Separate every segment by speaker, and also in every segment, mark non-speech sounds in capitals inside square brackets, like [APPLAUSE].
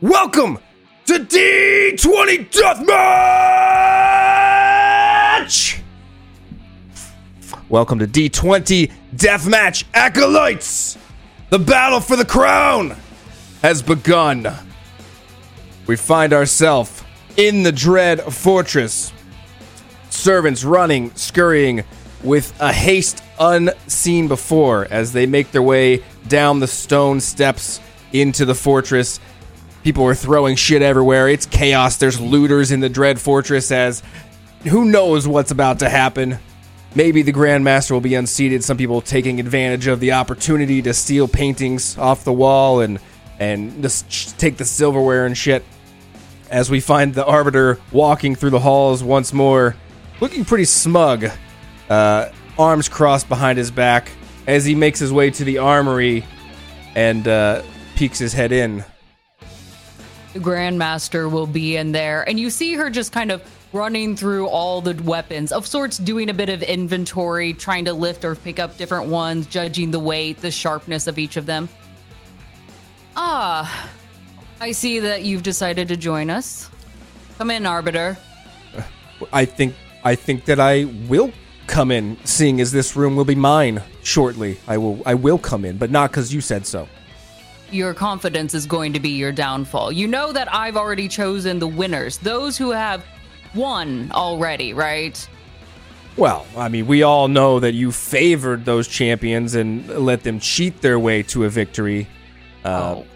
Speaker 1: Welcome to D20 Deathmatch! Welcome to D20 Deathmatch Acolytes! The battle for the crown has begun. We find ourselves in the Dread Fortress. Servants running, scurrying with a haste unseen before as they make their way down the stone steps into the fortress People are throwing shit everywhere. It's chaos. There's looters in the Dread Fortress as who knows what's about to happen. Maybe the Grand Master will be unseated. Some people taking advantage of the opportunity to steal paintings off the wall and and just take the silverware and shit. As we find the Arbiter walking through the halls once more, looking pretty smug, uh, arms crossed behind his back, as he makes his way to the armory and uh, peeks his head in.
Speaker 2: The Grandmaster will be in there. And you see her just kind of running through all the weapons, of sorts, doing a bit of inventory, trying to lift or pick up different ones, judging the weight, the sharpness of each of them. Ah, I see that you've decided to join us. Come in, Arbiter.
Speaker 1: I think I think that I will come in, seeing as this room will be mine shortly. I will I will come in, but not because you said so.
Speaker 2: Your confidence is going to be your downfall. You know that I've already chosen the winners, those who have won already, right?
Speaker 1: Well, I mean, we all know that you favored those champions and let them cheat their way to a victory. Uh,
Speaker 2: Oh.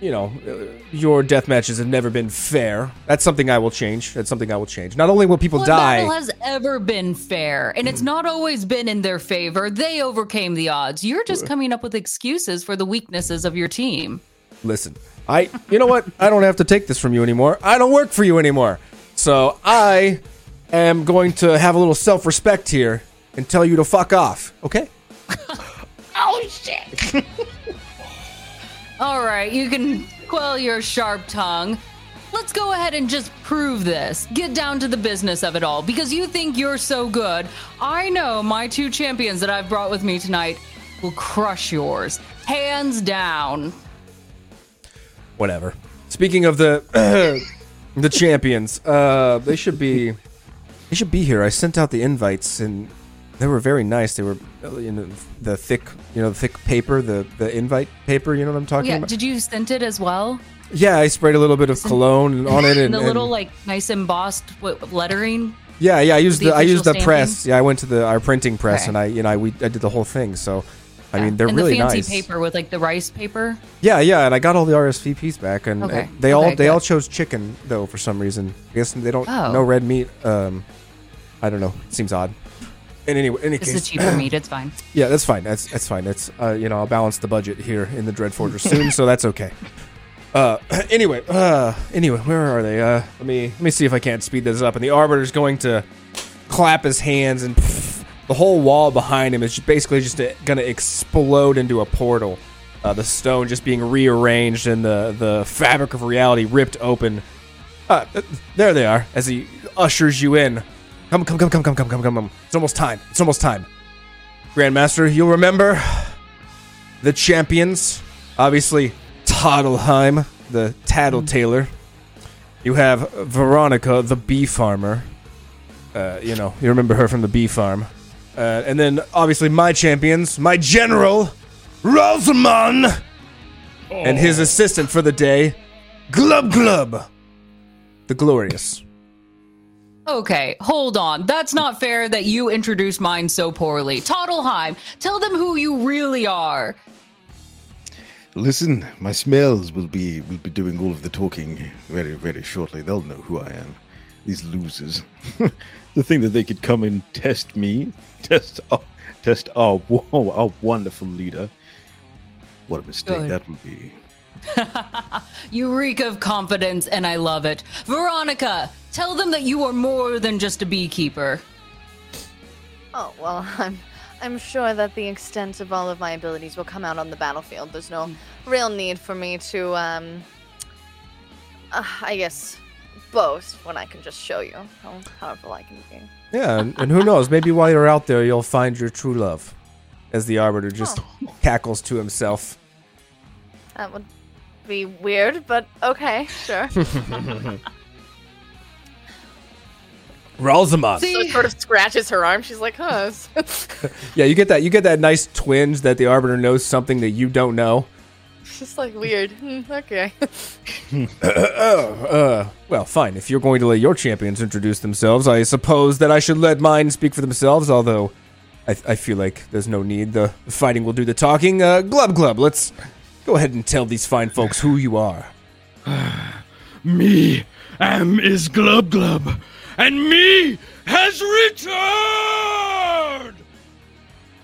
Speaker 1: You know, uh, your death matches have never been fair. That's something I will change. That's something I will change. Not only will people
Speaker 2: What
Speaker 1: die,
Speaker 2: battle has ever been fair, and it's not always been in their favor. They overcame the odds. You're just coming up with excuses for the weaknesses of your team.
Speaker 1: listen, I, you know what? I don't have to take this from you anymore. I don't work for you anymore. So I am going to have a little self respect here and tell you to fuck off. Okay?
Speaker 2: [LAUGHS] All right, you can quell your sharp tongue. Let's go ahead and just prove this. Get down to the business of it all because you think you're so good. I know my two champions that I've brought with me tonight will crush yours. Hands down.
Speaker 1: Whatever. Speaking of the [CLEARS THROAT] the champions, uh, they should be they should be here. I sent out the invites and they were very nice. They were uh, you know the thick you know the thick paper, the the invite paper. You know what I'm talking
Speaker 2: Yeah,
Speaker 1: about?
Speaker 2: did you scent it as well?
Speaker 1: yeah, I sprayed a little bit of cologne on it and,
Speaker 2: [LAUGHS] the
Speaker 1: and-
Speaker 2: little like nice embossed what, lettering.
Speaker 1: Yeah, yeah. I used the,
Speaker 2: the
Speaker 1: I used the
Speaker 2: official
Speaker 1: press. Yeah, I went to the our printing press,
Speaker 2: Okay.
Speaker 1: and I you know I, we I did the whole thing. So, I mean, they're
Speaker 2: and
Speaker 1: really
Speaker 2: the fancy
Speaker 1: nice.
Speaker 2: paper with like the rice paper.
Speaker 1: Yeah, yeah. And I got all the RSVPs back, and
Speaker 2: Okay.
Speaker 1: and they all
Speaker 2: Okay,
Speaker 1: they all
Speaker 2: good.
Speaker 1: chose chicken though for some reason. I guess they don't
Speaker 2: Oh.
Speaker 1: no red meat. Um, I don't know. It seems odd. In any any
Speaker 2: This is
Speaker 1: case,
Speaker 2: cheaper meat. It's fine.
Speaker 1: yeah, that's fine. That's that's fine. That's uh, you know I'll balance the budget here in the Dread Fortress soon, so that's okay. Uh, [CLEARS THROAT] anyway, uh, anyway, where are they? Uh, let me let me see if I can't speed this up. And the arbiter's going to clap his hands, and pff, the whole wall behind him is ju- basically just going to explode into a portal. Uh, the stone just being rearranged and the the fabric of reality ripped open. Uh, th- there they are as he ushers you in. Come, come, come, come, come, come, come, come, come. It's almost time. It's almost time. Grandmaster, you'll remember the champions. Obviously, Toddleheim, the tattletailer. You have Veronica, the bee farmer. Uh, you know, you remember her from the bee farm. Uh, and then, obviously, my champions, my general, Rosamund, and his assistant for the day, Glub Glub, the glorious.
Speaker 2: Okay, hold on. That's not fair that you introduced mine so poorly. Toddleheim, tell them who you really are.
Speaker 3: Listen, my smells will be will be doing all of the talking very very shortly. They'll know who I am. These losers. [LAUGHS] the thing that they could come and test me, [LAUGHS] test our, test our [LAUGHS] whoa, our wonderful leader. What a mistake
Speaker 2: Good.
Speaker 3: that would be.
Speaker 2: You reek of confidence, and I love it. Veronica, tell them that you are more than just a beekeeper.
Speaker 4: Oh well, [LAUGHS] I'm I'm sure that the extent of all of my abilities will come out on the battlefield. There's no real need for me to um uh, I guess boast when I can just show you how powerful I can be.
Speaker 1: Yeah, and, and who knows? Maybe while you're out there, you'll find your true love. As the arbiter just cackles to himself.
Speaker 4: That would be weird, but okay, [LAUGHS] sure.
Speaker 1: Ralzamov.
Speaker 2: See-
Speaker 4: so it sort of scratches her arm. She's like, huh. [LAUGHS]
Speaker 1: Yeah, you get that. You get that nice twinge that the arbiter knows something that you don't know.
Speaker 4: It's just like weird. Hmm, okay. [LAUGHS]
Speaker 1: Uh, well, fine. If you're going to let your champions introduce themselves, I suppose that I should let mine speak for themselves. Although, I, I feel like there's no need. The fighting will do the talking. Uh, Glub Glub, let's go ahead and tell these fine folks who you are.
Speaker 5: Me am is Glub Glub, and me has returned!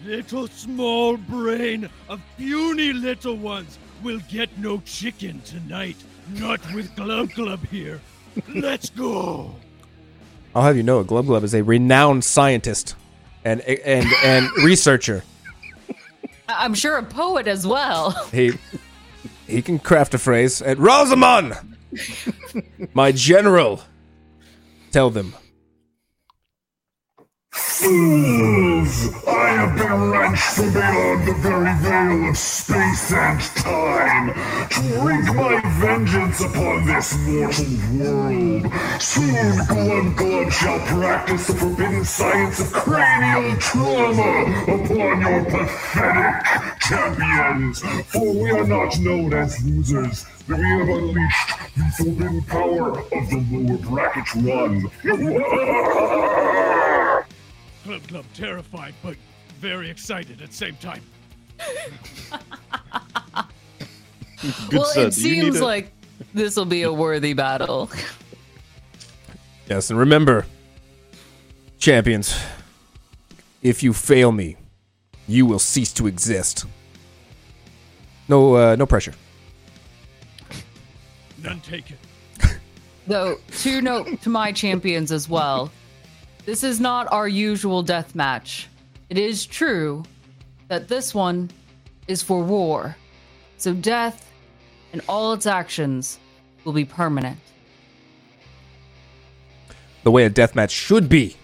Speaker 5: Little small brain of puny little ones will get no chicken tonight, not with Glub Glub here. Let's go!
Speaker 1: I'll have you know, Glub Glub is a renowned scientist and and and researcher.
Speaker 2: I- I'm sure a poet as well. [LAUGHS]
Speaker 1: He he can craft a phrase. And Rosamond, my general, tell them.
Speaker 6: Fools! I have been wrenched from beyond the very veil of space and time to wreak my vengeance upon this mortal world. Soon Glub Glub shall practice the forbidden science of cranial trauma upon your pathetic champions, for we are not known as losers. We have unleashed the forbidden power of the lower bracket [LAUGHS] run.
Speaker 5: Glub Glub terrified, but very excited at the same time.
Speaker 3: Good
Speaker 2: well,
Speaker 3: sir,
Speaker 2: it
Speaker 3: do you need
Speaker 2: seems
Speaker 3: a-
Speaker 2: like this will be a worthy battle.
Speaker 1: Yes, and remember, champions, if you fail me, you will cease to exist. No, uh, no pressure.
Speaker 5: None taken.
Speaker 2: Though, to note to my champions as well, this is not our usual death match. It is true that this one is for war. So death and all its actions will be permanent.
Speaker 1: The way a deathmatch should [SIGHS] be.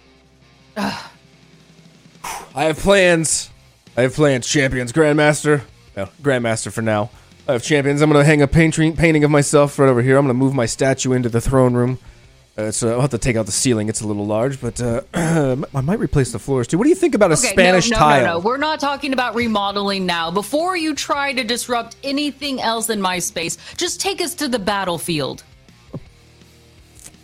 Speaker 1: I have plans. I have plans, champions, grandmaster. Well, grandmaster for now. I have champions. I'm gonna hang a painting painting of myself right over here. I'm gonna move my statue into the throne room. Uh, so I'll have to take out the ceiling. It's a little large, but uh, [CLEARS THROAT] I might replace the floors too. What do you think about a Spanish
Speaker 2: no, no,
Speaker 1: tile?
Speaker 2: No, no, We're not talking about remodeling now. Before you try to disrupt anything else in my space, just take us to the battlefield.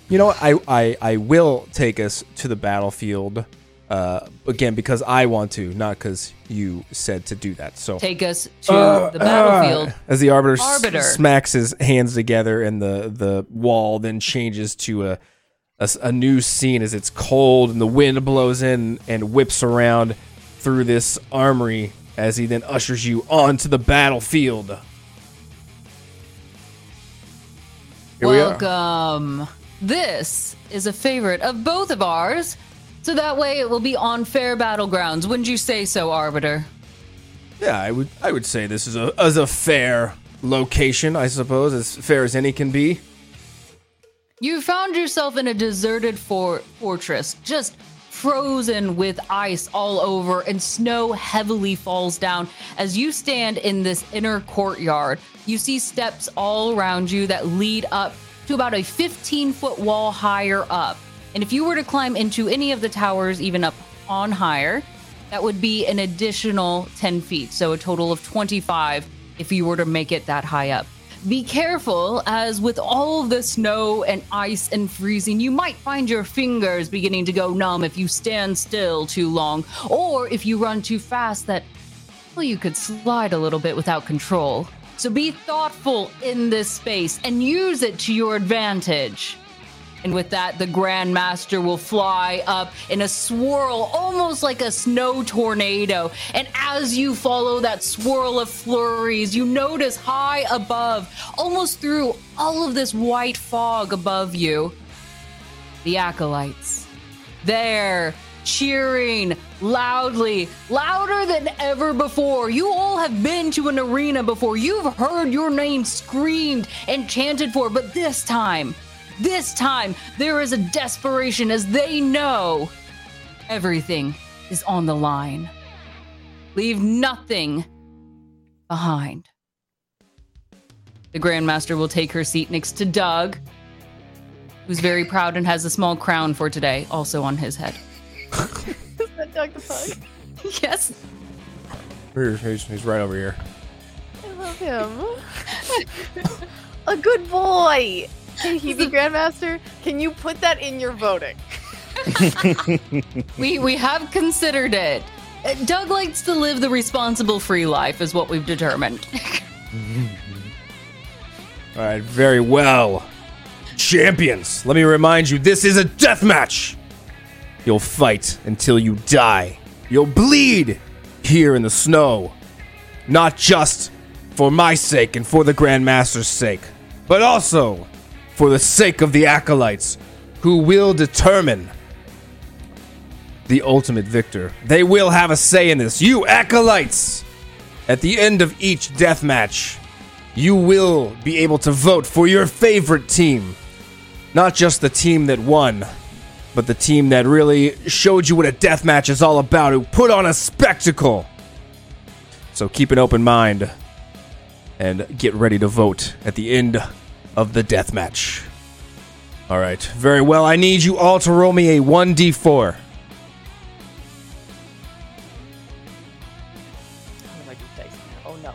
Speaker 1: You know, what? I, I, I will take us to the battlefield uh, again because I want to, not because you said to do that. So,
Speaker 2: Take us to
Speaker 1: Uh,
Speaker 2: the battlefield.
Speaker 1: as the arbiter, s-
Speaker 2: Arbiter.
Speaker 1: smacks his hands together, and the the wall then changes to a, a s- a new scene as it's cold and the wind blows in and whips around through this armory as he then ushers you onto the battlefield. Here we are.
Speaker 2: Welcome. This is a favorite of both of ours, so that way it will be on fair battlegrounds. Wouldn't you say so, Arbiter?
Speaker 1: Yeah, I would I would say this is a as a fair location, I suppose, as fair as any can be.
Speaker 2: You found yourself in a deserted for- fortress, just frozen with ice all over, and snow heavily falls down. As you stand in this inner courtyard, you see steps all around you that lead up to about a 15 foot wall higher up. And if you were to climb into any of the towers, even up on higher, that would be an additional 10 feet. So a total of 25 if you were to make it that high up. Be careful, as with all the snow and ice and freezing, you might find your fingers beginning to go numb if you stand still too long, or if you run too fast, that well, you could slide a little bit without control. So be thoughtful in this space and use it to your advantage. And with that, the Grand Master will fly up in a swirl, almost like a snow tornado. And as you follow that swirl of flurries, you notice high above, almost through all of this white fog above you, the acolytes. There, cheering loudly, louder than ever before. You all have been to an arena before. You've heard your name screamed and chanted for, but this time, this time, there is a desperation as they know everything is on the line. Leave nothing behind. The Grandmaster will take her seat next to Doug, who's very proud and has a small crown for today, also on his head.
Speaker 4: Is that Doug the Pug?
Speaker 2: [LAUGHS] Yes,
Speaker 1: Here, He's, he's right over here.
Speaker 4: I love him. [LAUGHS] A good [LAUGHS] boy. Can he be Grandmaster? Can you put that in your voting?
Speaker 2: we we have considered it. Uh, Doug likes to live the responsible free life, is what we've determined. [LAUGHS]
Speaker 1: All right, very well. Champions, let me remind you this is a death match. You'll fight until you die. You'll bleed here in the snow. Not just for my sake and for the Grand Master's sake, but also for the sake of the acolytes who will determine the ultimate victor. They will have a say in this. You acolytes, at the end of each death match, you will be able to vote for your favorite team. Not just the team that won, but the team that really showed you what a deathmatch is all about, who put on a spectacle. So keep an open mind and get ready to vote at the end of the deathmatch. All right, very well. I need you all to roll me a 1d4.
Speaker 4: Oh, my dice. Oh no.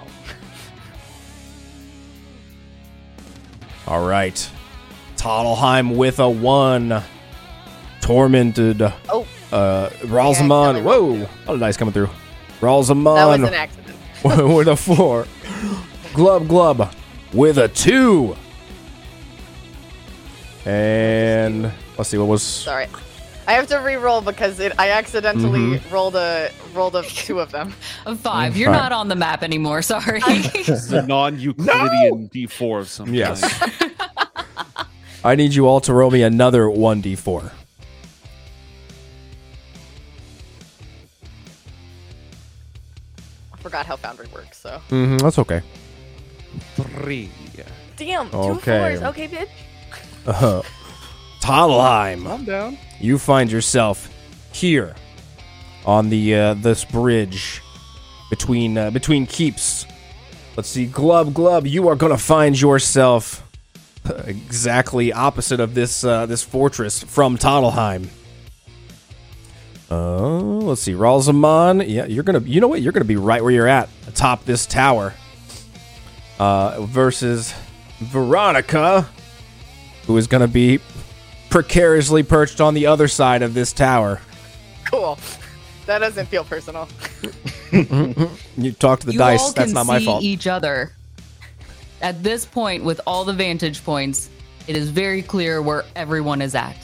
Speaker 1: All right. Toddleheim with a 1. Tormented.
Speaker 4: [LAUGHS] Oh,
Speaker 1: Uh,
Speaker 4: Yeah, I
Speaker 1: Ralzamon.
Speaker 4: totally
Speaker 1: Whoa. A lot of dice coming through. Ralzamon.
Speaker 4: that was an accident.
Speaker 1: [LAUGHS] with a four. Glub Glub with a two. And let's see what was.
Speaker 4: Sorry. I have to re-roll because it, I accidentally
Speaker 1: Mm-hmm.
Speaker 4: rolled a rolled a two of them.
Speaker 2: A five. You're
Speaker 1: Right.
Speaker 2: not on the map anymore. [LAUGHS] Sorry.
Speaker 1: [LAUGHS]
Speaker 7: This is a non-Euclidean D4 of some
Speaker 1: Yes. [LAUGHS]
Speaker 7: kind.
Speaker 1: I need you all to roll me another 1d4.
Speaker 4: I forgot how Foundry works, so.
Speaker 1: Mm-hmm, that's okay.
Speaker 7: Three.
Speaker 4: Damn, two
Speaker 1: Okay.
Speaker 4: fours. Okay, bitch.
Speaker 1: Uh-huh. Toddleheim,
Speaker 7: I'm down.
Speaker 1: you find yourself here on the uh, this bridge between uh, between keeps. Let's see, Glub Glub, you are gonna find yourself uh, exactly opposite of this uh, this fortress from Toddleheim. Oh, let's see, Ralzamon. Yeah, you're gonna. You know what? You're gonna be right where you're at, atop this tower. Uh, versus Veronica, who is gonna be precariously perched on the other side of this tower.
Speaker 4: Cool. That doesn't feel personal.
Speaker 1: You talk to the
Speaker 2: you
Speaker 1: dice.
Speaker 2: all can
Speaker 1: That's not my
Speaker 2: see
Speaker 1: fault.
Speaker 2: each other. At this point, with all the vantage points, it is very clear where everyone is at.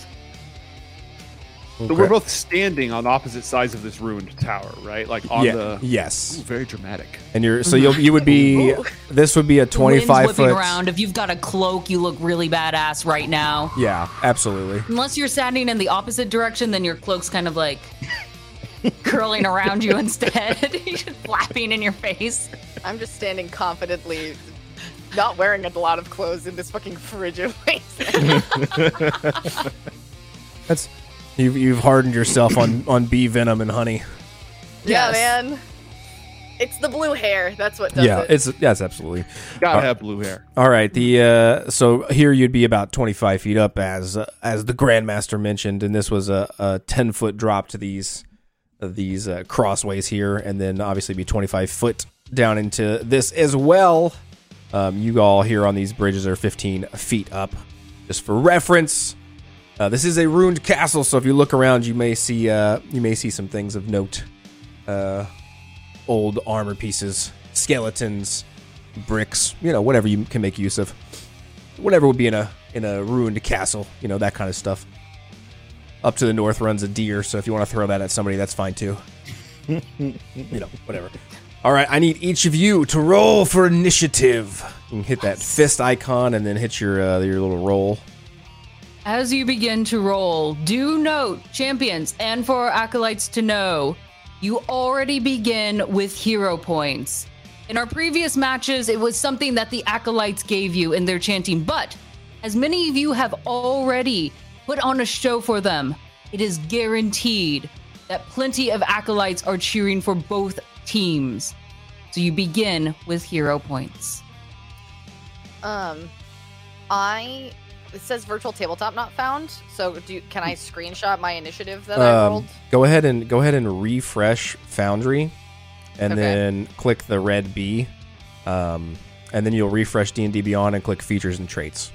Speaker 7: So we're both standing on opposite sides of this ruined tower, right? Like on
Speaker 1: yeah.
Speaker 7: the. Ooh,
Speaker 1: Yes.
Speaker 7: very dramatic.
Speaker 1: And you're so you'll, you would
Speaker 2: [LAUGHS]
Speaker 1: be. This would be a
Speaker 2: The wind's
Speaker 1: 25
Speaker 2: whipping
Speaker 1: foot.
Speaker 2: around. If you've got a cloak, you look really badass right now.
Speaker 1: Yeah, absolutely.
Speaker 2: Unless you're standing in the opposite direction, then your cloak's kind
Speaker 1: [LAUGHS]
Speaker 2: of like curling around you instead, [LAUGHS] flapping in your face.
Speaker 4: I'm just standing confidently, not wearing a lot of clothes in this fucking frigid [LAUGHS] place.
Speaker 1: That's you've you've hardened yourself on on bee venom and honey.
Speaker 2: Yes.
Speaker 4: yeah, man. It's the blue hair. That's what does
Speaker 1: yeah,
Speaker 4: it.
Speaker 1: it's yes, absolutely.
Speaker 7: Gotta
Speaker 1: Uh,
Speaker 7: have blue hair.
Speaker 1: All right, the uh, so here you'd be about twenty five feet up, as uh, as the grandmaster mentioned, and this was a, a ten foot drop to these these uh, crossways here, and then obviously be twenty five foot down into this as well. Um, you all here on these bridges are fifteen feet up, just for reference. Uh, this is a ruined castle, so if you look around, you may see uh, you may see some things of note, uh, old armor pieces, skeletons bricks, you know, whatever you can make use of, whatever would be in a in a ruined castle, you know, that kind of stuff. Up to the north runs a deer, so if you want to throw that at somebody, that's fine too. [LAUGHS] you know, whatever. All right, I need each of you to roll for initiative. You can hit that fist icon and then hit your uh, your little roll.
Speaker 2: As you begin to roll, do note, champions, and for our acolytes to know, you already begin with hero points. In our previous matches, it was something that the acolytes gave you in their chanting, but as many of you have already put on a show for them, it is guaranteed that plenty of acolytes are cheering for both teams. So you begin with hero points.
Speaker 4: Um, I it says virtual tabletop not found. So do can I screenshot my initiative that I rolled?
Speaker 1: Um, go ahead and go ahead and refresh Foundry, and
Speaker 4: Okay.
Speaker 1: then click the red B, um, and then you'll refresh D and D Beyond and click Features and Traits,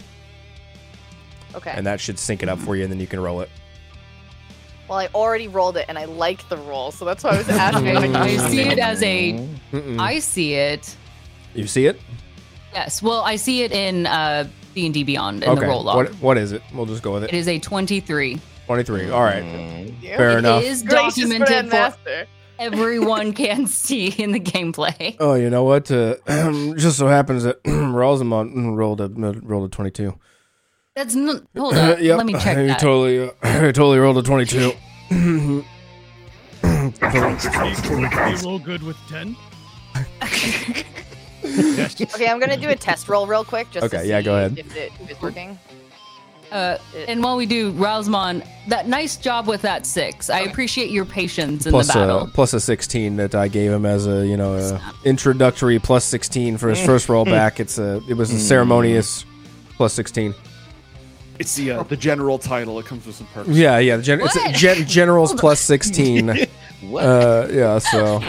Speaker 4: Okay.
Speaker 1: and that should sync it up for you, and then you can roll it.
Speaker 4: well, I already rolled it, and I like the roll, so that's why
Speaker 1: [LAUGHS]
Speaker 4: I was asking. like,
Speaker 2: I
Speaker 4: do
Speaker 2: see
Speaker 4: you-
Speaker 2: it
Speaker 4: [LAUGHS]
Speaker 2: as a. I see it.
Speaker 1: You see it?
Speaker 2: Yes. Well, I see it in uh, D and D Beyond in the roll log.
Speaker 1: What what is it? We'll just go with
Speaker 2: It
Speaker 1: it.
Speaker 2: is a twenty-three.
Speaker 1: Twenty three. All right. Fair enough.
Speaker 2: It is
Speaker 4: Gracious
Speaker 2: documented
Speaker 4: [LAUGHS]
Speaker 2: for
Speaker 4: Grandmaster.
Speaker 2: everyone can see in the gameplay.
Speaker 1: Oh, you know what? Uh, [CLEARS THROAT] just so happens that [CLEARS THROAT] Rosamond rolled a rolled a twenty two.
Speaker 2: That's not. Hold up.
Speaker 1: [LAUGHS] Yep.
Speaker 2: [CLEARS THROAT] Let me check
Speaker 1: You
Speaker 2: that.
Speaker 1: totally, uh, [LAUGHS] you totally rolled a twenty-two.
Speaker 6: That counts, it counts, it totally
Speaker 5: You
Speaker 6: counts.
Speaker 5: roll good with 10?
Speaker 4: Okay, I'm gonna do a test roll real quick. Just to
Speaker 1: Okay, yeah,
Speaker 4: see
Speaker 1: go ahead.
Speaker 4: If it is working.
Speaker 2: Uh, and while we do, Rosmon, that nice job with that six. I appreciate your patience in
Speaker 1: Plus uh,
Speaker 2: the battle.
Speaker 1: a plus a sixteen that I gave him as a you know a introductory plus sixteen for
Speaker 2: Mm.
Speaker 1: his first roll back. It's a it was a ceremonious plus sixteen.
Speaker 7: It's the uh, the general title. It comes with some perks.
Speaker 1: Oh. Yeah, yeah. the Gen- it's a
Speaker 2: What?
Speaker 1: gen- generals plus sixteen.
Speaker 2: [LAUGHS]
Speaker 1: Uh, yeah. So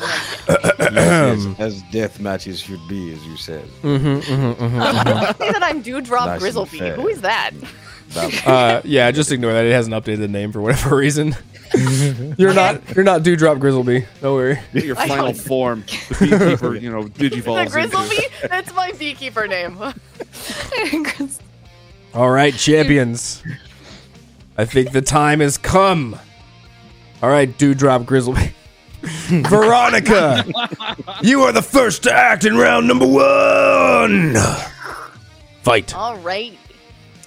Speaker 3: Yes, yes, as death matches should be, as you said.
Speaker 4: Say that I'm Dewdrop
Speaker 3: Nice and
Speaker 4: Grizzleby.
Speaker 3: fair.
Speaker 4: Who is that?
Speaker 2: [LAUGHS]
Speaker 3: That-
Speaker 1: uh, yeah, just ignore that. It hasn't updated the name for whatever reason. [LAUGHS] you're not you're not Dewdrop Grizzleby. Don't worry.
Speaker 7: Your final form,
Speaker 1: [LAUGHS]
Speaker 7: the beekeeper, you know, digivolves
Speaker 4: The
Speaker 7: into.
Speaker 4: Grizzleby? That's my
Speaker 1: [LAUGHS]
Speaker 4: beekeeper name. [LAUGHS]
Speaker 1: All right, champions. I think the time has come. All right, Dewdrop [LAUGHS] Grizzleby. Veronica, you are the first to act in round number one. Fight.
Speaker 4: All right.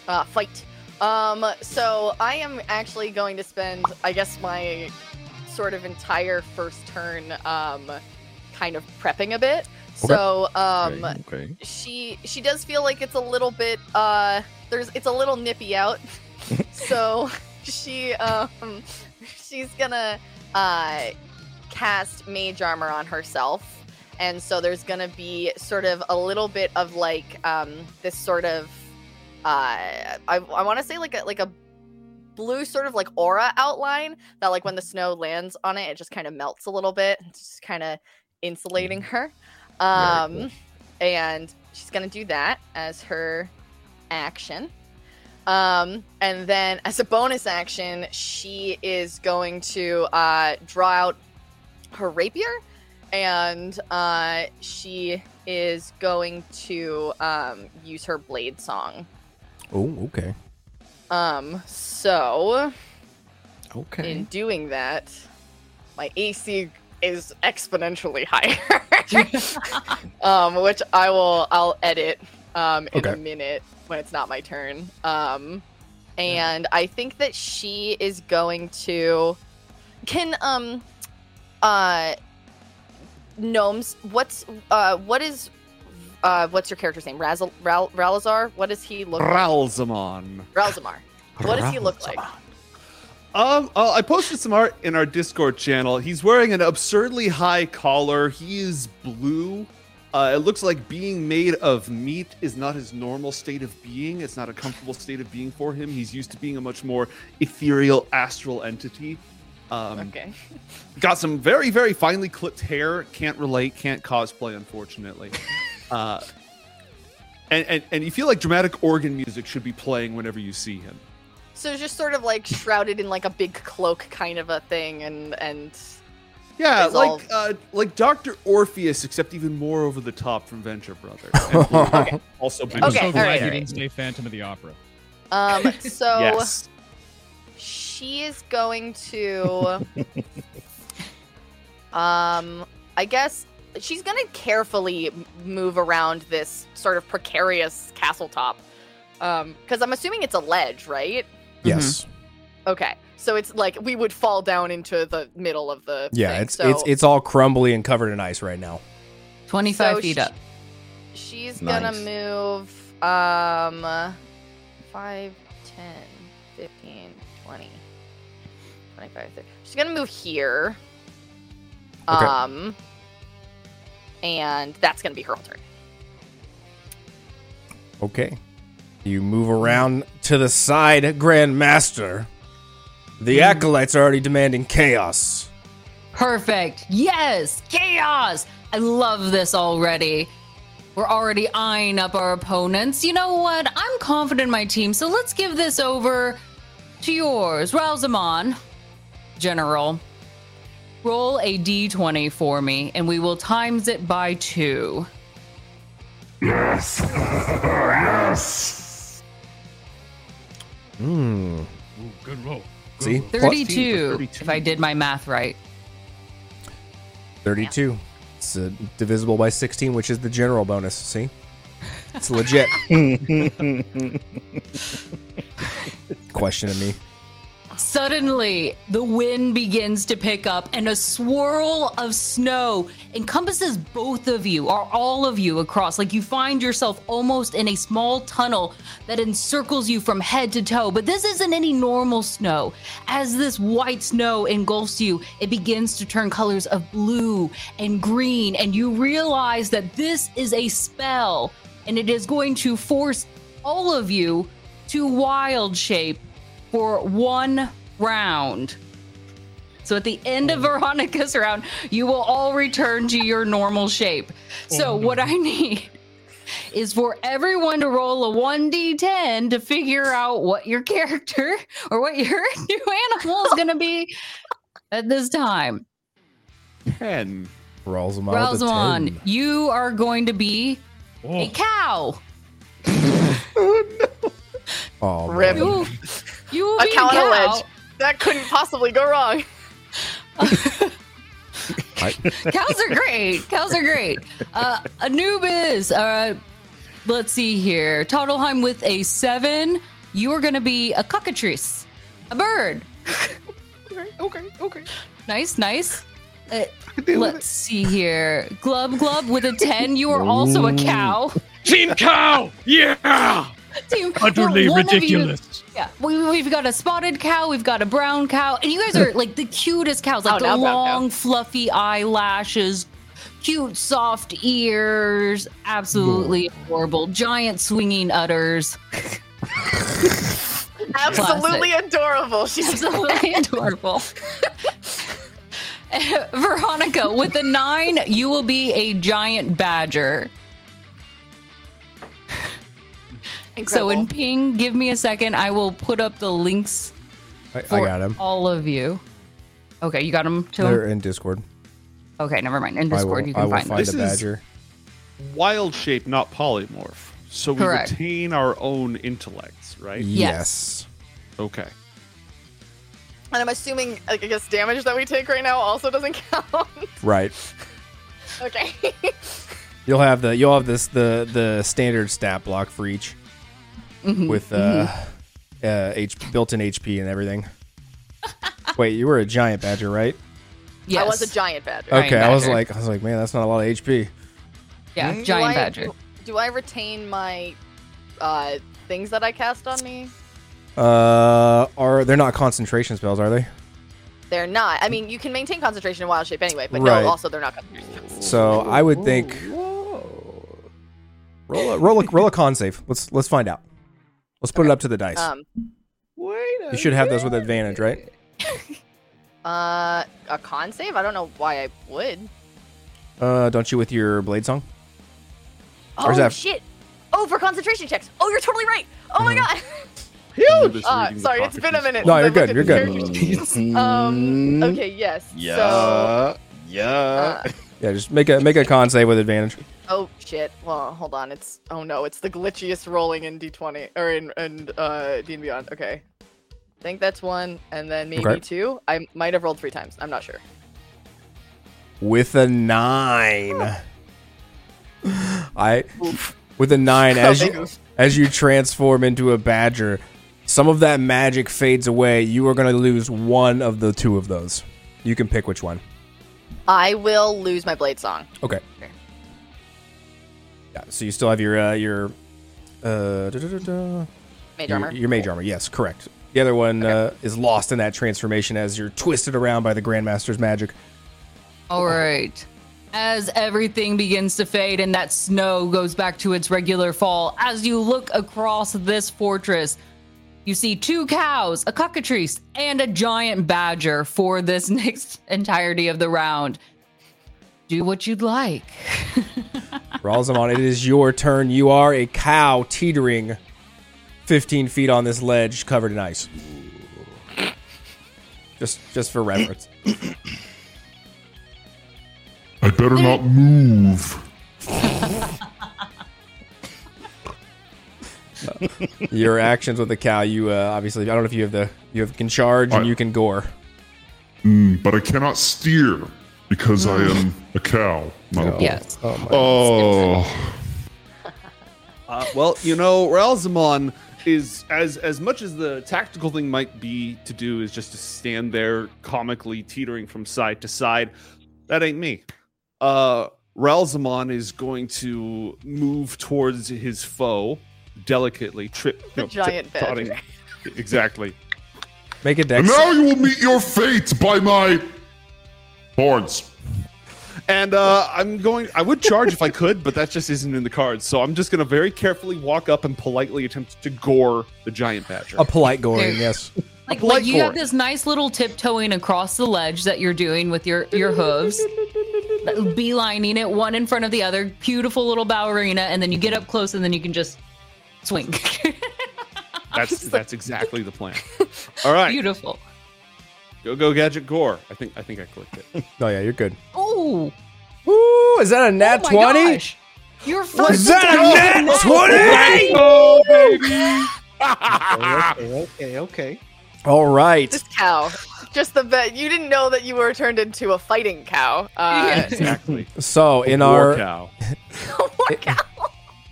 Speaker 4: Uh, fight. Um, so I am actually going to spend, I guess, my sort of entire first turn, um, kind of prepping a bit. So, um,
Speaker 3: okay, okay.
Speaker 4: she she does feel like it's a little bit uh there's it's a little nippy
Speaker 3: [LAUGHS]
Speaker 4: out so she um she's gonna uh cast mage armor on herself and so there's gonna be sort of a little bit of like um this sort of uh i, I want to say like a like a blue sort of like aura outline that like when the snow lands on it it just kind of melts a little bit it's just kind of insulating her um
Speaker 3: cool.
Speaker 4: and she's gonna do that as her action um and then as a bonus action she is going to uh draw out her rapier and uh she is going to um use her blade song
Speaker 1: Oh, okay.
Speaker 4: um so
Speaker 3: Okay.
Speaker 4: in doing that, my AC is exponentially higher. um, which I will I'll edit um, in a
Speaker 1: Okay.
Speaker 4: minute when it's not my turn. Um, and I think that she is going to can um uh gnomes what's uh what is uh what's your character's name Razzle, Ral, Ralazar what does he look like
Speaker 7: Ralzamon.
Speaker 4: Ralzamar what does he look like
Speaker 7: Um, uh, I posted some art in our Discord channel. He's wearing an absurdly high collar. He is blue. Uh, it looks like being made of meat is not his normal state of being. It's not a comfortable state of being for him. He's used to being a much more ethereal, astral entity. Um,
Speaker 4: okay
Speaker 7: Got some very, very finely clipped hair. Can't relate. Can't cosplay, unfortunately. uh, and, and and you feel like dramatic organ music should be playing whenever you see him.
Speaker 4: So it's just sort of like shrouded in like a big cloak kind of a thing and and
Speaker 7: Yeah,
Speaker 4: It's all-
Speaker 7: like uh, like Doctor Orpheus, except even more over the top from
Speaker 4: [LAUGHS]
Speaker 7: Venture Brothers. And blue. Also, blue.
Speaker 5: I'm
Speaker 4: Okay,
Speaker 5: so glad
Speaker 4: alright,
Speaker 5: you didn't
Speaker 4: alright.
Speaker 5: say Phantom of the Opera.
Speaker 1: [LAUGHS]
Speaker 4: um so
Speaker 7: yes,
Speaker 4: she is going to
Speaker 1: [LAUGHS]
Speaker 4: um I guess she's going to carefully m- move around this sort of precarious castle top. Um cuz I'm assuming it's a ledge, right?
Speaker 1: Yes.
Speaker 4: Okay. So it's like we would fall down into the middle of the
Speaker 1: Yeah,
Speaker 4: thing,
Speaker 1: it's
Speaker 4: so
Speaker 1: it's it's all crumbly and covered in ice right now.
Speaker 2: Twenty-five
Speaker 4: So
Speaker 2: feet
Speaker 4: she-
Speaker 2: up.
Speaker 4: She's
Speaker 3: Nice.
Speaker 4: gonna move um 5, 10, 15, 20, 25, 30. She's gonna move here.
Speaker 1: Okay.
Speaker 4: Um and that's gonna be her whole turn.
Speaker 1: Okay. You move around to the side, Grandmaster. The acolytes are already demanding chaos.
Speaker 2: Perfect. Yes. Chaos. I love this already. We're already eyeing up our opponents. You know what? I'm confident in my team, so let's give this over to yours. Rousmon, General. Roll a d20 for me, and we will times it by two.
Speaker 6: Yes. yes.
Speaker 5: Ooh, good roll.
Speaker 1: See? Plus
Speaker 2: 32, if I did my math right.
Speaker 1: 32. It's uh, divisible by 16, which is the general bonus. See? It's legit. Questioning me.
Speaker 2: Suddenly, the wind begins to pick up, and a swirl of snow encompasses both of you, or all of you, across. Like you find yourself almost in a small tunnel that encircles you from head to toe. But this isn't any normal snow. As this white snow engulfs you, it begins to turn colors of blue and green, and you realize that this is a spell, and it is going to force all of you to wild shape for one round. So at the end
Speaker 1: Oh.
Speaker 2: of Veronica's round, you will all return to your normal shape.
Speaker 1: Oh,
Speaker 2: So what I [LAUGHS] need is for everyone to roll a 1d10 to figure out what your character [LAUGHS] or what your new animal is going to be at this time.
Speaker 7: Ten.
Speaker 1: Rolls them out with a
Speaker 2: Rosamond,
Speaker 1: 10.
Speaker 2: you are going to be
Speaker 5: Oh,
Speaker 2: a cow.
Speaker 1: Aw, Oh, man.
Speaker 4: Rip.
Speaker 2: You, you will
Speaker 4: A
Speaker 2: be
Speaker 4: cow
Speaker 2: a
Speaker 4: on a
Speaker 2: cow.
Speaker 4: ledge. That couldn't possibly go wrong.
Speaker 2: cows are great. Cows are great. Uh, Anubis. Uh, let's see here. Toddleheim with a seven. You are going to be a cockatrice, a bird.
Speaker 4: Okay, okay, okay.
Speaker 2: Nice, nice. Uh, let's see here. Glub Glub with a ten. You are also a cow. [LAUGHS]
Speaker 5: Team cow. Yeah.
Speaker 2: Team- well,
Speaker 5: Utterly
Speaker 2: one of you-
Speaker 5: ridiculous.
Speaker 2: yeah, we, we've got a spotted cow, we've got a brown cow, and you guys are like the cutest cows, like
Speaker 4: Oh,
Speaker 2: the
Speaker 4: now brown cow.
Speaker 2: long, fluffy eyelashes, cute, soft ears, absolutely adorable, giant swinging udders, [LAUGHS]
Speaker 4: Absolutely adorable. She's
Speaker 2: absolutely adorable. [LAUGHS] Veronica, with a nine, you will be a giant badger. So
Speaker 4: incredible.
Speaker 2: in ping, give me a second. I will put up the links
Speaker 1: I, I
Speaker 2: for
Speaker 1: got him.
Speaker 2: all of you. Okay, you got them to
Speaker 1: They're in Discord.
Speaker 2: Okay, never mind. In
Speaker 1: I
Speaker 2: Discord,
Speaker 1: will,
Speaker 2: you
Speaker 1: I
Speaker 2: can
Speaker 1: will
Speaker 2: find,
Speaker 1: find
Speaker 2: it.
Speaker 1: a
Speaker 7: This is-
Speaker 1: badger.
Speaker 7: Wild shape, not polymorph. So we
Speaker 2: Correct.
Speaker 7: retain our own intellects, right?
Speaker 1: Yes.
Speaker 7: Okay.
Speaker 4: and I'm assuming, like, I guess, damage that we take right now also doesn't [LAUGHS] count.
Speaker 1: Right.
Speaker 4: okay.
Speaker 1: You'll have the you'll have this the the standard stat block for each
Speaker 2: Mm-hmm.
Speaker 1: with uh, uh H, built-in HP and
Speaker 2: [LAUGHS]
Speaker 1: everything. Wait, you were a giant badger, right?
Speaker 2: Mm-hmm. Yes.
Speaker 4: I was a giant badger.
Speaker 2: Giant
Speaker 1: okay, I was
Speaker 2: badger.
Speaker 1: like I was like, man, that's not a lot of HP. Mm-hmm.
Speaker 2: Yeah,
Speaker 4: Do I-
Speaker 2: giant badger.
Speaker 4: Do I retain my uh, things that I cast on me?
Speaker 1: Uh are they're not concentration spells, are they?
Speaker 4: They're not. I mean, you can maintain concentration in wild shape anyway, but
Speaker 1: Right.
Speaker 4: no, also they're not concentration. spells.
Speaker 1: So, I would think Roll a, roll a roll a con save. Let's let's find out. Let's put it up to the dice.
Speaker 4: Um,
Speaker 1: you should have those with advantage, right?
Speaker 4: uh, a con save? I don't know why I would.
Speaker 1: Uh don't you with your blade song?
Speaker 4: Oh
Speaker 1: is that-
Speaker 4: shit! Oh, for concentration checks. Oh, you're totally right. Oh
Speaker 1: [LAUGHS]
Speaker 4: my god.
Speaker 7: Huge.
Speaker 4: Uh, sorry, it's been a minute.
Speaker 1: Mm-hmm. No,
Speaker 4: since
Speaker 1: you're
Speaker 4: I've
Speaker 1: good,
Speaker 4: looked
Speaker 1: you're
Speaker 4: at
Speaker 1: good.
Speaker 4: the character sheet.
Speaker 2: Uh,
Speaker 4: um. Okay. Yes.
Speaker 3: Mm. Yeah.
Speaker 4: So.
Speaker 3: yeah.
Speaker 4: uh,
Speaker 1: Yeah, just make a make a con save with advantage.
Speaker 4: oh shit. Well, hold on. It's oh no. It's the glitchiest rolling in D20 or in and uh D and Beyond. Okay. I think that's one, and then maybe
Speaker 1: Okay.
Speaker 4: two. I might have rolled three times. I'm not sure.
Speaker 1: with a nine. I with a
Speaker 4: [LAUGHS]
Speaker 1: nine as
Speaker 4: big
Speaker 1: you
Speaker 4: oof.
Speaker 1: as you transform into a badger, some of that magic fades away. You are going to lose one of the two of those. You can pick which one.
Speaker 4: I will lose my blade song.
Speaker 1: Okay. Yeah. So you still have your uh, your uh, da-da-da-da.
Speaker 4: Mage
Speaker 1: your,
Speaker 4: armor.
Speaker 1: your mage armor. Yes, correct. The other one uh, is lost in that transformation as you're twisted around by the Grandmaster's magic.
Speaker 2: All right. as everything begins to fade and that snow goes back to its regular fall. As you look across this fortress, you see two cows, a cockatrice, and a giant badger for this [LAUGHS] next entirety of the round. Do what you'd like.
Speaker 1: Ralzamon, it is your turn. You are a cow teetering 15 feet on this ledge covered in ice. Just just for [LAUGHS] reference.
Speaker 6: I better not move.
Speaker 1: Your actions with the cow, you uh, obviously I don't know if you have the you have can charge and
Speaker 6: I-
Speaker 1: you can gore.
Speaker 6: But I cannot steer because I am a cow, not a bull.
Speaker 2: Yes.
Speaker 6: Oh,
Speaker 7: Uh, well, you know, Ralzamon is as as much as the tactical thing might be to do is just to stand there comically teetering from side to side. That ain't me. Uh Ralzamon is going to move towards his foe delicately, trip
Speaker 4: The
Speaker 7: no,
Speaker 4: giant
Speaker 7: tip- totting.
Speaker 4: badger.
Speaker 7: [LAUGHS] Exactly.
Speaker 1: Make a
Speaker 6: and
Speaker 1: dex.
Speaker 6: now you will meet your fate by my horns.
Speaker 7: And uh, I'm going. I would charge if I could, but that just isn't in the cards. So I'm just going to very carefully walk up and politely attempt to gore the giant badger.
Speaker 1: A polite goring, yes.
Speaker 2: Like,
Speaker 7: polite
Speaker 2: like you have
Speaker 7: gourd.
Speaker 2: this nice little tiptoeing across the ledge that you're doing with your your hooves, beelining it one in front of the other. Beautiful little ballerina, and then you get up close, and then you can just swing. [LAUGHS]
Speaker 7: [LAUGHS] That's that's exactly the plan. All right,
Speaker 2: Beautiful.
Speaker 7: go go gadget gore. I think I think I clicked it.
Speaker 1: Oh yeah, you're good.
Speaker 2: Oh,
Speaker 1: Ooh, is that a nat
Speaker 2: my
Speaker 1: 20?
Speaker 2: gosh! Your first.
Speaker 1: that a nat 20?
Speaker 7: Oh baby!
Speaker 1: [LAUGHS]
Speaker 8: okay, okay, okay.
Speaker 1: All right.
Speaker 4: This cow. Just the bet. You didn't know that you were turned into a fighting cow. Uh,
Speaker 7: Exactly.
Speaker 1: So in
Speaker 7: War
Speaker 1: our
Speaker 7: cow.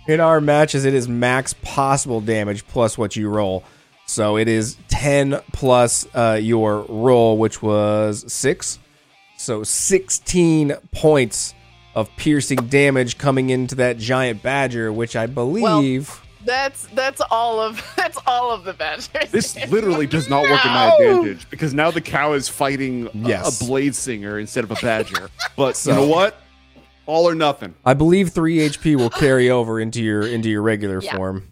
Speaker 1: in our matches, it is max possible damage plus what you roll. So it is ten plus uh, your roll, which was six. So sixteen points of piercing damage coming into that giant badger, which I believe.
Speaker 4: [LAUGHS] that's that's all of [LAUGHS] that's all of the badgers.
Speaker 7: This literally does not work in [LAUGHS] my advantage because now the cow is fighting a-
Speaker 1: Yes.
Speaker 7: a blade singer instead of a
Speaker 1: [LAUGHS]
Speaker 7: badger. But you know what? All or nothing.
Speaker 1: I believe three HP will carry over into your into your regular
Speaker 4: Yeah.
Speaker 1: form.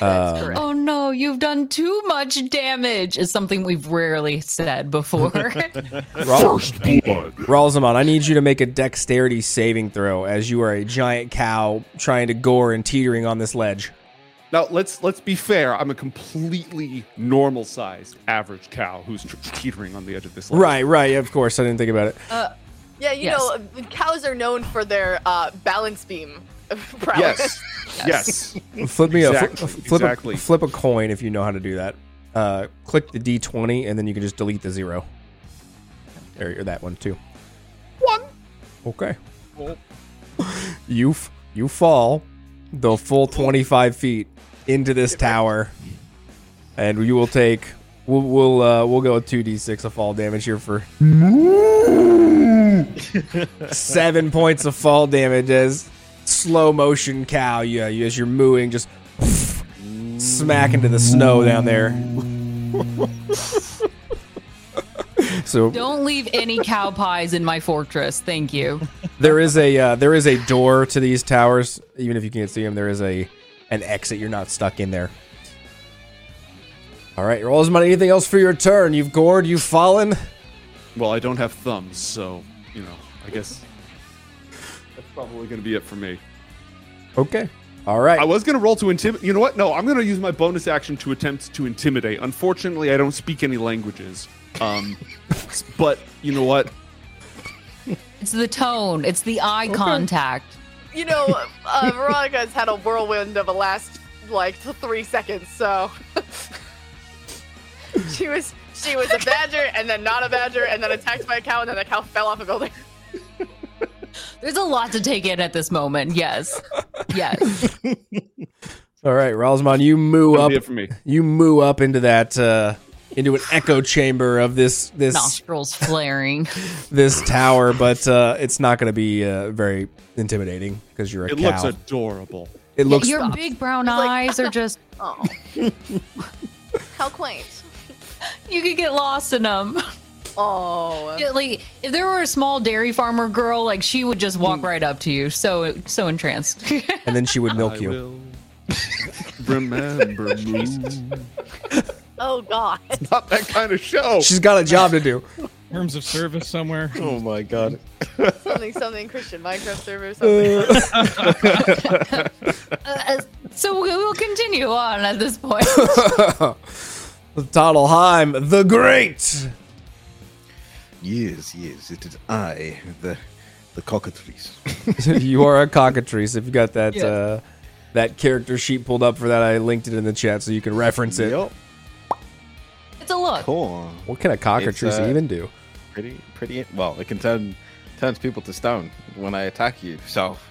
Speaker 4: That's correct.
Speaker 2: Oh no, you've done too much damage. Is something we've rarely said before.
Speaker 1: Roll-
Speaker 6: First blood.
Speaker 1: Ralzamon, I need you to make a dexterity saving throw as you are a giant cow trying to gore and teetering on this ledge.
Speaker 7: Now let's let's be fair. I'm a completely normal sized average cow who's tr- teetering on the edge of this. ledge.
Speaker 1: Right, right, of course. I didn't think about it.
Speaker 4: [LAUGHS] Yeah, you
Speaker 2: Yes.
Speaker 4: know, cows are known for their uh, balance beam [LAUGHS] prowess.
Speaker 1: [LAUGHS]
Speaker 7: Yes. Yes.
Speaker 1: Flip me a,
Speaker 7: Exactly,
Speaker 1: fl- flip,
Speaker 7: exactly.
Speaker 1: a flip a coin if you know how to do that. Uh, click the d20 and then you can just delete the zero. Or, or that one too. One. Okay. You f- you fall the full 25 feet into this tower, and you will take we'll we'll uh, we'll go with 2d6 of fall damage here for seven points of fall damage as slow motion cow. Yeah, you, as you're mooing, just smack into the snow down there. [LAUGHS] so
Speaker 2: Don't leave any cow pies in my fortress. Thank you.
Speaker 1: there is a uh, there is a door to these towers. Even if you can't see them, there is a an exit. You're not stuck in there. All right, Rosamund. Anything else for your turn? You've gored. You've fallen.
Speaker 7: Well, I don't have thumbs, so you know, I guess that's probably going to be it for me.
Speaker 1: Okay. All right.
Speaker 7: I was going to roll to intimidate. You know what? No, I'm going to use my bonus action to attempt to intimidate. Unfortunately, I don't speak any languages. Um, [LAUGHS] but you know what?
Speaker 2: It's the tone. It's the eye contact.
Speaker 4: You know, [LAUGHS] uh, Veronica's had a whirlwind of the last like three seconds, so [LAUGHS] she was she was a badger and then not a badger and then attacked by a cow and then the cow fell off a building. [LAUGHS]
Speaker 2: There's a lot to take in at this moment. Yes. Yes.
Speaker 1: All right, Ralsmon, you moo
Speaker 7: That'll
Speaker 1: up.
Speaker 7: be it for me.
Speaker 1: You moo up into that uh, into an echo chamber of this this
Speaker 2: Nostrils flaring.
Speaker 1: this tower, but uh, it's not going to be uh, very intimidating because you're a
Speaker 7: It
Speaker 1: cow.
Speaker 7: looks adorable.
Speaker 1: it looks
Speaker 2: Your big brown
Speaker 4: like-
Speaker 2: eyes [LAUGHS] are just,
Speaker 4: Oh, how quaint!
Speaker 2: you could get lost in them.
Speaker 4: Oh,
Speaker 2: Yeah, like if there were a small dairy farmer girl, like she would just walk right up to you. So so entranced. [LAUGHS]
Speaker 1: and then she would milk
Speaker 7: I
Speaker 1: you.
Speaker 7: will [LAUGHS] remember me.
Speaker 4: oh God.
Speaker 7: Not that kind of show.
Speaker 1: She's got a job to do.
Speaker 9: Terms of service somewhere.
Speaker 8: Oh my god.
Speaker 4: [LAUGHS] something, something Christian Minecraft server, something.
Speaker 2: Uh, so we will continue on at this point.
Speaker 1: Toddleheim the Great.
Speaker 8: Yes, yes, it is I, the the cockatrice.
Speaker 1: [LAUGHS] you are a cockatrice. If you got that
Speaker 2: Yes.
Speaker 1: uh, that character sheet pulled up for that, I linked it in the chat so you can reference it.
Speaker 8: Yup.
Speaker 2: it's a look.
Speaker 8: Cool.
Speaker 1: What can a cockatrice
Speaker 8: It's, uh,
Speaker 1: even do?
Speaker 8: Pretty, pretty. Well, it can turn turns people to stone when I attack you. So. [LAUGHS]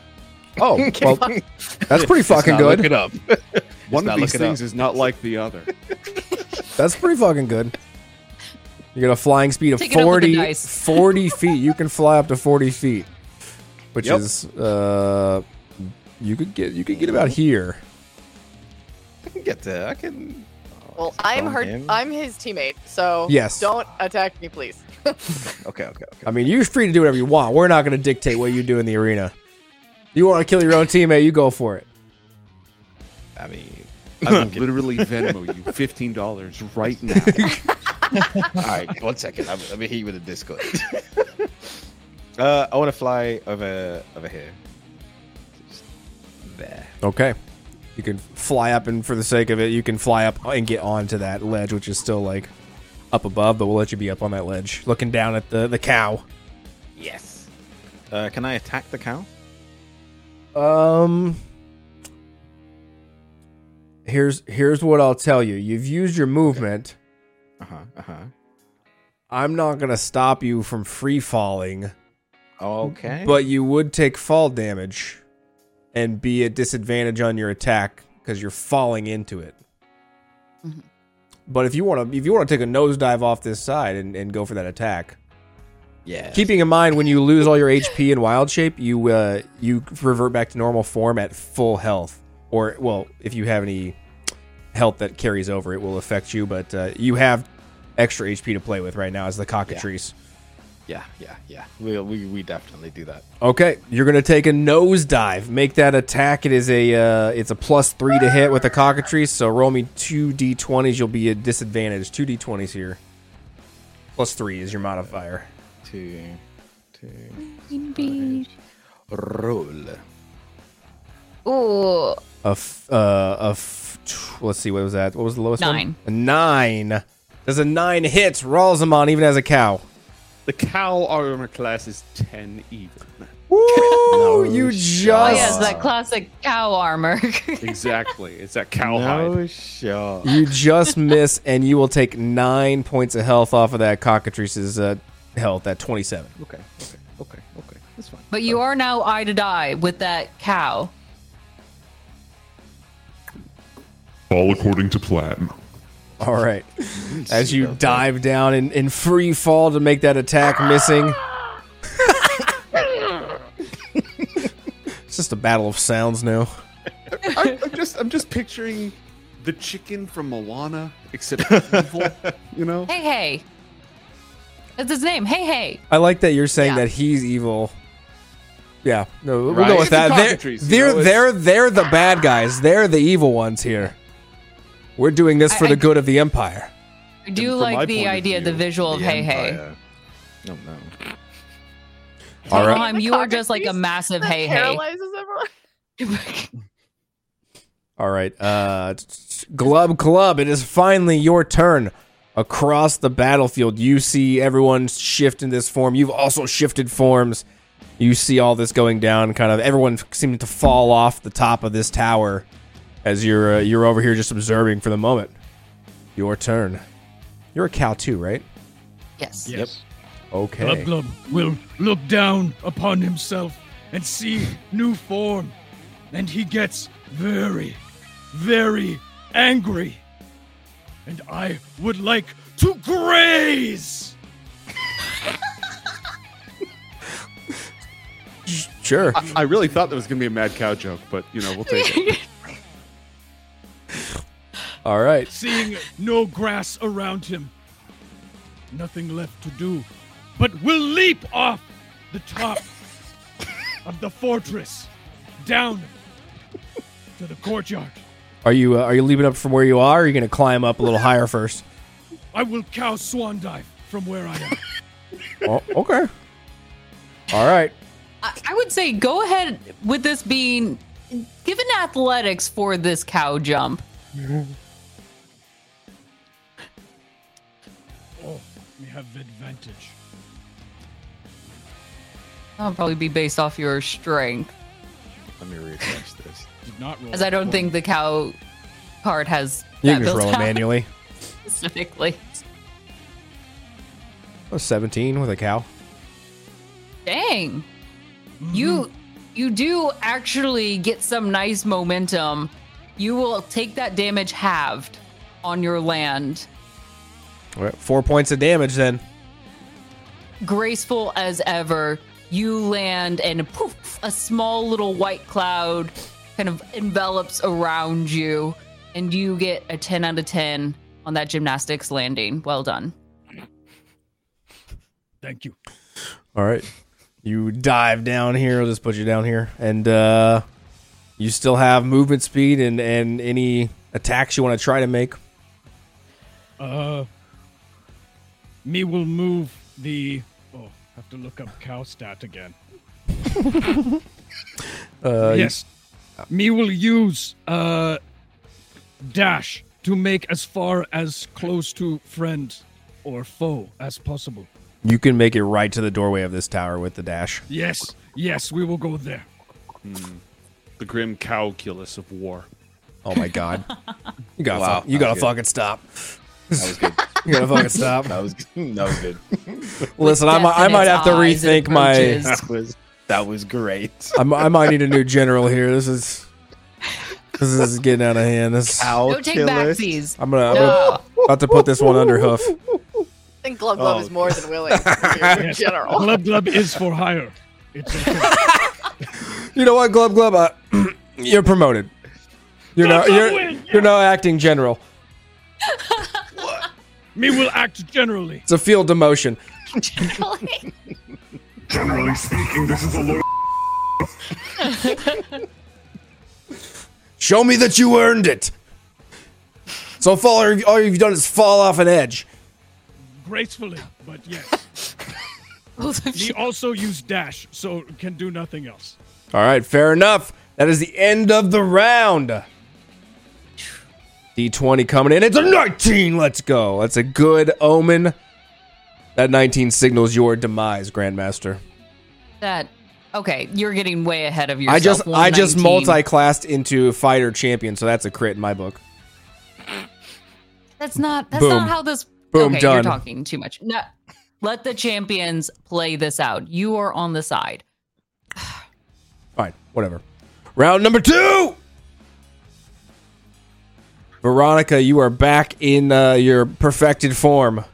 Speaker 8: Oh,
Speaker 1: well, [LAUGHS] That's pretty fucking good.
Speaker 8: Look it up.
Speaker 7: One
Speaker 8: not
Speaker 7: of these
Speaker 8: looking
Speaker 7: things
Speaker 8: up.
Speaker 7: is not like the [LAUGHS] other.
Speaker 1: That's pretty fucking good. You got a flying speed of
Speaker 2: Take it up with the
Speaker 1: 40, [LAUGHS]
Speaker 2: dice.
Speaker 1: 40 feet. You can fly up to 40 feet, which
Speaker 8: Yep.
Speaker 1: is uh you could get you could get about here.
Speaker 8: I can get there. I can.
Speaker 4: Well, I'm
Speaker 8: Phone
Speaker 4: her.
Speaker 8: him.
Speaker 4: I'm his teammate, so
Speaker 1: Yes.
Speaker 4: don't attack me, please.
Speaker 8: Okay, okay, okay.
Speaker 1: I mean, you're free to do whatever you want. We're not going to dictate what you do in the arena. You want to kill your own teammate, you go for it.
Speaker 8: I mean,
Speaker 7: I will literally Venmo you fifteen dollars right now.
Speaker 8: all right. [LAUGHS] One second. I'm, I'm here with the Discord. [LAUGHS] uh, I want to fly over over here. Just there.
Speaker 1: Okay. You can fly up, and for the sake of it, you can fly up and get onto that ledge, which is still like up above, but we'll let you be up on that ledge, looking down at the the cow.
Speaker 8: Yes. Uh, can I attack the cow?
Speaker 1: Um Here's here's what I'll tell you. You've used your movement.
Speaker 8: Uh huh. Uh huh.
Speaker 1: I'm not going to stop you from free falling,
Speaker 8: Okay.
Speaker 1: but you would take fall damage and be at disadvantage on your attack cuz you're falling into it. But if you want to if you want to take a nosedive off this side and, and go for that attack,
Speaker 8: yeah.
Speaker 1: keeping in mind when you lose all your HP in wild shape, you uh, you revert back to normal form at full health. Or well, if you have any health that carries over, it will affect you. But uh, you have extra HP to play with right now as the cockatrice.
Speaker 8: Yeah. Yeah. Yeah. We we we definitely do that.
Speaker 1: Okay, you're gonna take a nosedive. Make that attack. It is a uh, it's a plus three to hit with a cockatrice. So roll me two d20s. You'll be at disadvantage. Two d20s here. Plus three is your modifier.
Speaker 8: Two. Two. Roll.
Speaker 2: Ooh,
Speaker 1: a f- uh, a f- tw- let's see what was that what was the lowest
Speaker 2: Nine.
Speaker 1: one? a nine does a nine hit Ralzamon even as a [LAUGHS] cow
Speaker 7: [LAUGHS] The cow armor class is ten even.
Speaker 1: Woo! you just
Speaker 2: oh yes, that classic cow armor. [LAUGHS]
Speaker 7: Exactly. It's that cowhide.
Speaker 8: shot.
Speaker 1: you just miss and you will take nine points of health off of that cockatrice's uh, health at 27
Speaker 8: Okay. Okay. Okay. Okay. That's fine.
Speaker 2: but you are now eye to eye with that cow.
Speaker 6: All according to plan.
Speaker 1: all right as you dive down in, in free fall to make that attack missing it's just a battle of sounds now
Speaker 7: I, I'm just I'm just picturing the chicken from Moana, except [LAUGHS] evil. You know,
Speaker 2: Hey hey, that's his name. Hey hey.
Speaker 1: I like that you're saying
Speaker 4: Yeah.
Speaker 1: that he's evil. Yeah, no, we'll
Speaker 8: Right.
Speaker 1: go with
Speaker 7: It's a
Speaker 1: that. They're
Speaker 7: cockatrice, you
Speaker 1: they're,
Speaker 7: know,
Speaker 1: they're they're the bad guys. They're the evil ones here. We're doing this for
Speaker 2: I-
Speaker 1: the
Speaker 2: I-
Speaker 1: good of the empire.
Speaker 2: I do
Speaker 7: from my
Speaker 2: like
Speaker 7: point
Speaker 2: the
Speaker 7: of
Speaker 2: idea, the
Speaker 7: view,
Speaker 2: visual of hey hey.
Speaker 8: Empire. No, no.
Speaker 1: All right.
Speaker 2: Tom, Um, you are just like a massive
Speaker 4: That
Speaker 2: hey hey.
Speaker 4: paralyzes everyone.
Speaker 1: All right, uh, t- t- Glub Club. It is finally your turn. Across the battlefield, you see everyone shift in this form. You've also shifted forms. You see all this going down. Kind of everyone seeming to fall off the top of this tower as you're uh, you're over here just observing for the moment. Your turn. You're a cow too, right?
Speaker 2: Yes.
Speaker 10: Yes.
Speaker 1: Okay.
Speaker 10: Glub Glub will look down upon himself and see new form, and he gets very, very angry. And I would like to graze.
Speaker 1: Sure.
Speaker 7: I, I really thought that was gonna be a mad cow joke, but you know, we'll take it.
Speaker 1: All right.
Speaker 10: Seeing no grass around him, nothing left to do, but will leap off the top of the fortress down to the courtyard.
Speaker 1: Are you uh, are you leaping up from where you are? Or are you going to climb up a little higher first?
Speaker 10: I will cow swan dive from where I am.
Speaker 1: Oh, okay. All right.
Speaker 2: I, I would say go ahead with this being given athletics for this cow jump.
Speaker 10: Oh, we have advantage.
Speaker 2: That'll probably be based off your strength,
Speaker 8: Let me reattach this.
Speaker 10: Did not roll.
Speaker 2: as I don't think the cow card has
Speaker 1: You
Speaker 2: that
Speaker 1: can just
Speaker 2: built
Speaker 1: roll it
Speaker 2: out [LAUGHS]
Speaker 1: manually.
Speaker 2: specifically.
Speaker 1: A 17 with a cow.
Speaker 2: Dang. You you do actually get some nice momentum. You will take that damage halved on your land.
Speaker 1: All right, four points of damage then.
Speaker 2: graceful as ever, you land and poof, a small little white cloud kind of envelops around you, and you get a 10 out of 10 on that gymnastics landing. Well done.
Speaker 10: Thank you.
Speaker 1: All right. You dive down here. I'll just put you down here. And uh, you still have movement speed and, and any attacks you want to try to make.
Speaker 10: Uh, me will move the. Oh, have to look up cow stat again.
Speaker 1: Uh, you-
Speaker 10: yes. Me will use uh dash to make as far as close to friend or foe as possible.
Speaker 1: you can make it right to the doorway of this tower with the dash.
Speaker 10: Yes, yes, we will go there.
Speaker 7: The grim calculus of war.
Speaker 1: Oh my god. You gotta,
Speaker 8: Wow,
Speaker 1: fuck, you
Speaker 8: that
Speaker 1: gotta
Speaker 8: was good.
Speaker 1: fucking stop.
Speaker 8: That
Speaker 3: [LAUGHS]
Speaker 8: was good.
Speaker 1: You gotta
Speaker 2: [LAUGHS]
Speaker 1: fucking stop.
Speaker 8: That was [LAUGHS] that was good.
Speaker 1: Listen, I might, I
Speaker 2: Death in
Speaker 1: might
Speaker 2: its
Speaker 1: have to
Speaker 2: eyes, it
Speaker 1: rethink my.
Speaker 2: approaches.
Speaker 8: That was that was great.
Speaker 1: [LAUGHS] I'm, I might need a new general here. This is. This is getting out of hand. This,
Speaker 8: Cow
Speaker 2: Don't take
Speaker 8: killer.
Speaker 2: back these.
Speaker 1: I'm gonna, I'm
Speaker 2: No.
Speaker 1: gonna about to put this one under hoof.
Speaker 4: I think Glove Glove is more than willing. in
Speaker 10: Yes.
Speaker 4: general.
Speaker 10: Glub glub is for hire. It's okay.
Speaker 1: You know what, Glub Glub? Uh, [CLEARS THROAT] you're promoted. You're now
Speaker 10: Glub Glub
Speaker 1: you're,
Speaker 10: win,
Speaker 1: you're now acting general.
Speaker 10: me will act generally.
Speaker 1: It's a field demotion.
Speaker 11: Generally speaking, this is a load.
Speaker 1: Show me that you earned it. So far, all you've done is fall off an edge.
Speaker 10: Gracefully, but yes.
Speaker 2: Both of
Speaker 10: Me
Speaker 2: you.
Speaker 10: also use dash, so can do nothing else.
Speaker 1: All right, fair enough. That is the end of the round. D20 coming in. It's a 19. Let's go. That's a good omen. That 19 signals your demise, Grandmaster.
Speaker 2: That okay, you're getting way ahead of yourself.
Speaker 1: I just I just
Speaker 2: 119.
Speaker 1: multi-classed into fighter champion, so that's a crit in my book.
Speaker 2: That's not that's
Speaker 1: Boom.
Speaker 2: not how this
Speaker 1: Boom,
Speaker 2: okay,
Speaker 1: done.
Speaker 2: you're talking too much. No. Let the champions play this out. You are on the side.
Speaker 1: Fine, whatever. Round number two. Veronica, you are back in uh, your perfected form.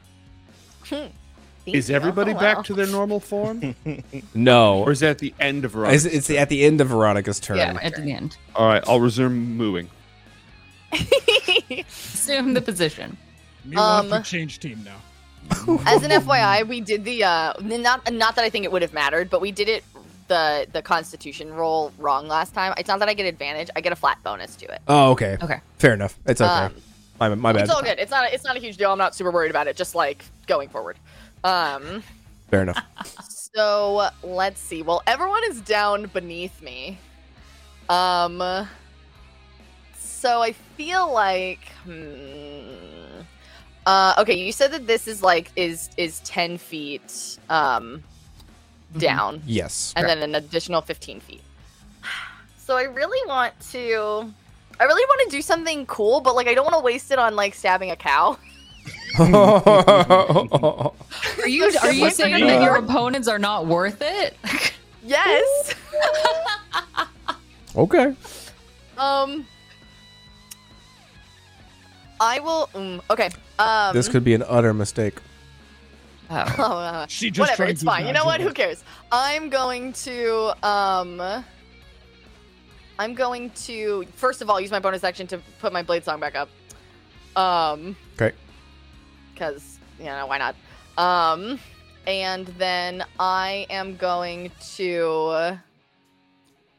Speaker 7: Is
Speaker 4: [LAUGHS]
Speaker 7: everybody
Speaker 4: Oh,
Speaker 7: back to their normal form?
Speaker 1: No,
Speaker 7: or is that at the end of Rock?
Speaker 1: it's, it's at the end of Veronica's turn.
Speaker 2: Yeah, at the end.
Speaker 7: All right, I'll resume mooing.
Speaker 2: Assume the position.
Speaker 10: Me want
Speaker 4: Um,
Speaker 10: to change team now.
Speaker 4: As an FYI, we did the uh, not not that I think it would have mattered, but we did it the the Constitution roll wrong last time. It's not that I get advantage; I get a flat bonus to it.
Speaker 1: Oh, okay.
Speaker 2: Okay.
Speaker 1: Fair enough. It's okay.
Speaker 4: Um,
Speaker 1: my my bad.
Speaker 4: It's all good. It's not it's not a huge deal. I'm not super worried about it. Just like going forward. Um.
Speaker 1: Fair
Speaker 4: [LAUGHS]
Speaker 1: enough.
Speaker 4: So let's see. Well, everyone is down beneath me. Um. So I feel like. Hmm, uh, okay, you said that this is like is is ten feet um down,
Speaker 1: Yes.
Speaker 4: and then an additional fifteen feet. So I really want to. I really want to do something cool, but like I don't want to waste it on like stabbing a cow.
Speaker 2: Are you are you saying that your opponents are not worth it?
Speaker 4: [LAUGHS] Yes.
Speaker 1: [LAUGHS] okay.
Speaker 4: [LAUGHS] Um. I will. Mm, okay. Um. [LAUGHS]
Speaker 1: This could be an utter mistake.
Speaker 2: [LAUGHS]
Speaker 4: oh, uh,
Speaker 10: She just
Speaker 4: whatever.
Speaker 10: tried
Speaker 4: It's
Speaker 10: to
Speaker 4: fine. You know what?
Speaker 10: imagine
Speaker 4: Who cares? I'm going to. Um. I'm going to first of all use my bonus action to put my blade song back up. Um.
Speaker 1: Okay.
Speaker 4: Because you know why not? Um, and then I am going to. [LAUGHS]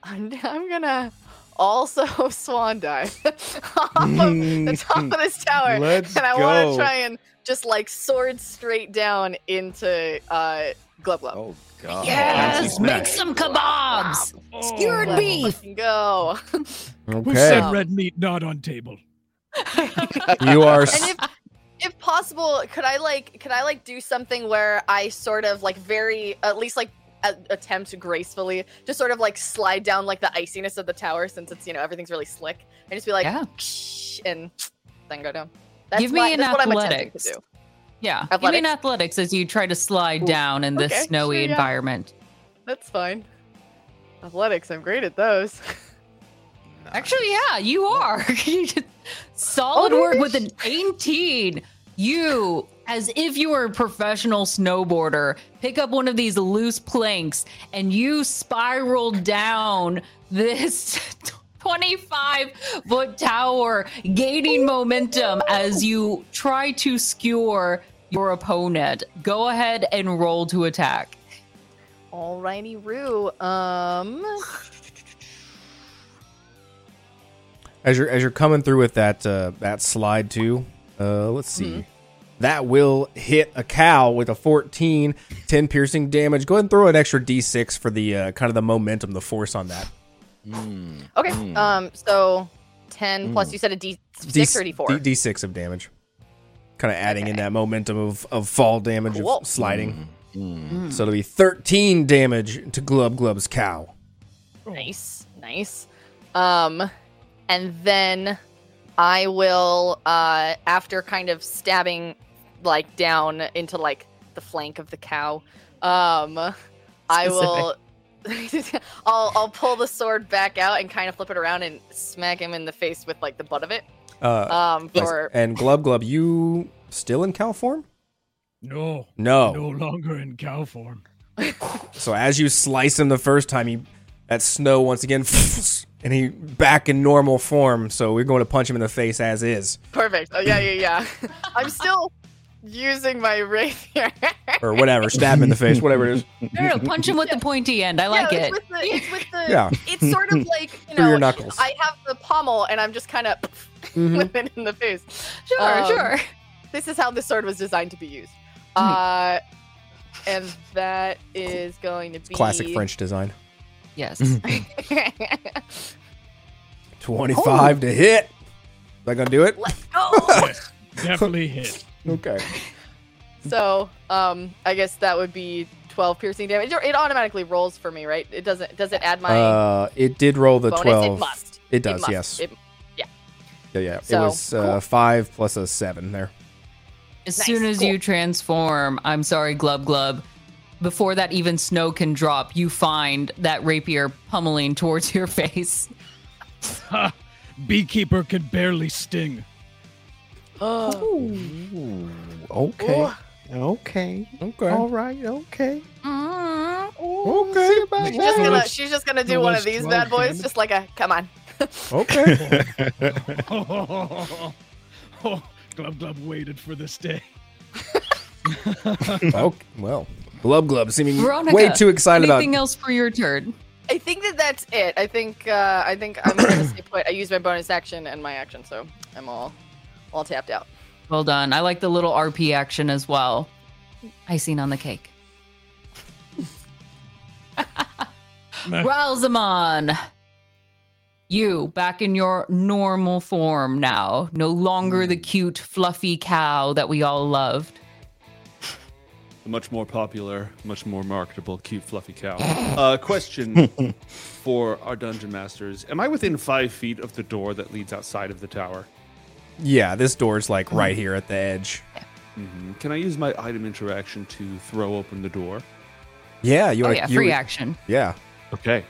Speaker 4: I'm, I'm gonna also [LAUGHS] swan dive [LAUGHS] off of the top of this tower,
Speaker 3: Hmm. Let's
Speaker 4: and I want
Speaker 3: go.
Speaker 4: to try and just like sword straight down into uh Glub Glub.
Speaker 3: Oh god.
Speaker 2: Yes,
Speaker 3: Fancy
Speaker 2: make
Speaker 3: smash.
Speaker 2: some kebabs. Skewered
Speaker 4: Glub,
Speaker 2: beef.
Speaker 3: Oh.
Speaker 4: fucking Go.
Speaker 1: Okay.
Speaker 5: Oh, Who said red meat not on table?
Speaker 1: You are.
Speaker 4: [LAUGHS] And if if possible, could I like could I like do something where I sort of like very at least like a- attempt gracefully to sort of like slide down like the iciness of the tower since it's you know everything's really slick and just be like
Speaker 2: Yeah.
Speaker 4: and then go down. That's
Speaker 2: Give me
Speaker 4: what,
Speaker 2: an
Speaker 4: that's what I'm attempting
Speaker 2: athletics.
Speaker 4: to do.
Speaker 2: Yeah, give me an
Speaker 4: Athletics.
Speaker 2: athletics as you try to slide down in this
Speaker 4: Okay,
Speaker 2: snowy
Speaker 4: sure, yeah.
Speaker 2: environment.
Speaker 4: That's fine. Athletics, I'm great at those. [LAUGHS]
Speaker 2: Actually, yeah, you are. [LAUGHS] You just- Solid
Speaker 4: Oh,
Speaker 2: work
Speaker 4: really?
Speaker 2: with an 18. You, as if you were a professional snowboarder, pick up one of these loose planks and you spiral down this [LAUGHS] 25 foot tower, gaining momentum as you try to skewer your opponent. Go ahead and roll to attack.
Speaker 4: Alrighty, Rue. Um,
Speaker 1: as you're as you're coming through with that uh, that slide too. Uh, let's see.
Speaker 4: Mm-hmm.
Speaker 1: That will hit a cow with a 14, 10 piercing damage. Go ahead and throw an extra d6 for the uh, kind of the momentum, the force on that.
Speaker 4: okay.
Speaker 2: Hmm.
Speaker 3: Mm.
Speaker 4: Um, so ten plus you said a D six or D four.
Speaker 1: D- D6 of damage. Kind of adding in that momentum of, of fall damage
Speaker 4: Cool.
Speaker 1: of sliding.
Speaker 3: Mm.
Speaker 1: So it'll be 13 damage to Glub Glub's cow.
Speaker 4: Nice, nice. Um, and then I will, uh, after kind of stabbing like down into like the flank of the cow, um, I will. [LAUGHS] I'll I'll pull the sword back out and kind of flip it around and smack him in the face with like the butt of it.
Speaker 1: Uh,
Speaker 4: Um, for
Speaker 1: and Glub Glub, you still in cow form?
Speaker 5: No,
Speaker 1: No.
Speaker 5: no longer in cow
Speaker 1: [LAUGHS]
Speaker 5: form.
Speaker 1: So as you slice him the first time, he that snow once again, [LAUGHS] and he back in normal form. So we're going to punch him in the face as is,
Speaker 4: perfect. Oh yeah, yeah, yeah. [LAUGHS] I'm still using my rapier.
Speaker 1: or whatever, stab him in the face, whatever it is.
Speaker 2: No, no, no, punch him with the pointy end. I like
Speaker 4: yeah,
Speaker 2: it.
Speaker 4: It's with the, it's, with the,
Speaker 1: Yeah.
Speaker 4: it's
Speaker 1: [LAUGHS]
Speaker 4: sort of like you [LAUGHS]
Speaker 1: Through
Speaker 4: know,
Speaker 1: your knuckles.
Speaker 4: I have the pommel and I'm just kind of [LAUGHS]
Speaker 1: Mhm.
Speaker 4: with it in the face.
Speaker 2: Sure,
Speaker 4: Um,
Speaker 2: sure.
Speaker 4: This is how this sword was designed to be used.
Speaker 2: Hmm.
Speaker 1: Mm-hmm.
Speaker 4: Uh, and that is going to be
Speaker 1: Classic French design.
Speaker 2: Yes.
Speaker 1: Twenty-five to hit. Is that gonna do it?
Speaker 5: Yes, definitely hit.
Speaker 1: Okay.
Speaker 4: so, um, I guess that would be 12 piercing damage. It it automatically rolls for me, right? It doesn't. Does it add my
Speaker 1: Uh, it did roll the
Speaker 4: bonus?
Speaker 1: twelve.
Speaker 4: It must.
Speaker 1: It does.
Speaker 4: must.
Speaker 1: Yes.
Speaker 4: It-
Speaker 1: yeah. Yeah.
Speaker 4: So,
Speaker 1: it was uh, five plus a seven
Speaker 2: [LAUGHS]
Speaker 1: there.
Speaker 2: As
Speaker 4: Nice,
Speaker 2: soon as
Speaker 4: cool.
Speaker 2: you transform, I'm sorry, Glub Glub, before that even snow can drop, you find that rapier pummeling towards your [LAUGHS] face.
Speaker 5: Ha, Beekeeper could barely sting. [LAUGHS]
Speaker 4: oh,
Speaker 8: Ooh, okay. Okay.
Speaker 1: Okay.
Speaker 8: All right. Okay.
Speaker 1: Okay.
Speaker 8: See about
Speaker 4: [GASPS] she's just
Speaker 8: that.
Speaker 4: gonna.
Speaker 5: Almost-
Speaker 4: She's just gonna do one
Speaker 5: almost
Speaker 4: of these
Speaker 5: 12
Speaker 4: bad boys.
Speaker 5: damage.
Speaker 4: Just like a come on.
Speaker 1: Okay.
Speaker 5: Oh, Glub Glub waited for this day.
Speaker 1: oh well. Glub Glub seeming
Speaker 2: Veronica,
Speaker 1: way too excited about.
Speaker 2: Anything else for your turn?
Speaker 4: I think that that's it. I think uh, I think I'm gonna [COUGHS] stay put. I used my bonus action and my action, so I'm all all tapped out.
Speaker 2: Well done. I like the little RP action as well. Icing on the cake. Ralzamon, you back in your normal form now, no longer the cute, fluffy cow that we all loved.
Speaker 7: A much more popular, much more marketable, cute, fluffy cow. Uh, question for our dungeon masters: Am I within five feet of the door that leads outside of the tower?
Speaker 1: Yeah, this door's like
Speaker 2: Hmm.
Speaker 1: right here at the edge.
Speaker 7: hmm Can I use my item interaction to throw open the door?
Speaker 1: Yeah, you
Speaker 2: Oh
Speaker 1: wanna,
Speaker 2: yeah,
Speaker 1: you,
Speaker 2: free action. [LAUGHS]
Speaker 1: Yeah.
Speaker 7: Okay.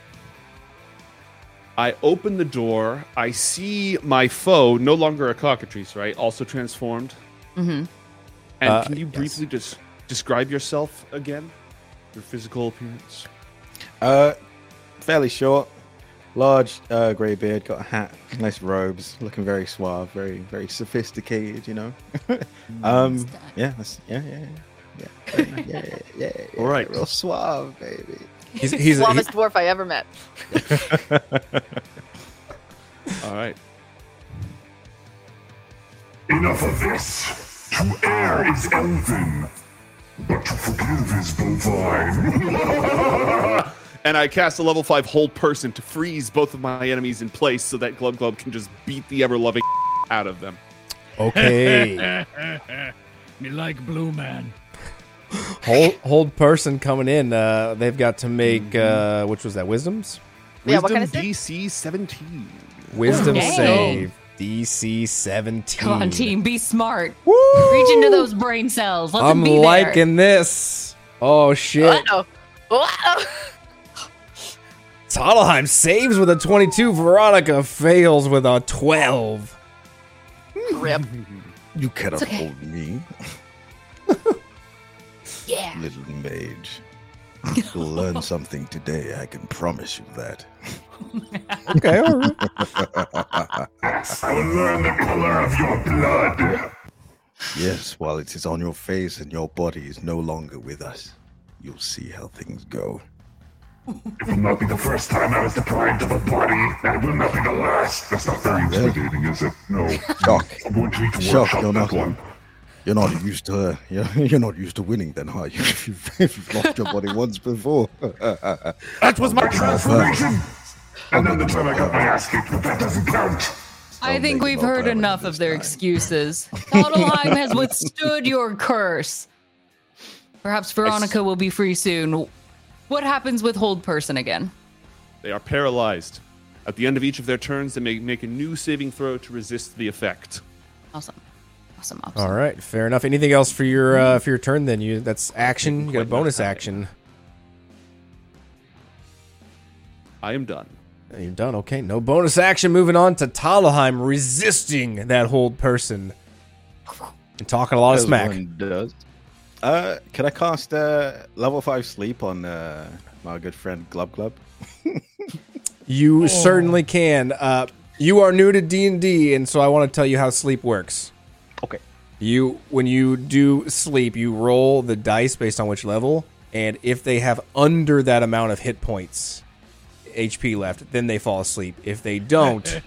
Speaker 7: I open the door. I see my foe, no longer a cockatrice, right? Also transformed.
Speaker 2: hmm
Speaker 4: Mm-hmm.
Speaker 7: And
Speaker 1: Uh,
Speaker 7: can you
Speaker 1: yes.
Speaker 7: briefly just describe yourself again? Your physical appearance?
Speaker 3: Uh, fairly short, large uh, grey beard, got a hat, nice robes, looking very [LAUGHS] suave, very very sophisticated. You know. um. Yeah. That's, yeah. Yeah. yeah.
Speaker 2: [LAUGHS]
Speaker 8: yeah, yeah, yeah, yeah.
Speaker 7: All right.
Speaker 8: Real suave, baby.
Speaker 1: He's, he's, he-
Speaker 4: Suavest dwarf I ever met.
Speaker 7: All right.
Speaker 6: Enough of this. To err is elven, but to forgive is bovine. [LAUGHS]
Speaker 7: And I cast a level five hold person to freeze both of my enemies in place so that Glub Glub can just beat the ever loving [LAUGHS] out of them.
Speaker 1: okay.
Speaker 2: [LAUGHS]
Speaker 5: Me like blue man.
Speaker 1: hold, hold person coming in. Uh, they've got to make uh, which was that wisdoms
Speaker 4: Yeah,
Speaker 7: Wisdom
Speaker 4: what kind of save?
Speaker 7: DC 17.
Speaker 1: wisdom
Speaker 2: Dang.
Speaker 1: save DC seventeen.
Speaker 2: Come on, team, be smart.
Speaker 1: Woo!
Speaker 2: Reach into those brain cells. Let
Speaker 1: I'm
Speaker 2: them be there.
Speaker 1: liking this. Oh shit!
Speaker 4: Wow. Wow. [LAUGHS]
Speaker 1: Toddleheim saves with a 22. Veronica fails with a 12.
Speaker 4: Rip.
Speaker 3: You cannot
Speaker 2: okay.
Speaker 3: hold me,
Speaker 2: Yeah.
Speaker 3: little mage. You'll learn something today, I can promise you that.
Speaker 1: Okay, all right.
Speaker 6: I will learn the color of your blood.
Speaker 3: Yes, while it is on your face and your body is no longer with us, you'll see how things go.
Speaker 6: It will not be the first time I was deprived of a body, and it will not be the last. That's not very intimidating, is it? No.
Speaker 3: Shock.
Speaker 6: I'm going to need to
Speaker 3: Shock,
Speaker 6: workshop
Speaker 3: you're
Speaker 6: that
Speaker 3: not-
Speaker 6: one.
Speaker 3: You're not used to you're, [LAUGHS] you're not used to winning, then, are you? [LAUGHS] If you've, if you've lost your body once before,
Speaker 7: That was my transformation.
Speaker 6: Transformation! And then the time I got my ass kicked, but that doesn't count!
Speaker 2: I
Speaker 3: I'll
Speaker 2: think
Speaker 3: make
Speaker 2: we've
Speaker 3: them all
Speaker 2: heard
Speaker 3: better
Speaker 2: enough
Speaker 3: this
Speaker 2: of their
Speaker 3: time.
Speaker 1: [LAUGHS]
Speaker 2: excuses. Toddleheim has withstood your curse. Perhaps Veronica will be free soon. What happens with Hold Person again?
Speaker 7: They are paralyzed. At the end of each of their turns, they may make a new saving throw to resist the effect.
Speaker 2: Awesome. Awesome. awesome.
Speaker 1: All right, fair enough. Anything else for your uh, for your turn? Then you that's action. You got a bonus action.
Speaker 7: I am done.
Speaker 1: And You're done. Okay, no bonus action. Moving on to Talheim resisting that hold person and talking a lot of
Speaker 3: [LAUGHS] As
Speaker 1: smack.
Speaker 3: one does. Uh, can I cast uh, level five sleep on uh, my good friend Glub Glub?
Speaker 1: You certainly can. Uh, you are new to D and D, and so I want to tell you how sleep works.
Speaker 3: Okay.
Speaker 1: You when you do sleep, you roll the dice based on which level, and if they have under that amount of hit points, HP left, then they fall asleep. If they don't,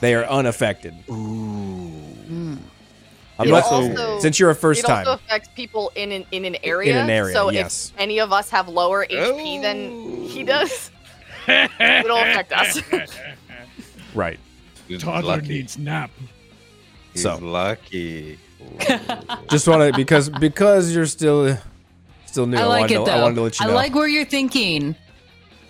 Speaker 1: they are unaffected. Ooh. I'm
Speaker 4: It
Speaker 1: not-
Speaker 4: also-
Speaker 1: since you're a first
Speaker 4: it
Speaker 1: time.
Speaker 4: also affects people in an in an area.
Speaker 1: area,
Speaker 4: So
Speaker 1: yes.
Speaker 4: if any of us have lower HP than he does, it'll affect us. [LAUGHS]
Speaker 1: right.
Speaker 5: Toddler needs nap.
Speaker 3: He's
Speaker 1: So.
Speaker 3: lucky.
Speaker 1: Just want to because because you're still still new.
Speaker 2: I like
Speaker 1: wanted
Speaker 2: it
Speaker 1: to,
Speaker 2: though.
Speaker 1: I wanted to let you know.
Speaker 2: like where you're thinking.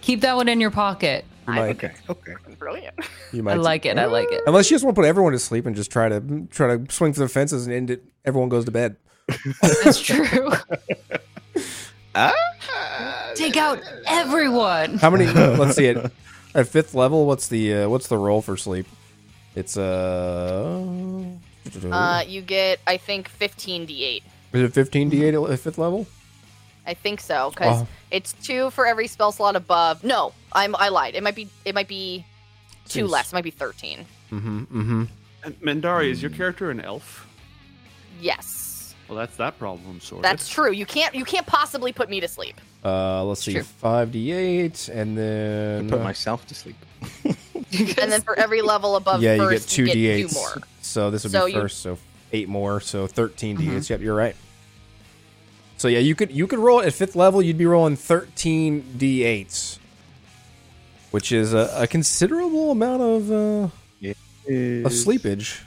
Speaker 2: Keep that one in your pocket.
Speaker 1: you might,
Speaker 3: Okay. Okay.
Speaker 4: Brilliant.
Speaker 1: you
Speaker 2: I
Speaker 1: might
Speaker 2: like it. I like
Speaker 1: [LAUGHS]
Speaker 2: it.
Speaker 1: Unless you just want to put everyone to sleep and just try to try to swing for the fences and end it. Everyone goes to bed. [LAUGHS]
Speaker 2: That's true.
Speaker 1: Ah.
Speaker 2: Take out everyone.
Speaker 1: How many? let's see it. At fifth level, what's the uh, what's the roll for sleep? It's uh,
Speaker 4: Uh, you get I think 15d8.
Speaker 1: is it fifteen d eight at fifth level?
Speaker 4: I think so because
Speaker 1: Oh.
Speaker 4: it's two for every spell slot above. No, I'm I lied. It might be it might be two
Speaker 1: Jeez.
Speaker 4: less. It might be 13.
Speaker 1: Mm-hmm. Mm-hmm.
Speaker 7: And Mendari, is your character an elf?
Speaker 4: Yes,
Speaker 7: Well, that's that problem sorted.
Speaker 4: that's true. You can't you can't possibly put me to
Speaker 1: [LAUGHS]
Speaker 4: sleep.
Speaker 1: Uh, let's see,
Speaker 2: Sure.
Speaker 1: five d eight, and then
Speaker 3: Put myself to sleep.
Speaker 4: And then for every level above,
Speaker 1: yeah, you get
Speaker 4: first,
Speaker 1: two d
Speaker 4: two
Speaker 1: eights.
Speaker 4: more.
Speaker 1: So this would
Speaker 4: So
Speaker 1: be
Speaker 4: you-
Speaker 1: first. So eight more. So thirteen d eights. Yep, you're right. So yeah, you could you could roll at fifth level. You'd be rolling thirteen d eights, which is a, a considerable amount of uh, of sleepage.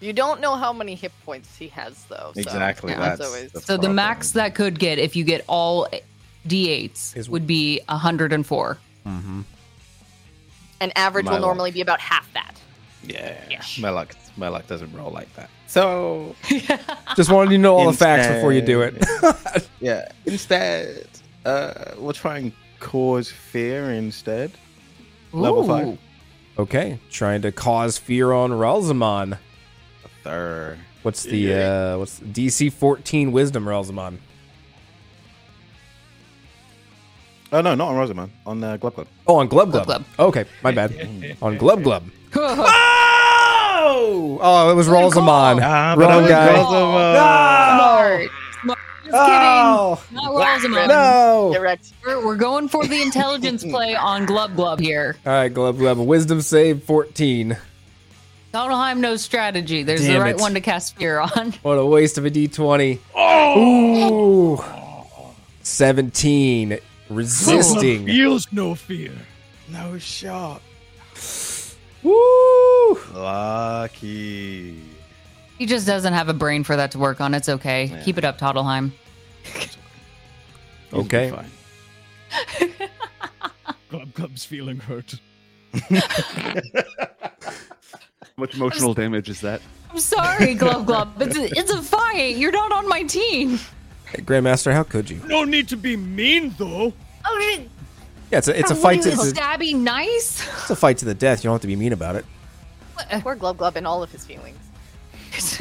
Speaker 4: You don't know how many hit points he has though. So
Speaker 3: Exactly.
Speaker 2: Yeah.
Speaker 3: that's,
Speaker 4: That's always-
Speaker 3: the
Speaker 2: So the
Speaker 3: problem.
Speaker 2: max that could get if you get all d8s
Speaker 1: Is-
Speaker 2: would be 104.
Speaker 4: An average
Speaker 3: My
Speaker 4: will
Speaker 3: luck.
Speaker 4: normally be about half that.
Speaker 3: Yeah.
Speaker 4: Ish.
Speaker 3: My luck. My luck doesn't roll like that. So
Speaker 8: [LAUGHS]
Speaker 1: Just wanted you to know all the facts before you do it.
Speaker 3: yeah. Instead, uh, we'll try and cause fear instead. Level
Speaker 2: Ooh. [LAUGHS]
Speaker 3: five.
Speaker 1: [LAUGHS] okay, trying to cause fear on Ralzamon.
Speaker 3: Third.
Speaker 1: What's the uh, what's DC fourteen Wisdom Ralzamon?
Speaker 3: Oh no, not on Rosamund. On uh, Glub Glub.
Speaker 1: Oh, on Glub Glub.
Speaker 2: Glub Glub.
Speaker 1: Okay, my [LAUGHS] bad. on Glub Glub.
Speaker 2: oh,
Speaker 1: Oh, it oh, was Rosamond.
Speaker 8: Ah,
Speaker 2: call.
Speaker 1: Wrong guy.
Speaker 2: Smart.
Speaker 1: Oh,
Speaker 2: kidding. Not rolls him up.
Speaker 1: no.
Speaker 4: Direct.
Speaker 2: We're, we're going for the
Speaker 1: [LAUGHS]
Speaker 2: intelligence play on Glub Glub here.
Speaker 1: All right, Glove Glove. Wisdom save 14.
Speaker 2: Donaldheim knows strategy. There's the
Speaker 1: Damn
Speaker 2: right
Speaker 1: it.
Speaker 2: one to cast fear on. [LAUGHS]
Speaker 1: What a waste of a d20. Ooh. 17. Resisting.
Speaker 10: Feels no fear.
Speaker 8: No shot.
Speaker 1: Woo!
Speaker 12: Lucky.
Speaker 2: He just doesn't have a brain for that to work on. It's okay. Keep it up, Toddleheim.
Speaker 12: He'll be
Speaker 1: Okay.
Speaker 12: fine.
Speaker 10: Glub Glub's feeling hurt.
Speaker 7: How much emotional damage is that?
Speaker 2: I'm sorry, Glub Glub. It's a, it's a fight. You're not on my team.
Speaker 1: Hey, Grandmaster, how could you?
Speaker 10: No need to be mean though.
Speaker 4: Oh, shit.
Speaker 1: Yeah, it's a, it's a
Speaker 2: What
Speaker 1: fight
Speaker 2: are
Speaker 1: to
Speaker 2: you,
Speaker 1: it's a,
Speaker 2: stabby nice.
Speaker 1: it's a fight to the death. You don't have to be mean about it.
Speaker 4: Poor Glub Glub and all of his feelings.
Speaker 2: [LAUGHS]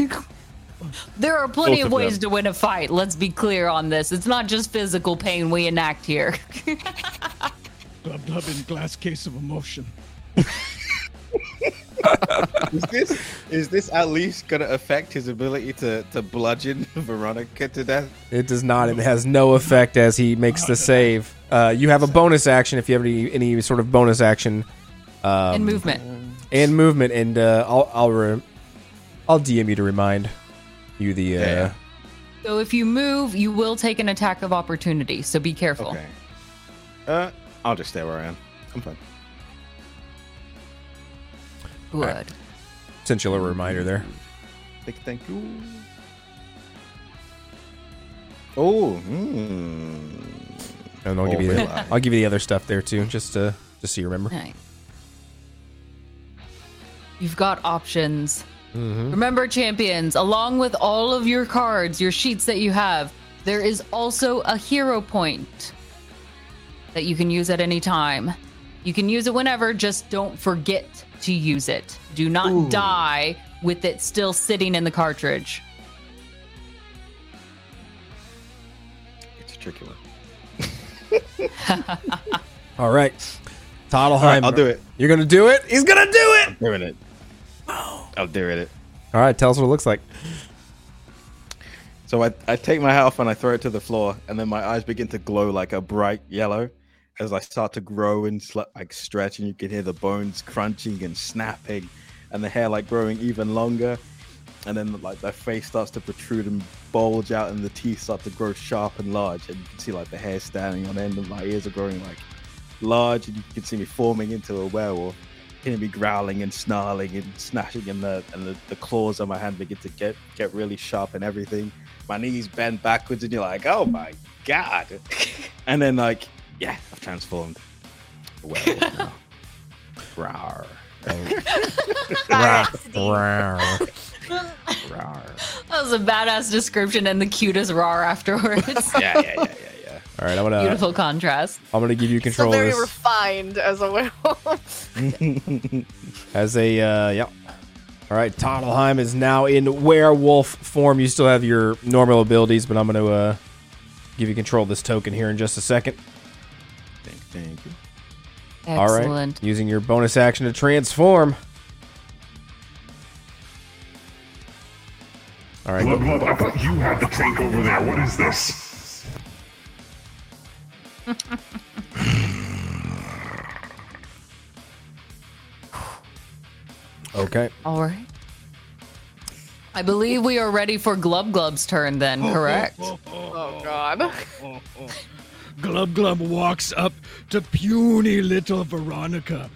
Speaker 2: there are plenty
Speaker 12: Both of
Speaker 2: of ways
Speaker 12: them.
Speaker 2: to win a fight. Let's be clear on this. It's not just physical pain we enact here. [LAUGHS]
Speaker 10: Glub Glub in glass case of emotion.
Speaker 8: Is this is this at least gonna affect his ability to, to bludgeon [LAUGHS] Veronica to death?
Speaker 1: It does not. It has no effect as he makes the save. Uh, you have a bonus action if you have any, any sort of bonus action
Speaker 12: Um,
Speaker 2: and movement.
Speaker 1: and movement, and uh, I'll I'll re- I'll DM you to remind you the uh,
Speaker 8: Yeah.
Speaker 2: So if you move, you will take an attack of opportunity. So be careful.
Speaker 8: Okay. Uh, I'll just stay where I am. I'm fine.
Speaker 2: Good.
Speaker 1: potential reminder there.
Speaker 8: Thank, thank you. Oh, hmm.
Speaker 1: And I'll
Speaker 8: Or
Speaker 1: give you
Speaker 8: will I?
Speaker 1: the, I'll give you the other stuff there too, just to just so you remember.
Speaker 2: Nice. You've got options.
Speaker 1: Mm-hmm.
Speaker 2: Remember, champions, along with all of your cards, your sheets that you have, there is also a hero point that you can use at any time. You can use it whenever, just don't forget to use it. Do not die with it still sitting in the cartridge.
Speaker 8: It's a tricky one.
Speaker 1: All right, Toddleheim.
Speaker 8: All right, I'll do it.
Speaker 1: You're gonna do it. He's gonna do it.
Speaker 8: Doing it. I'm doing it.
Speaker 1: All right, tell us what it
Speaker 8: [LAUGHS]
Speaker 1: looks like.
Speaker 8: So I, I take my hat off and I throw it to the floor, and then my eyes begin to glow like a bright yellow as I start to grow and sl- like stretch, and you can hear the bones crunching and snapping, and the hair like growing even longer, and then like the face starts to protrude and bulge out, and the teeth start to grow sharp and large, and you can see like the hair standing on end, and my ears are growing like large, and you can see me forming into a werewolf. You Hear me growling and snarling and snatching, and the and the, the claws on my hand begin to get get really sharp and everything. My knees bend backwards, and you're like, "Oh my god!" [LAUGHS] and then like, yeah, I've transformed. A
Speaker 10: [LAUGHS]
Speaker 8: werewolf now. Rawr, oh,
Speaker 4: By accident.
Speaker 1: Rawr.
Speaker 8: rawr.
Speaker 2: That was a badass description and the cutest
Speaker 1: [LAUGHS]
Speaker 2: roar afterwards.
Speaker 8: Yeah, yeah, yeah, yeah, yeah.
Speaker 1: All right, I'm gonna
Speaker 2: Beautiful contrast.
Speaker 1: I'm gonna give you
Speaker 4: So
Speaker 1: control of
Speaker 4: very
Speaker 1: this
Speaker 4: refined as a [LAUGHS] Oh, werewolf.
Speaker 1: as a uh, yep. All right, Toddleheim is now in werewolf form. You still have your normal abilities, but I'm gonna uh, give you control of this token here in just a second.
Speaker 8: Thank, thank you.
Speaker 2: Excellent.
Speaker 1: All right, using your bonus action to transform. All right,
Speaker 6: Glub Glub, I thought you had the tank over there. What is this?
Speaker 1: okay.
Speaker 2: All right. I believe we are ready for Glub Glub's turn then,
Speaker 1: oh,
Speaker 2: correct?
Speaker 4: Oh god.
Speaker 10: Glub Glub walks up to puny little Veronica.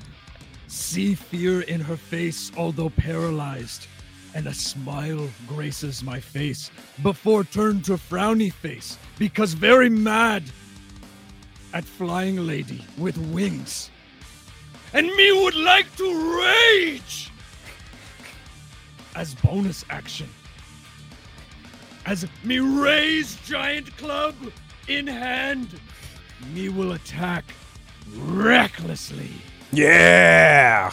Speaker 10: See fear in her face, although paralyzed, and a smile graces my face before turn to frowny face, because very mad at flying lady with wings. And me would like to rage as bonus action as me raise giant club in hand. Me will attack recklessly.
Speaker 1: Yeah.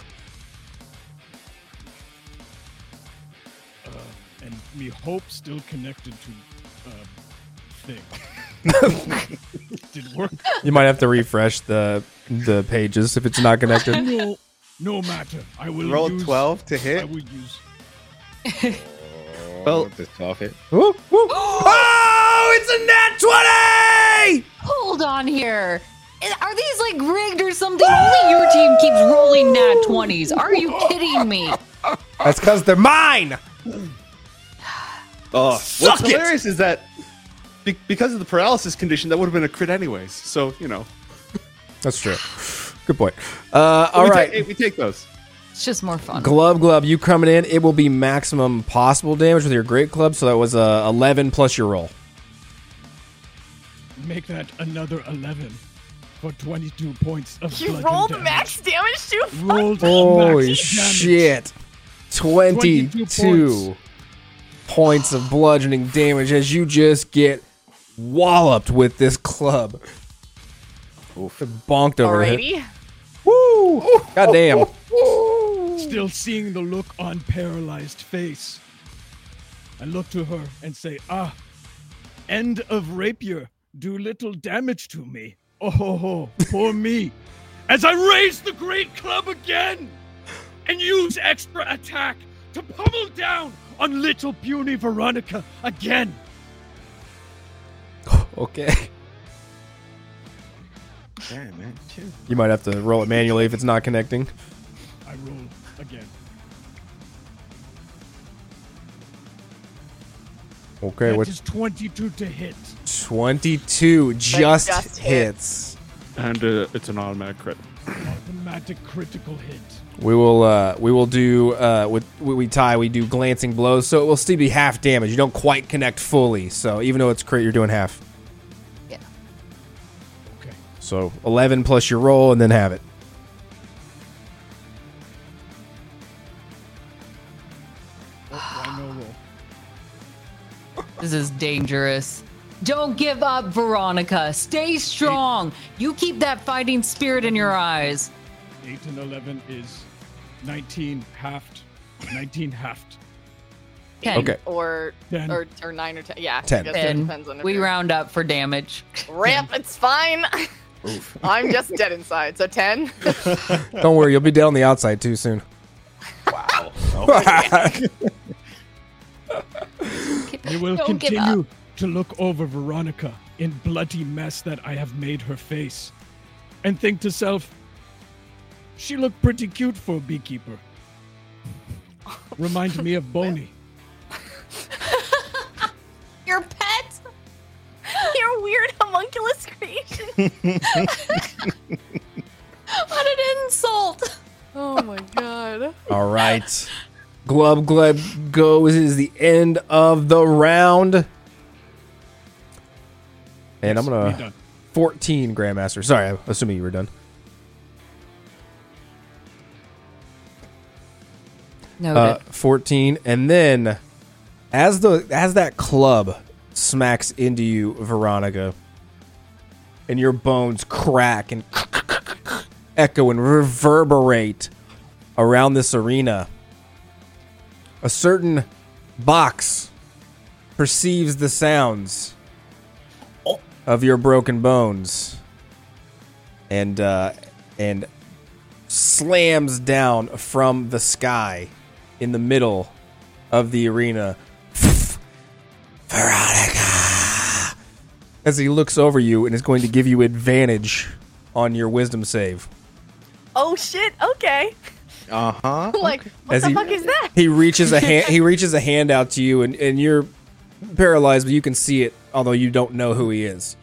Speaker 10: Uh, And me hope still connected to um, thing.
Speaker 8: [LAUGHS]
Speaker 10: Did work.
Speaker 1: You might have to refresh the the pages if it's not connected.
Speaker 10: No, no matter. I will
Speaker 8: Roll
Speaker 10: use,
Speaker 8: twelve to
Speaker 10: I
Speaker 8: hit.
Speaker 10: will use.
Speaker 7: Well,
Speaker 8: Just twelve hit.
Speaker 1: Woo, woo. Oh, It's a nat 20!
Speaker 2: Hold on here. Are these like rigged or something? Only your team keeps rolling nat 20s. Are you kidding me?
Speaker 1: That's because they're mine!
Speaker 7: Oh,
Speaker 1: Suck
Speaker 7: what's
Speaker 1: it!
Speaker 7: hilarious is that be- because of the paralysis condition, that would have been a crit anyways. So you know,
Speaker 1: That's true. Good point. Uh, all
Speaker 7: we,
Speaker 1: right.
Speaker 7: take, we take those.
Speaker 2: It's just more fun.
Speaker 1: Glove, glove, you coming in. It will be maximum possible damage with your great club, so that was uh, 11 plus your roll.
Speaker 10: Make that another 11 for 22 points
Speaker 1: oh,
Speaker 10: of
Speaker 4: You
Speaker 10: bludgeon
Speaker 4: rolled
Speaker 10: damage.
Speaker 4: max damage too.
Speaker 10: Rolled
Speaker 1: Holy
Speaker 10: max damage.
Speaker 1: shit. 22,
Speaker 10: 22
Speaker 1: points. of bludgeoning damage as you just get walloped with this club. Bonked over it.
Speaker 4: Alrighty.
Speaker 1: Woo! God
Speaker 4: [LAUGHS]
Speaker 1: damn.
Speaker 10: Still seeing the look on paralyzed face. I look to her and say, "Ah, end of rapier, do little damage to me. Oh ho ho, poor me." As I raise the great club again and use extra attack to pummel down on little puny Veronica again.
Speaker 1: Okay.
Speaker 8: Damn, man. Chill.
Speaker 1: You might have to roll it manually if it's not connecting.
Speaker 10: I roll again.
Speaker 1: Okay,
Speaker 10: That
Speaker 1: what's
Speaker 10: is 22 to hit.
Speaker 1: 22 just,
Speaker 4: just hit.
Speaker 1: hits.
Speaker 7: And uh, it's an automatic crit.
Speaker 10: Automatic critical hit.
Speaker 1: We will uh, we will do uh, with we, we tie we do glancing blows, so it will still be half damage. You don't quite connect fully, so even though it's crit, you're doing half.
Speaker 2: Yeah.
Speaker 10: Okay.
Speaker 1: So eleven plus your roll, and then have it.
Speaker 10: I no roll.
Speaker 2: This is dangerous. Don't give up, Veronica. Stay strong. You keep that fighting spirit in your eyes.
Speaker 10: 8 and 11 is 19 halved. 19 halved.
Speaker 2: Ten.
Speaker 1: Okay.
Speaker 4: Or,
Speaker 10: Ten.
Speaker 4: or or nine or ten. Yeah. I
Speaker 1: Ten.
Speaker 4: guess it depends on
Speaker 2: Ten.
Speaker 4: if
Speaker 2: We
Speaker 4: you're-
Speaker 2: round up for damage.
Speaker 4: Ramp. It's fine. [LAUGHS] I'm just dead inside. So [LAUGHS] ten.
Speaker 1: Don't worry, you'll be dead on the outside too soon.
Speaker 10: You will
Speaker 2: Don't give
Speaker 10: continue to look over Veronica in bloody mess that I have made her face and think to self, she looked pretty cute for
Speaker 2: [LAUGHS]
Speaker 10: a beekeeper. Remind me of Boney.
Speaker 2: Your pet?
Speaker 4: [LAUGHS] Your weird homunculus creation.
Speaker 2: What an insult.
Speaker 4: Oh my god.
Speaker 1: All right, glub glub goes It is the end of the round, and I'm
Speaker 10: Be
Speaker 1: gonna
Speaker 10: done.
Speaker 1: fourteen grandmaster. Sorry, I'm assuming you were done.
Speaker 2: No.
Speaker 1: uh, 14 and then as the as that club smacks into you veronica and your bones crack and [LAUGHS] echo and reverberate around this arena a certain box perceives the sounds of your broken bones and uh, and slams down from the sky in the middle of the arena. [LAUGHS] Veronica! As he looks over you and is going to give you advantage on your wisdom save.
Speaker 4: Oh shit. Okay.
Speaker 8: Uh huh.
Speaker 4: [LAUGHS] Like
Speaker 1: Uh-huh.
Speaker 4: what
Speaker 1: As
Speaker 4: the
Speaker 1: he-
Speaker 4: fuck is that?
Speaker 1: He reaches a hand he reaches a hand out to you and, and you're paralyzed, but you can see it, although you don't know who he is.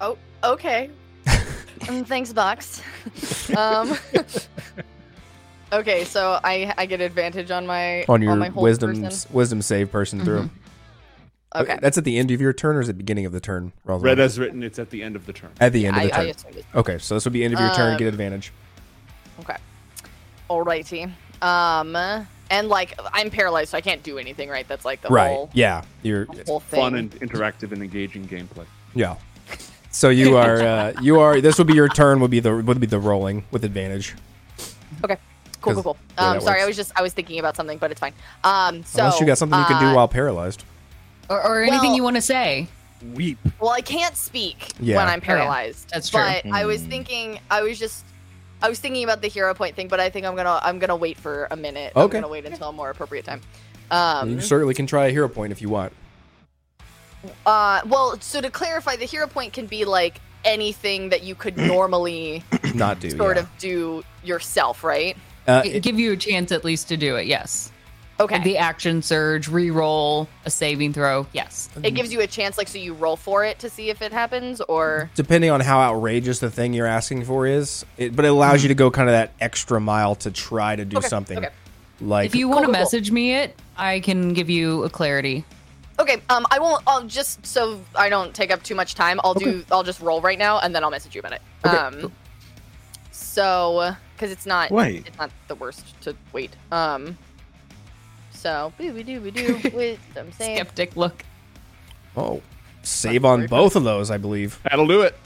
Speaker 4: Oh. [LAUGHS] Okay. Um, thanks, box. [LAUGHS] Um. [LAUGHS] okay. So I I get advantage on my
Speaker 1: On your
Speaker 4: my whole
Speaker 1: wisdom
Speaker 4: person. Mm-hmm.
Speaker 1: wisdom save person through.
Speaker 4: Okay.
Speaker 1: That's at the end of your turn or is it the beginning of the turn? Rosalind?
Speaker 7: Red as written, it's at the end of the turn.
Speaker 1: at the end of
Speaker 4: I, Uh,
Speaker 1: the
Speaker 4: I
Speaker 1: turn.
Speaker 4: assumed it.
Speaker 1: okay, so this would be end of your turn, get advantage.
Speaker 4: Okay. Alrighty. Um. And like I'm paralyzed, so I can't do anything. Right. That's like the
Speaker 1: Right.
Speaker 4: whole
Speaker 1: yeah. You're
Speaker 4: whole thing.
Speaker 7: Fun and interactive and engaging gameplay.
Speaker 1: Yeah. So
Speaker 4: [LAUGHS]
Speaker 1: you are uh, you are this would be your turn would be the would be the rolling with advantage.
Speaker 4: Okay. Cool, cool,
Speaker 1: 'Cause
Speaker 4: cool.
Speaker 1: the way
Speaker 4: Um,
Speaker 1: that
Speaker 4: sorry, I
Speaker 1: works.
Speaker 4: was just I was thinking about something, but it's fine. Um, so
Speaker 1: Unless you got something you can
Speaker 4: uh,
Speaker 1: do while paralyzed.
Speaker 2: or, or anything
Speaker 4: well-
Speaker 2: you want to say.
Speaker 10: Weep.
Speaker 4: Well, I can't speak
Speaker 1: Yeah. Hmm.
Speaker 4: when I'm paralyzed.
Speaker 2: That's true.
Speaker 4: But I was thinking, I was just, I was thinking about the hero point thing, but I think I'm gonna, I'm gonna wait for a minute. I'm
Speaker 1: Okay.
Speaker 4: gonna wait until a more appropriate time. um,
Speaker 1: you certainly can try a hero point if you want. [CLEARS THROAT]
Speaker 4: Uh, well, so to clarify, the hero point can be like anything that
Speaker 1: [CLEARS THROAT]
Speaker 4: you could normally
Speaker 1: Not do.
Speaker 4: sort
Speaker 1: yeah.
Speaker 4: of do yourself, right?
Speaker 1: Uh,
Speaker 2: G- give you a chance at least to do it. Yes.
Speaker 4: Okay.
Speaker 2: The action surge, re-roll, a saving throw. Yes.
Speaker 4: it gives you a chance, like, so you roll for it to see if it happens, or
Speaker 1: depending on how outrageous the thing you're asking for is, it, but it allows you to go kind of that extra mile to try to do something.
Speaker 4: Mm-hmm. okay.
Speaker 1: Like
Speaker 2: If you want to
Speaker 4: cool, cool.
Speaker 2: message me it, I can give you a clarity.
Speaker 4: okay. Um, I won't. I'll just so I don't take up too much time. I'll do. I'll just roll right now, and then I'll message you about it. um, so because it's not.
Speaker 3: Wait.
Speaker 4: It's not the worst to wait. Um. So boo we do we do with I'm saying
Speaker 2: Skeptic look.
Speaker 1: oh, save on both of those, I believe.
Speaker 7: That'll do it.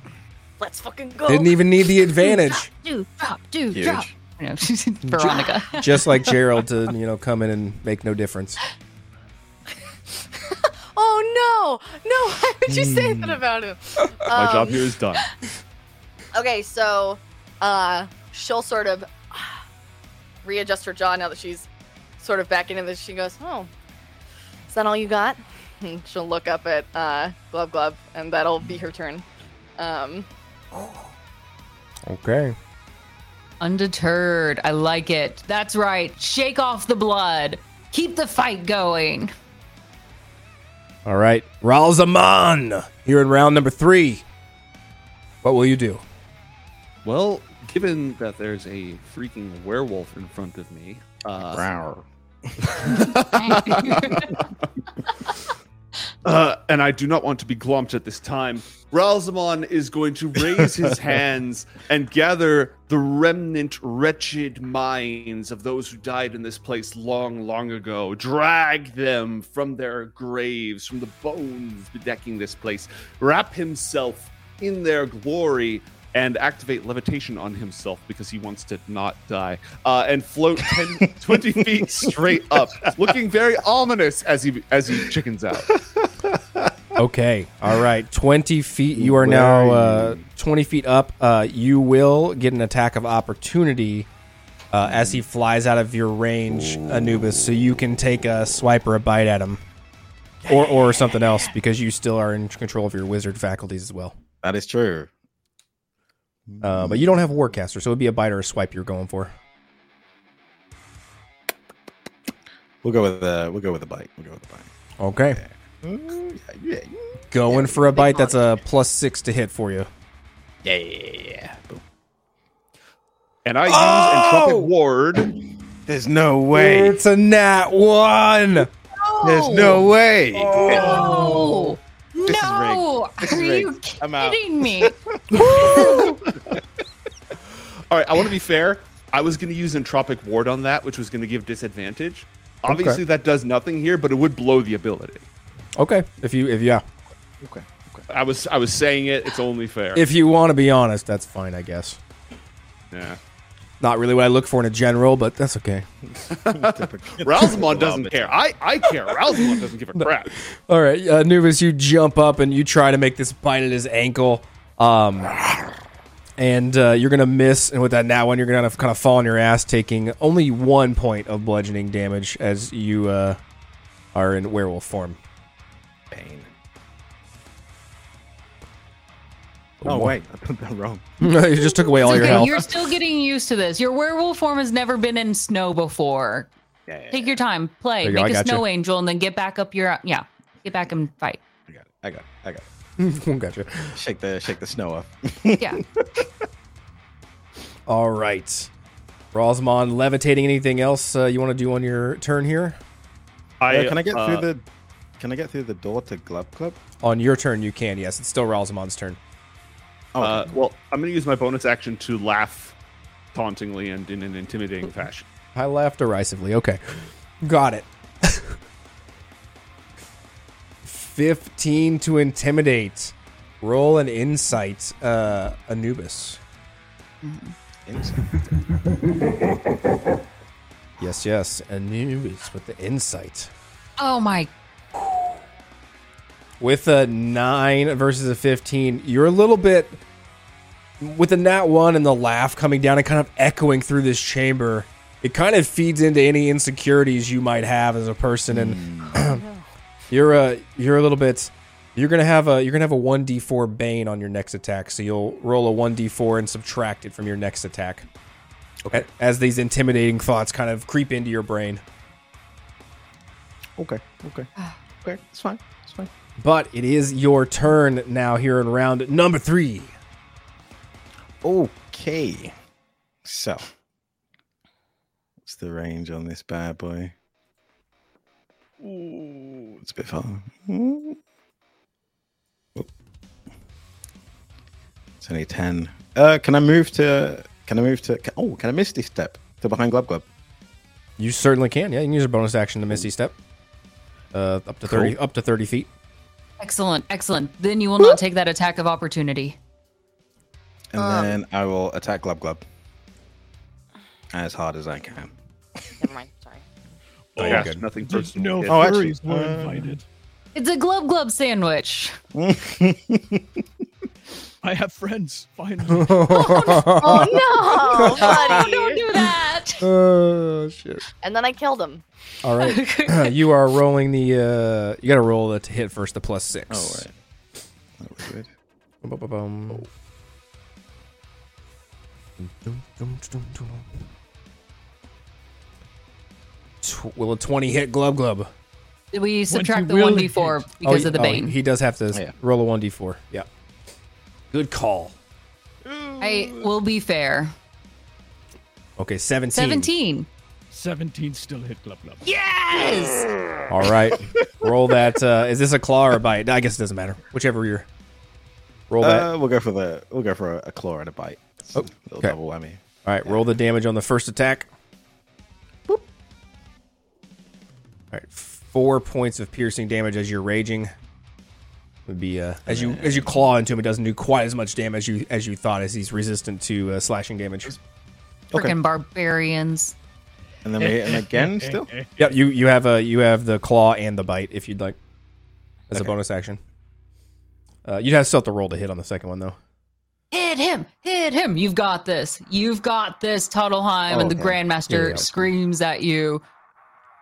Speaker 4: let's fucking go.
Speaker 1: Didn't even need
Speaker 4: [LAUGHS]
Speaker 1: the advantage,
Speaker 2: Do drop. Do drop. You know, [LAUGHS] she's [LAUGHS] Veronica.
Speaker 1: just like Gerald to you know come in and make no difference.
Speaker 4: Oh no, no! [LAUGHS] Why would you say that about him?
Speaker 7: My job
Speaker 1: Um,
Speaker 7: here is
Speaker 1: [LAUGHS]
Speaker 7: done.
Speaker 4: Okay, so uh, she'll sort of [SIGHS] readjust her jaw now that she's sort of back into this. She goes, "Oh, is that all you got?" [LAUGHS] And she'll look up at uh, Glove Glove, and that'll be her turn. Um,
Speaker 1: Okay.
Speaker 2: Undeterred. I like it. That's right. Shake off the blood. Keep the fight going.
Speaker 1: All right, Ralzaman here in round number three. What will you [LAUGHS] do?
Speaker 7: Well, given that there's a freaking werewolf in front of me, uh, uh, and I do not want to be glomped at this time, Ralzamon is going to raise his hands and gather the remnant, wretched minds of those who died in this place long, long ago, drag them from their graves, from the bones bedecking this place, wrap himself in their glory and activate levitation on himself because he wants to not die uh, and float 10, 20 feet straight up looking very ominous as he as he chickens out
Speaker 1: Okay. All right. 20 feet. You are now uh, 20 feet up. Uh, you will get an attack of opportunity uh, as he flies out of your range, Anubis, so you can take a swipe or a bite at him. Or, or something else because you still are in control of your wizard faculties as well.
Speaker 8: That is true.
Speaker 1: Uh, but you don't have a warcaster, so it'd be a bite or a swipe you're going for.
Speaker 8: We'll go with the we'll go with the bite. We'll go with the bite.
Speaker 1: Okay.
Speaker 8: Ooh, yeah, yeah,
Speaker 1: Going for a bite that's a plus six to hit for you.
Speaker 8: yeah, yeah, yeah. Boom.
Speaker 7: and i
Speaker 8: Oh!
Speaker 7: use entrapment ward
Speaker 8: There's no way.
Speaker 1: It's a nat one.
Speaker 8: There's no way.
Speaker 10: Oh.
Speaker 2: No.
Speaker 8: is
Speaker 2: no.
Speaker 8: This is
Speaker 2: Are you
Speaker 8: rigged. I'm out.
Speaker 2: kidding me?
Speaker 8: [LAUGHS]
Speaker 7: all right i want to be fair i was going to use entropic ward on that which was going to give disadvantage obviously that does nothing here but it would blow the ability
Speaker 1: Okay. If you if yeah.
Speaker 7: i was i was saying it it's only fair
Speaker 1: If you want to be honest, that's fine, I guess.
Speaker 7: yeah
Speaker 1: Not really what I look for in a general, but that's okay.
Speaker 7: Rousmon doesn't care i i care Rousmon doesn't
Speaker 8: [LAUGHS]
Speaker 7: give a crap
Speaker 1: All right, uh, Anubis, you jump up and you try to make this bite at his ankle, um, and uh, you're gonna miss. And with that now one, you're gonna kind of fall on your ass, taking only one point of bludgeoning damage as you uh, are in werewolf form.
Speaker 8: Oh wait, I put that [LAUGHS] wrong.
Speaker 1: [LAUGHS] you just took away all your
Speaker 2: okay,
Speaker 1: health.
Speaker 2: you're still getting used to this. Your werewolf form has never been in snow before. Take your time, play,
Speaker 1: There you go,
Speaker 2: make
Speaker 1: I
Speaker 2: a
Speaker 1: got
Speaker 2: snow
Speaker 1: you.
Speaker 2: angel, and then get back up your yeah, get back and fight.
Speaker 1: [LAUGHS]
Speaker 8: I got it. I got it. I got it.
Speaker 1: gotcha.
Speaker 8: Shake the shake the snow off.
Speaker 2: Yeah,
Speaker 1: All right, Rosmon, levitating. Anything else uh, you want to do on your turn here?
Speaker 8: Uh, can I get through the Can I get through the door to Glub Club?
Speaker 1: On your turn, you can. Yes, it's still Rosmon's turn.
Speaker 8: Oh,
Speaker 7: Uh, well, I'm going to use my bonus action to laugh tauntingly and in an intimidating fashion.
Speaker 1: I laughed derisively. Okay. Got it. [LAUGHS] 15 to intimidate. Roll an insight, uh, Anubis. [LAUGHS] Yes, yes. Anubis with the insight.
Speaker 2: Oh my.
Speaker 1: With a 9 versus a 15, you're a little bit. With the nat 1 and the laugh coming down and kind of echoing through this chamber, it kind of feeds into any insecurities you might have as a person, and [CLEARS THROAT] you're a you're a little bit you're gonna have a you're gonna have a one d four bane on your next attack, so you'll roll a one d four and subtract it from your next attack. Okay. As these intimidating thoughts kind of creep into your brain,
Speaker 3: Okay, okay, okay. It's fine. It's fine.
Speaker 1: but it is your turn now here in round number three.
Speaker 3: Okay. So, what's the range on this bad boy? Ooh, it's a bit far. Mm. Oh. It's only ten. Uh, can I move to? Can I move to? Can, oh, can I misty step to behind Glub Glub?
Speaker 1: You certainly can. Yeah, you can use a bonus action to Misty Step. Uh, up to thirty, up to thirty feet.
Speaker 2: Excellent, excellent. Then you will not take that attack of opportunity.
Speaker 3: And
Speaker 8: Ah.
Speaker 3: then I will attack Glub Glub as hard as I can.
Speaker 4: Never mind.
Speaker 1: [LAUGHS]
Speaker 4: Sorry.
Speaker 1: Oh,
Speaker 7: yeah, nothing personal.
Speaker 10: No
Speaker 7: kid.
Speaker 3: Oh, actually,
Speaker 10: furries were invited.
Speaker 2: It's a glove glove sandwich.
Speaker 10: I have friends. Finally,
Speaker 4: Oh
Speaker 2: [LAUGHS]
Speaker 4: no,
Speaker 2: Oh,
Speaker 4: buddy.
Speaker 2: Don't do that.
Speaker 1: [LAUGHS] Oh shit!
Speaker 4: And then I killed him.
Speaker 1: All
Speaker 2: [LAUGHS]
Speaker 1: right, [CLEARS THROAT] you are rolling the. Uh, you got to roll it to hit first. The plus six.
Speaker 3: All right. That was good.
Speaker 1: Ba-ba-bum. Tw- Will a twenty hit Glub Glub?
Speaker 2: We subtract the
Speaker 10: will
Speaker 2: one d four because
Speaker 1: Oh,
Speaker 2: of the
Speaker 1: oh,
Speaker 2: bane.
Speaker 1: he does have to
Speaker 3: yeah.
Speaker 1: roll a one d four. Yeah. Good call.
Speaker 2: I will be fair.
Speaker 1: Okay, seventeen.
Speaker 2: Seventeen.
Speaker 10: seventeen still hit Glub Glub.
Speaker 2: Yes.
Speaker 1: All right. Roll that. Uh, is this a claw or a bite? I guess it doesn't matter. Whichever you're. Roll that.
Speaker 3: Uh, we'll go for the we'll go for a, a claw and a bite. It's a little
Speaker 1: okay.
Speaker 3: double whammy.
Speaker 1: All right. Roll the damage on the first attack. All right. Four points of piercing damage as you're raging. Would be uh, as you as you claw into him, it doesn't do quite as much damage as you as you thought, as he's resistant to uh, slashing damage.
Speaker 2: Frickin' barbarians.
Speaker 3: And then we hit him
Speaker 10: [LAUGHS]
Speaker 3: again still?
Speaker 10: Eh,
Speaker 1: Yep. You you have uh, you have the claw and the bite if you'd like as a bonus action. Uh, you'd have still have to roll to hit on the second one though.
Speaker 2: Hit him! Hit him! You've got this. You've got this, Toddleheim. and the
Speaker 3: Okay.
Speaker 1: Here we
Speaker 2: Grandmaster
Speaker 1: go.
Speaker 2: screams at you,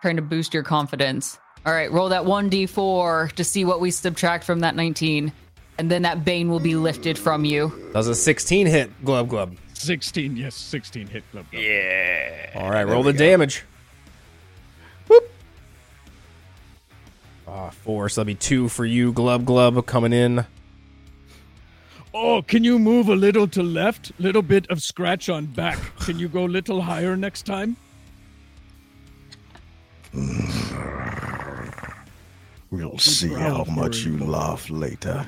Speaker 2: trying to boost your confidence. All right, roll that 1d4 to see what we subtract from that 19. And then that bane will be lifted from you.
Speaker 1: Does a 16 hit glub glub?
Speaker 10: Sixteen, yes, sixteen hit Glub Glub.
Speaker 1: All right, roll the damage. Whoop. Ah, four. So that'll be two for you, Glub Glub, coming in.
Speaker 10: Oh, can you move a little to left? Little bit of scratch on back. Can you go little higher next time?
Speaker 3: We'll see how much you laugh later.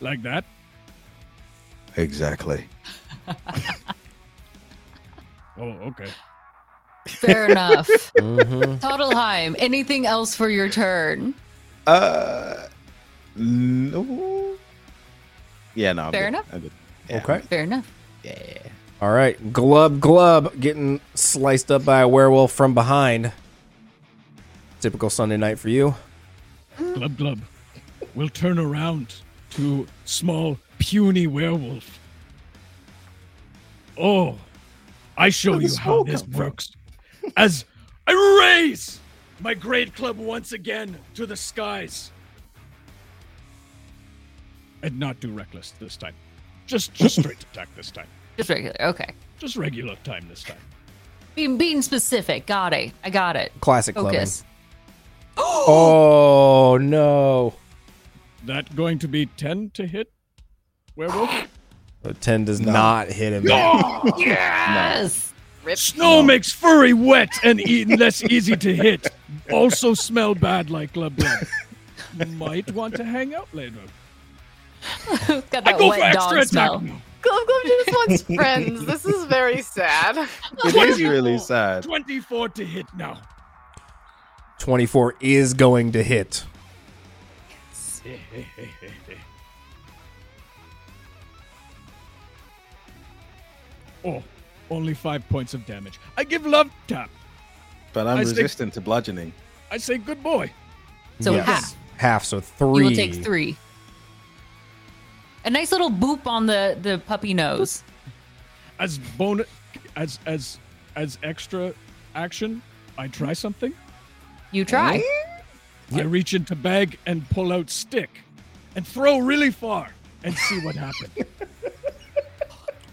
Speaker 10: Like that?
Speaker 3: Exactly.
Speaker 10: Oh, okay.
Speaker 1: [LAUGHS]
Speaker 2: Fair enough.
Speaker 1: Mm-hmm.
Speaker 2: Toddleheim, anything else for your turn?
Speaker 3: No. Yeah, no. I'm
Speaker 2: Fair
Speaker 3: good.
Speaker 2: enough.
Speaker 3: I'm good.
Speaker 1: Okay.
Speaker 2: Fair enough.
Speaker 1: All right, Glub Glub getting sliced up by a werewolf from behind. Typical Sunday night for you.
Speaker 10: Glub Glub will turn around to small, puny werewolf. Oh, I show you how this works. As I raise my great club once again to the skies. And not do reckless this time. Just just straight attack this time.
Speaker 2: Just regular. Okay.
Speaker 10: Just regular time this time.
Speaker 2: Being, being specific. Got it. I got it.
Speaker 1: Classic clubbing.
Speaker 2: Focus.
Speaker 1: Oh no!
Speaker 10: That going to be 10 to hit? Werewolf?
Speaker 1: A Ten does not hit him. No.
Speaker 2: Yes.
Speaker 10: Snow makes furry wet and e- less easy to hit. Also smell bad like glub glub. Might want to hang out later.
Speaker 2: Got
Speaker 10: I
Speaker 2: that
Speaker 10: go for
Speaker 2: wet
Speaker 10: extra
Speaker 2: dog
Speaker 10: attack.
Speaker 2: smell.
Speaker 4: Glove Glove just
Speaker 1: [LAUGHS]
Speaker 4: wants friends. This is very sad.
Speaker 3: It is really sad.
Speaker 10: 24 to hit now.
Speaker 1: Twenty-four is going to hit.
Speaker 10: Oh, only five points of damage. I give love tap.
Speaker 3: But I'm
Speaker 10: I think-
Speaker 3: resistant to bludgeoning.
Speaker 10: I say good boy.
Speaker 2: So
Speaker 1: Yes.
Speaker 2: half.
Speaker 1: Half. So
Speaker 2: You
Speaker 1: three.
Speaker 2: will take three. A nice little boop on the the puppy nose.
Speaker 10: As bonus, as as as extra action, I try something.
Speaker 2: You try.
Speaker 10: I reach into bag and pull out stick, and throw really far and see what
Speaker 8: [LAUGHS]
Speaker 10: happens.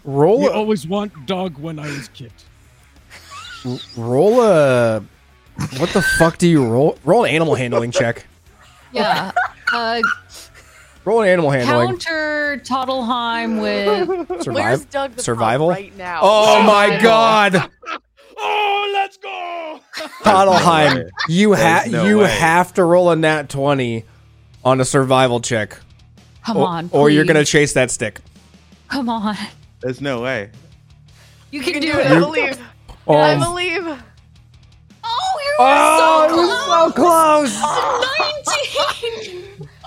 Speaker 1: Roll
Speaker 10: We
Speaker 1: a-
Speaker 10: always want dog when I was kid.
Speaker 1: roll a what the fuck do you roll? Roll an animal handling check.
Speaker 2: Yeah. Uh,
Speaker 1: Roll an animal handling.
Speaker 2: counter Toddleheim
Speaker 1: [LAUGHS]
Speaker 2: with
Speaker 4: Where's
Speaker 1: Survive-
Speaker 4: Doug the Pug
Speaker 1: survival.
Speaker 4: right now?
Speaker 1: Oh my god,
Speaker 10: Oh, let's go!
Speaker 1: Toddleheim, you ha-
Speaker 8: There's no
Speaker 1: you
Speaker 8: way.
Speaker 1: have to roll a nat twenty on a survival check,
Speaker 2: come
Speaker 1: or,
Speaker 2: on,
Speaker 1: or you're
Speaker 2: please.
Speaker 1: gonna chase that stick.
Speaker 2: come on.
Speaker 8: There's no way.
Speaker 2: You
Speaker 4: You
Speaker 2: can,
Speaker 4: can
Speaker 2: do,
Speaker 4: I
Speaker 2: it.
Speaker 4: believe. I
Speaker 1: Oh,
Speaker 4: believe.
Speaker 2: Oh, you
Speaker 1: oh,
Speaker 2: were
Speaker 1: so close!
Speaker 2: so close. Nineteen. [LAUGHS]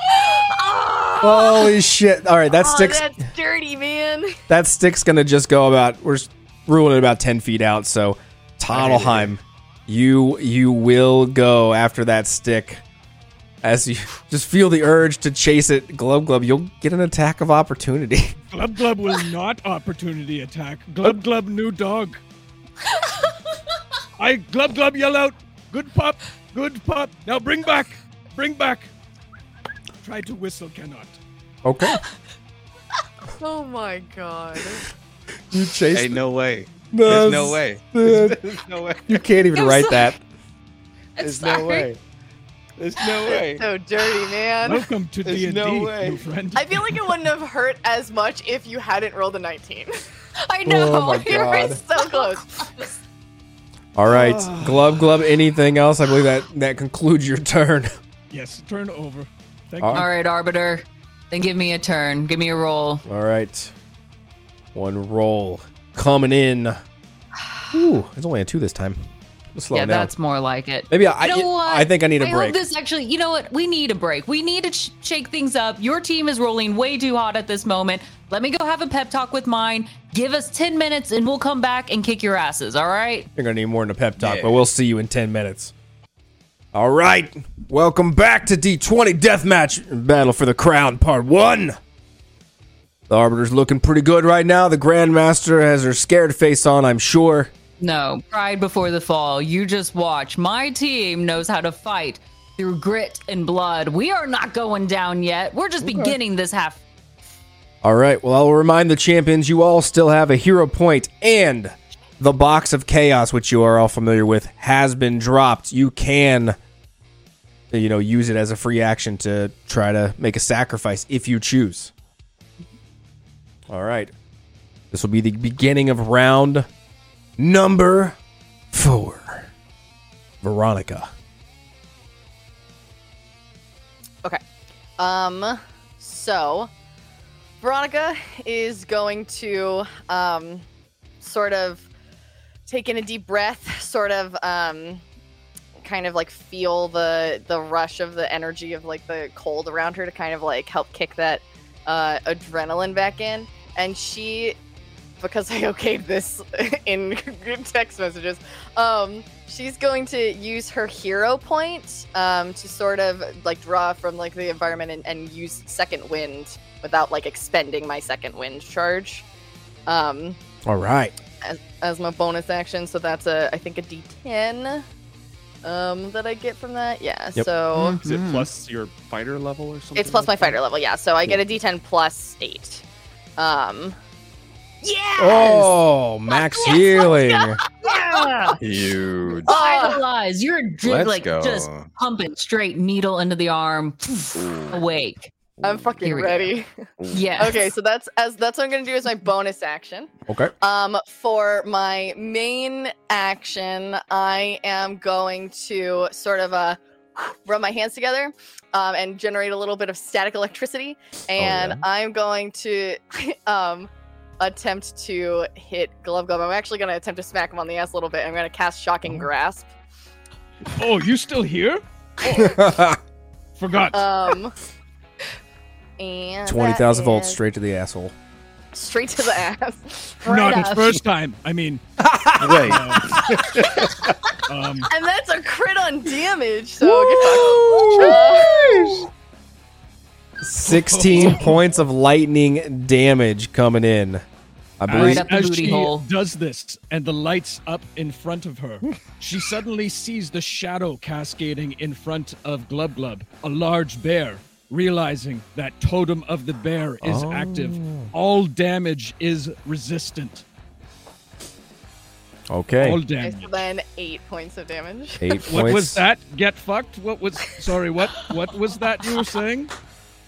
Speaker 1: Holy shit! All right, that
Speaker 4: Aw,
Speaker 1: stick's
Speaker 4: that's dirty, man. [LAUGHS]
Speaker 1: that stick's gonna just go about. We're s- ruling it about ten feet out. So, Toddleheim, you you will go after that stick. As you [LAUGHS] just feel the urge to chase it, Glub Glub, you'll get an attack of opportunity. [LAUGHS]
Speaker 10: Glub Glub will not opportunity attack. Glub Glub new dog. I Glub Glub yell out, good pup, good pup. Now bring back, bring back. Try to whistle, cannot.
Speaker 1: Okay,
Speaker 4: Oh my god.
Speaker 1: [LAUGHS] you chase.
Speaker 8: Ain't no way.
Speaker 1: the-
Speaker 8: There's no way.
Speaker 1: the-
Speaker 8: [LAUGHS] There's no way.
Speaker 1: you can't even
Speaker 2: I'm
Speaker 1: write
Speaker 2: sorry.
Speaker 1: that.
Speaker 8: There's
Speaker 2: sorry.
Speaker 8: no way. There's no way.
Speaker 4: So dirty, man.
Speaker 10: Welcome to D
Speaker 8: There's
Speaker 10: and
Speaker 8: no
Speaker 10: D,
Speaker 8: way.
Speaker 10: new friend.
Speaker 4: I feel like it wouldn't have hurt as much if you hadn't rolled a [LAUGHS] 19.
Speaker 2: I know.
Speaker 1: Oh my
Speaker 4: [LAUGHS] you were
Speaker 1: God.
Speaker 4: so close.
Speaker 1: All right, Glub Glub. Anything else? I believe that that concludes your turn. [LAUGHS]
Speaker 10: Yes, turn over. Thank
Speaker 1: All
Speaker 10: you.
Speaker 2: All right, Arbiter. Then give me a turn. Give me a roll.
Speaker 1: All right. One roll coming in. Ooh, it's only a two this time. Let's slow
Speaker 2: yeah,
Speaker 1: it down.
Speaker 2: that's more like it.
Speaker 1: Maybe I.
Speaker 2: You know what?
Speaker 1: I think I need a
Speaker 2: I
Speaker 1: break.
Speaker 2: Hope this actually, you know what? We need a break. We need to sh- shake things up. Your team is rolling way too hot at this moment. Let me go have a pep talk with mine. Give us 10 minutes and we'll come back and kick your asses, all right?
Speaker 1: You're gonna need more than a pep talk, but we'll see you in ten minutes. All right, welcome back to D20 Deathmatch Battle for the Crown Part One. The Arbiter's looking pretty good right now. The Grandmaster has her scared face on, I'm sure.
Speaker 2: No, pride before the fall. You just watch. My team knows how to fight through grit and blood. We are not going down yet. We're just beginning this half.
Speaker 1: All right. Well, I'll remind the champions you all still have a hero point and the box of chaos, which you are all familiar with, has been dropped. You can, you know, use it as a free action to try to make a sacrifice if you choose. All right. This will be the beginning of round number four. Veronica.
Speaker 4: Okay. Um. So, Veronica is going to um, sort of take in a deep breath, sort of um, kind of like feel the the rush of the energy of like the cold around her to kind of like help kick that uh, adrenaline back in, and she. Because I okayed this [LAUGHS] in text messages, um, she's going to use her hero point um, to sort of like draw from like the environment and, and use second wind without like expending my second wind charge um,
Speaker 1: All right.
Speaker 4: as, as my bonus action. So that's a I think a D10 um, that I get from that. Yeah.
Speaker 1: Yep.
Speaker 4: So
Speaker 2: Mm-hmm.
Speaker 7: Is
Speaker 8: Hmm.
Speaker 7: it plus your fighter level or something?
Speaker 4: it's plus my
Speaker 7: like that?
Speaker 4: fighter level. Yeah. So I get a D10 plus eight. Um, yes!
Speaker 1: Oh, max healing. [LAUGHS]
Speaker 4: Yeah!
Speaker 8: Huge.
Speaker 4: Uh,
Speaker 2: Idolize. You're
Speaker 8: Let's
Speaker 2: just, like
Speaker 8: go.
Speaker 2: just pumping straight needle into the arm. Awake.
Speaker 4: I'm fucking
Speaker 2: Here we go.
Speaker 4: ready.
Speaker 2: Yeah.
Speaker 4: Okay, so that's as that's what I'm gonna do as my bonus action.
Speaker 1: Okay.
Speaker 4: Um, for my main action, I am going to sort of uh, rub my hands together um, and generate a little bit of static electricity, and I'm going to [LAUGHS] um, attempt to hit Glove Glove. I'm actually gonna attempt to smack him on the ass a little bit. I'm gonna cast Shocking Grasp.
Speaker 10: Oh, you still here?
Speaker 1: [LAUGHS]
Speaker 10: Forgot.
Speaker 4: Um, and that
Speaker 1: 20,000 volts
Speaker 4: is
Speaker 1: straight to the asshole.
Speaker 4: straight to the ass.
Speaker 10: Not
Speaker 2: right
Speaker 10: his
Speaker 2: up.
Speaker 10: first time. I mean,
Speaker 8: Wait.
Speaker 10: um,
Speaker 4: And that's a crit on damage, so get fucked. Uh,
Speaker 10: [LAUGHS]
Speaker 1: 16 points of lightning damage coming in. I
Speaker 2: Right
Speaker 1: believe
Speaker 2: up the
Speaker 10: As
Speaker 2: booty
Speaker 10: she
Speaker 2: hole.
Speaker 10: does this, and the lights up in front of her, she suddenly sees the shadow cascading in front of Glub Glub, a large bear. Realizing that Totem of the Bear is
Speaker 2: Oh.
Speaker 10: active, all damage is resistant. All
Speaker 1: Okay.
Speaker 4: Okay,
Speaker 10: damage.
Speaker 4: so then eight points of damage. [LAUGHS]
Speaker 1: Eight points.
Speaker 10: What was that? Get fucked? What was? Sorry, what? What was that you were saying?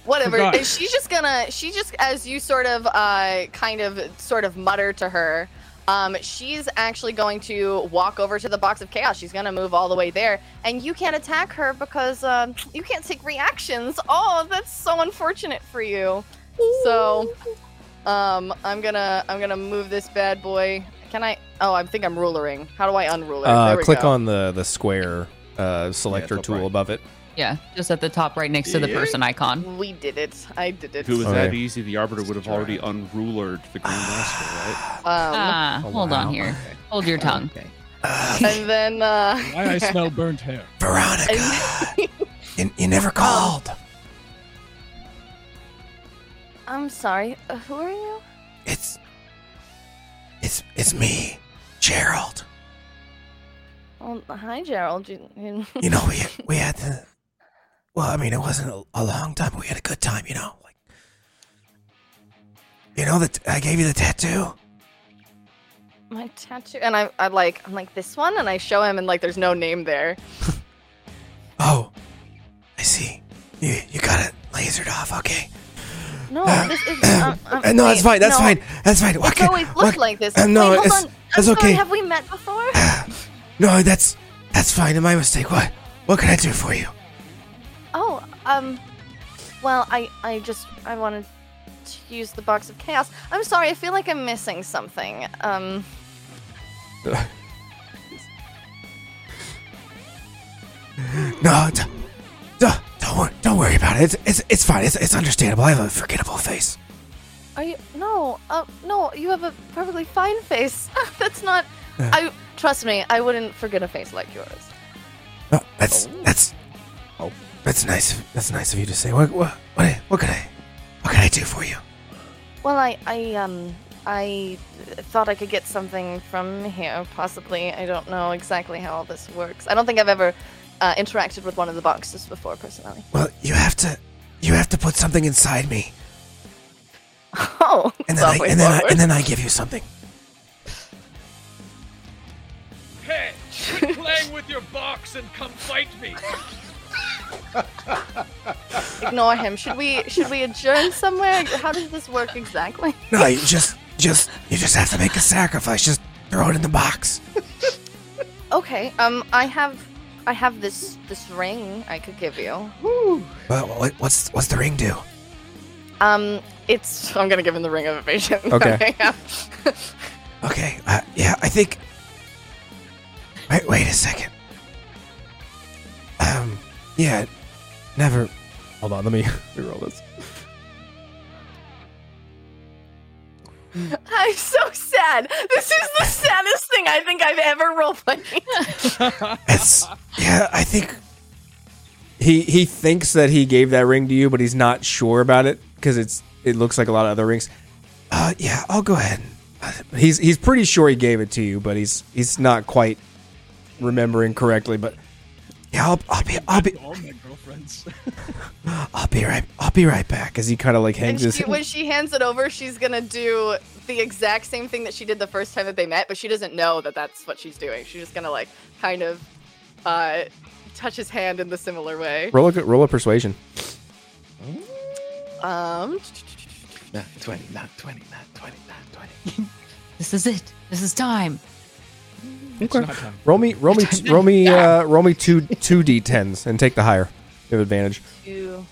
Speaker 4: Whatever.
Speaker 10: Forgot.
Speaker 4: And she's just gonna. She just as you sort of, uh, kind of, sort of mutter to her. Um, she's actually going to walk over to the box of chaos. She's gonna move all the way there, and you can't attack her because um, you can't take reactions. Oh, that's so unfortunate for you. So, um, I'm gonna, I'm gonna move this bad boy. Can I? Oh, I think I'm rulering. How do I unruler?
Speaker 1: Uh,
Speaker 4: There we
Speaker 1: click
Speaker 4: go.
Speaker 1: on the the square uh, selector
Speaker 8: top
Speaker 1: tool
Speaker 8: right.
Speaker 1: above it.
Speaker 2: Yeah, just at the top right next to the person icon.
Speaker 4: We did it. I did it.
Speaker 7: If it was
Speaker 1: Okay.
Speaker 7: that easy, the Arbiter would have already unrulered the Grand Master, right?
Speaker 4: Um,
Speaker 2: Ah,
Speaker 8: Oh,
Speaker 2: hold on here. Hold your tongue.
Speaker 1: [LAUGHS]
Speaker 4: and then uh,
Speaker 10: Why I smell burnt hair?
Speaker 4: and-
Speaker 1: You, you never called.
Speaker 4: [LAUGHS] I'm sorry. uh, Who are you?
Speaker 1: It's it's it's me, Gerald.
Speaker 4: Oh, hi, Gerald. You, you- [LAUGHS]
Speaker 1: You know we we had the well, I mean it wasn't a, a long time, but we had a good time. You know, like you know that I gave you the tattoo.
Speaker 4: my tattoo. And I, I like, I'm like this one, and I show him, and like, there's no name there.
Speaker 1: Oh, I see. You you got it lasered off. Okay. [GASPS]
Speaker 4: No, this is. Um,
Speaker 1: Uh, no, that's fine. That's fine. That's fine. What
Speaker 4: It's
Speaker 1: can-
Speaker 4: always looked
Speaker 1: what-
Speaker 4: like this.
Speaker 1: Uh, no,
Speaker 4: Wait, hold
Speaker 1: it's
Speaker 4: on.
Speaker 1: it's
Speaker 4: I'm sorry,
Speaker 1: okay.
Speaker 4: Have we met
Speaker 1: [SIGHS]
Speaker 4: before?
Speaker 1: No, that's that's fine. My mistake. What what can I do for you? [LAUGHS]
Speaker 4: oh, um, well, I, I just, I wanted to use the box of chaos. I'm sorry. I feel like I'm missing something. Um,
Speaker 1: No, d- d- don't worry, don't worry about it. It's it's, it's fine. It's, it's understandable. I have a forgettable face.
Speaker 4: Are you no? Uh, no, you have a perfectly fine face. [LAUGHS] That's not. I trust me. I wouldn't forget a face like yours.
Speaker 1: Uh, that's that's that's nice. That's nice of you to say. What what what, I- what can I what can I do for you?
Speaker 4: Well, I, I, um, I thought I could get something from here. Possibly. I don't know exactly how all this works. I don't think I've ever uh, interacted with one of the boxes before, personally.
Speaker 1: Well, you have to you have to put something inside me,
Speaker 4: [LAUGHS] Oh,
Speaker 1: and then I, and then I, and then I give you something.
Speaker 5: Hey, quit playing with your box and come fight me.
Speaker 4: ignore him. Should we? Should we adjourn somewhere? How does this work exactly?
Speaker 1: No, you just just you just have to make a sacrifice. Just throw it in the box.
Speaker 4: Okay. Um, I have, I have this this ring I could give you.
Speaker 1: Well, what, what's what's the ring do?
Speaker 4: Um, it's. I'm gonna give him the ring of evasion. [LAUGHS]
Speaker 1: Okay.
Speaker 4: yeah.
Speaker 1: Okay, uh, yeah, I think. Wait, wait a second. Um, yeah, never. Hold on, let me [LAUGHS] reroll this.
Speaker 4: I'm so sad. This is the saddest thing I think I've ever roleplayed.
Speaker 1: It's yeah, I think. He he thinks that he gave that ring to you, but he's not sure about it because it's it looks like a lot of other rings. Uh, yeah, I'll go ahead. Uh, He's he's pretty sure he gave it to you, but he's he's not quite remembering correctly. But yeah, I'll, I'll be I'll be
Speaker 10: All my girlfriends.
Speaker 1: I'll be right. I'll be right back. As he kind of like
Speaker 4: And
Speaker 1: hangs his.
Speaker 4: she, when she hands it over, she's gonna do the exact same thing that she did the first time that they met, but she doesn't know that that's what she's doing. She's just gonna like kind of uh, touch his hand in the similar way.
Speaker 1: roll a roll a persuasion.
Speaker 4: Um,
Speaker 8: Not 20, not 20, not 20, not
Speaker 2: This is it. This is time.
Speaker 1: Roll me roll me roll
Speaker 4: [LAUGHS]
Speaker 1: me uh, roll me two two d10s and take the higher. You have advantage.
Speaker 4: two.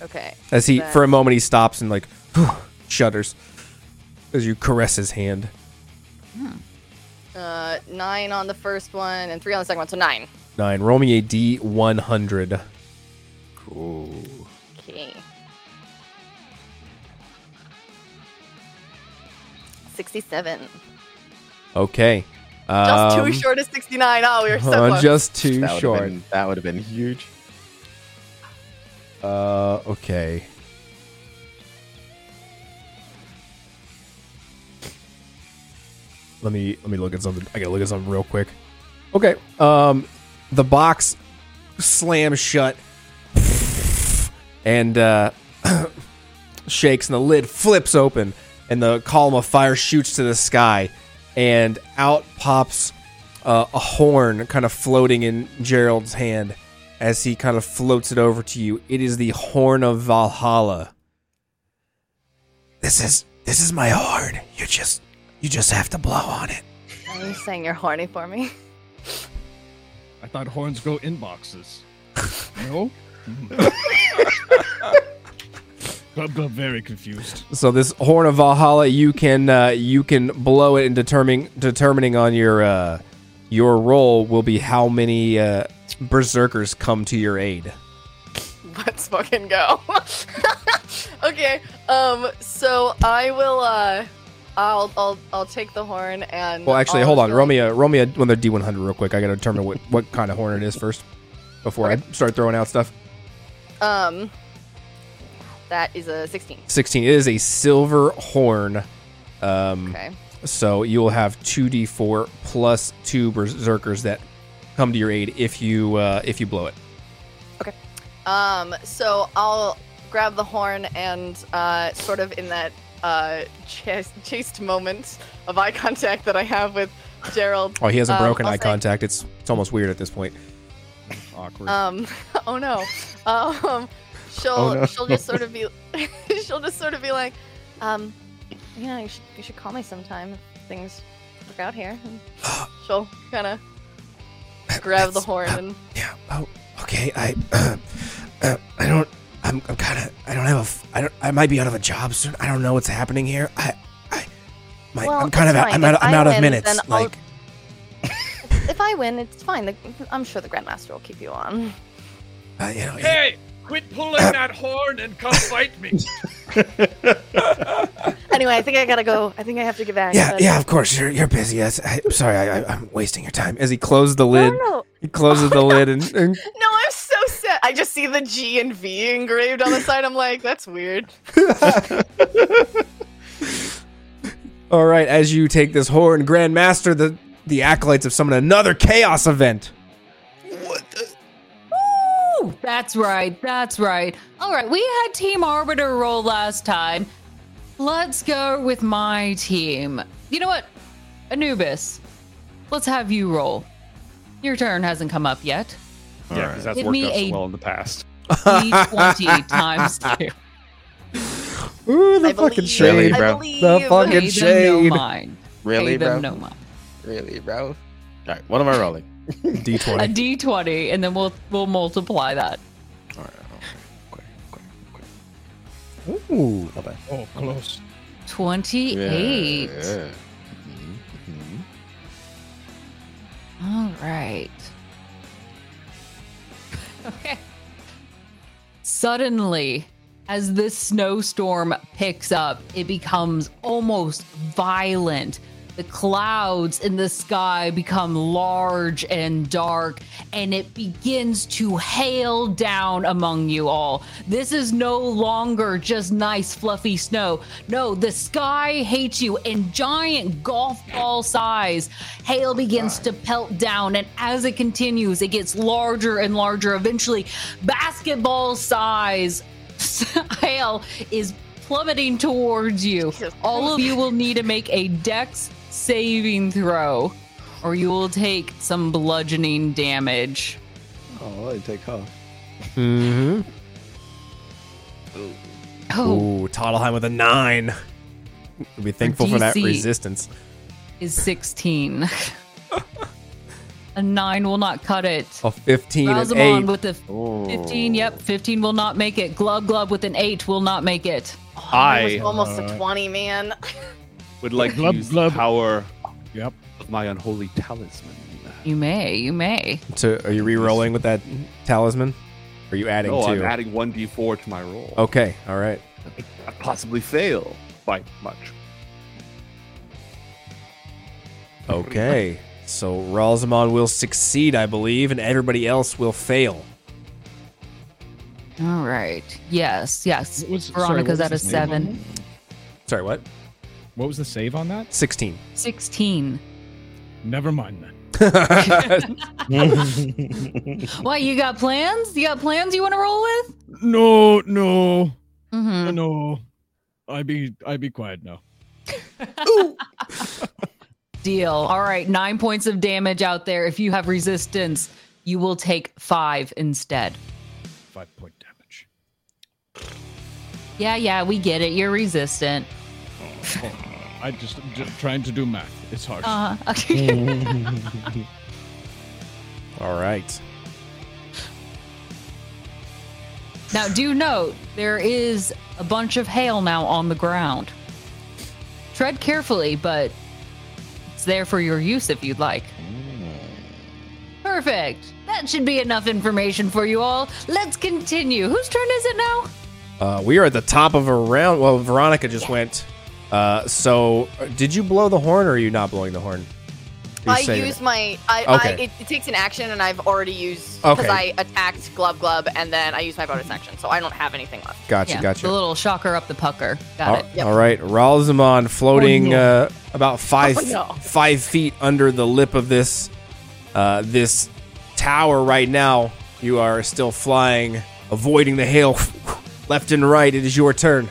Speaker 4: Okay.
Speaker 1: As he
Speaker 4: Then-
Speaker 1: for a moment he stops and like [SIGHS] shudders as you caress his hand.
Speaker 4: Uh, nine on the first one and three on the second one, so nine.
Speaker 1: Nine. Roll me a d one hundred.
Speaker 4: Okay. 67.
Speaker 1: Okay.
Speaker 4: Just
Speaker 1: Um,
Speaker 4: too short of 69. Oh, we were so
Speaker 1: uh,
Speaker 4: close.
Speaker 1: just too
Speaker 8: That would, have
Speaker 1: short.
Speaker 8: been, that would have been huge.
Speaker 1: Uh, okay. Let me let me look at something. I gotta look at something real quick. Okay. Um, the box slams shut and uh, shakes, and the lid flips open, and the column of fire shoots to the sky, and out pops uh, a horn, kind of floating in Gerald's hand as he kind of floats it over to you. It is the horn of Valhalla. This is this is my horn. You just you just have to blow on it.
Speaker 4: Are you saying you're horny for me?
Speaker 10: I thought horns grow in [LAUGHS] boxes. no? Glub Glub very confused.
Speaker 1: So this horn of Valhalla, you can uh, you can blow it, and determining determining on your uh, your roll will be how many uh, berserkers come to your aid.
Speaker 4: [LAUGHS] Let's fucking go. [LAUGHS] okay. Um. So I will. Uh. I'll. I'll. I'll take the horn and.
Speaker 1: Well, actually,
Speaker 4: I'll
Speaker 1: hold on,
Speaker 4: go-
Speaker 1: roll me a roll me a, one of the D one hundred real quick. I got to determine what what kind of horn it is first before I start throwing out stuff.
Speaker 4: Um. That is a sixteen.
Speaker 1: 16 it is a silver horn um
Speaker 4: Okay.
Speaker 1: so you'll have 2d4 plus two berserkers that come to your aid if you uh if you blow it
Speaker 4: Um. So I'll grab the horn and, uh, sort of in that, uh, chaste, chaste moment of eye contact that I have with Gerald.
Speaker 1: oh he hasn't
Speaker 4: um,
Speaker 1: broken
Speaker 4: I'll
Speaker 1: eye
Speaker 4: say-
Speaker 1: contact it's it's almost weird at this
Speaker 4: [LAUGHS]
Speaker 1: point
Speaker 8: Awkward.
Speaker 4: Um, [LAUGHS] oh no. Um, she'll she'll just sort of be [LAUGHS] she'll just sort of be like, um, you know, you should you should call me sometime if things work out here. And she'll kind of grab the horn and
Speaker 1: yeah oh okay i [CLEARS THROAT] uh, i don't i'm, I'm kind of i don't have a f- i don't i might be out of a job soon i don't know what's happening here i i my,
Speaker 4: Well,
Speaker 1: i'm kind of
Speaker 4: it's
Speaker 1: out,
Speaker 4: fine.
Speaker 1: i'm out,
Speaker 4: If
Speaker 1: I'm
Speaker 4: I
Speaker 1: out of
Speaker 4: win,
Speaker 1: minutes
Speaker 4: then I'll-
Speaker 1: like
Speaker 4: [LAUGHS] if I win, it's fine. The, I'm sure the grandmaster will keep you on. [LAUGHS]
Speaker 1: uh, you know it-
Speaker 5: Hey, quit pulling that horn and come fight me.
Speaker 4: Anyway, I think I gotta go. I think I have to get back.
Speaker 1: yeah,
Speaker 4: but-
Speaker 1: yeah, of course. You're, you're busy. That's, I, I'm sorry. I, I, I'm wasting your time. As he closed the
Speaker 4: No,
Speaker 1: lid,
Speaker 4: no, no, Oh
Speaker 1: He closes
Speaker 4: [LAUGHS]
Speaker 1: the lid and, and
Speaker 4: no! I'm so sad. I just see the G and V engraved on the side. I'm like, that's weird.
Speaker 1: [LAUGHS] all right. As you take this horn, Grandmaster, the the acolytes have summoned another chaos event.
Speaker 2: Ooh, that's right. That's right. All right, we had Team Arbiter roll last time. Let's go with my team. You know what? Anubis, let's have you roll. Your turn hasn't come up
Speaker 8: [LAUGHS]
Speaker 2: yet.
Speaker 7: [SIGHS] Yeah, because that's
Speaker 2: Give
Speaker 7: worked
Speaker 2: me
Speaker 7: out
Speaker 2: a-
Speaker 7: so well in the past.
Speaker 2: D20 times two.
Speaker 1: Ooh, the
Speaker 4: I
Speaker 1: fucking
Speaker 4: believe.
Speaker 1: shade.
Speaker 4: I
Speaker 8: bro.
Speaker 4: believe.
Speaker 1: The fucking
Speaker 2: Pay them
Speaker 1: shade.
Speaker 2: no mind.
Speaker 8: really,
Speaker 2: Pay
Speaker 8: bro?
Speaker 2: them no mind.
Speaker 8: Really, bro? All right, what am I rolling?
Speaker 2: A
Speaker 1: D20.
Speaker 2: D20, and then we'll we'll multiply that.
Speaker 8: All right, okay, okay, okay, okay.
Speaker 1: Ooh.
Speaker 10: [LAUGHS] Oh, close.
Speaker 2: 28.
Speaker 8: Yeah.
Speaker 2: All right. [LAUGHS] Okay. Suddenly, as this snowstorm picks up, it becomes almost violent. The clouds in the sky become large and dark, and it begins to hail down among you all. This is no longer just nice, fluffy snow. No, the sky hates you in giant golf ball size. Hail begins to pelt down, and as it continues, it gets larger and larger. Eventually, basketball size [LAUGHS] hail is plummeting towards you. All of you will need to make a dex saving throw, or you will take some bludgeoning damage.
Speaker 8: Oh, I take half.
Speaker 2: Oh,
Speaker 1: Ooh, Toddleheim with a nine. Be thankful for that
Speaker 2: DC.
Speaker 1: resistance.
Speaker 2: is 16. [LAUGHS] a 9 will not cut it.
Speaker 1: A 15 and
Speaker 2: Razamon
Speaker 1: 8.
Speaker 2: with a 15. Yep, 15 will not make it. Glub Glub with an 8 will not make it.
Speaker 4: It was
Speaker 7: I
Speaker 4: almost a twenty, man.
Speaker 7: would like to
Speaker 10: Glub,
Speaker 7: use the
Speaker 10: glub.
Speaker 7: power
Speaker 10: Yep.
Speaker 7: of my unholy talisman.
Speaker 2: You may, you may.
Speaker 1: To, are you re rolling with that talisman? Are you adding
Speaker 7: No,
Speaker 1: 2
Speaker 7: Oh, I'm adding 1d4 to my roll.
Speaker 1: okay, all right.
Speaker 7: I possibly fail by much.
Speaker 1: Okay. So Ralzamon will succeed, I believe, and everybody else will fail.
Speaker 2: All right. Yes, yes.
Speaker 10: What was- sorry,
Speaker 2: Veronica's
Speaker 10: what
Speaker 2: at a
Speaker 10: was his name on
Speaker 2: 7.
Speaker 1: Sorry, what?
Speaker 13: What was the save on that?
Speaker 1: 16.
Speaker 2: 16.
Speaker 13: Never mind then.
Speaker 2: Why, you got plans? You got plans you want to roll with?
Speaker 10: No, no,
Speaker 2: Mm-hmm.
Speaker 10: no. I be I be quiet now.
Speaker 2: Deal. All right, nine points of damage out there. If you have resistance, you will take five instead.
Speaker 10: Five point damage.
Speaker 2: Yeah, yeah, we get it. You're resistant.
Speaker 10: I just, just trying to do math. It's hard.
Speaker 2: Uh huh. [LAUGHS] Okay.
Speaker 1: All right.
Speaker 2: now, do note there is a bunch of hail now on the ground. Tread carefully, but it's there for your use if you'd like. Perfect. That should be enough information for you all. Let's continue. Whose turn is it now?
Speaker 1: Uh, we are at the top of a round. Well, Veronica just went. Uh, so, uh, did you blow the horn, or are you not blowing the horn? Are you
Speaker 4: I
Speaker 1: saving
Speaker 4: use
Speaker 1: it?
Speaker 4: my. I,
Speaker 1: Okay.
Speaker 4: I it, it takes an action, and I've already used because
Speaker 1: Okay.
Speaker 4: I attacked Glove Glove, and then I used my bonus action, so I don't have anything left.
Speaker 1: Gotcha,
Speaker 2: yeah,
Speaker 1: gotcha. Oh,
Speaker 2: The little shocker up the pucker. Got
Speaker 1: All-
Speaker 2: it.
Speaker 4: Yep.
Speaker 1: all right, Ralzamon floating
Speaker 10: Oh, no.
Speaker 1: uh, about five five feet under the lip of this uh, this tower right now. You are still flying, avoiding the hail [LAUGHS] left and right. It is your turn.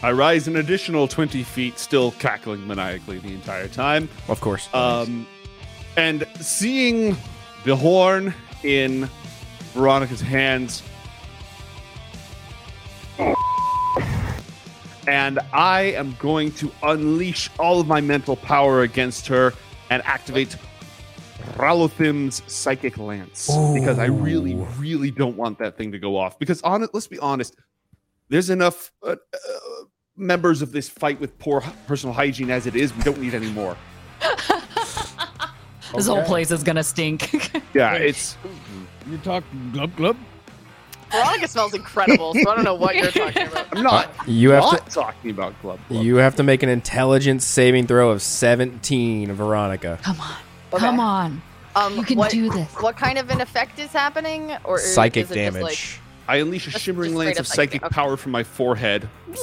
Speaker 7: I rise an additional 20 feet, still cackling maniacally the entire time.
Speaker 1: Of course.
Speaker 4: Uh,
Speaker 7: Um, and seeing the horn in Veronica's hands, and I am going to unleash all of my mental power against her and activate Ralothim's psychic lance because I really, really don't want that thing to go off. Because on let's be honest, there's enough. Uh, uh, Members of this fight with poor hy- personal hygiene as it is, we don't need any more.
Speaker 2: This whole place is gonna stink. [LAUGHS]
Speaker 7: Yeah, it's
Speaker 10: You talk glub glub.
Speaker 4: Veronica smells incredible, so I don't know what [LAUGHS] you're talking about.
Speaker 7: I'm not
Speaker 1: you have
Speaker 7: not talking about club.
Speaker 1: to
Speaker 7: club.
Speaker 1: you have to make an intelligence saving throw of seventeen, Veronica.
Speaker 2: Come on.
Speaker 4: Okay.
Speaker 2: Come on.
Speaker 4: Um,
Speaker 2: You can
Speaker 4: what,
Speaker 2: do this.
Speaker 4: What kind of an effect is happening, or is-
Speaker 1: Psychic
Speaker 4: is it just
Speaker 1: damage.
Speaker 4: [LAUGHS]
Speaker 7: I unleash a shimmering
Speaker 4: just straight
Speaker 7: lance of
Speaker 4: up like
Speaker 7: psychic
Speaker 4: that, okay.
Speaker 7: power from my forehead.
Speaker 4: like,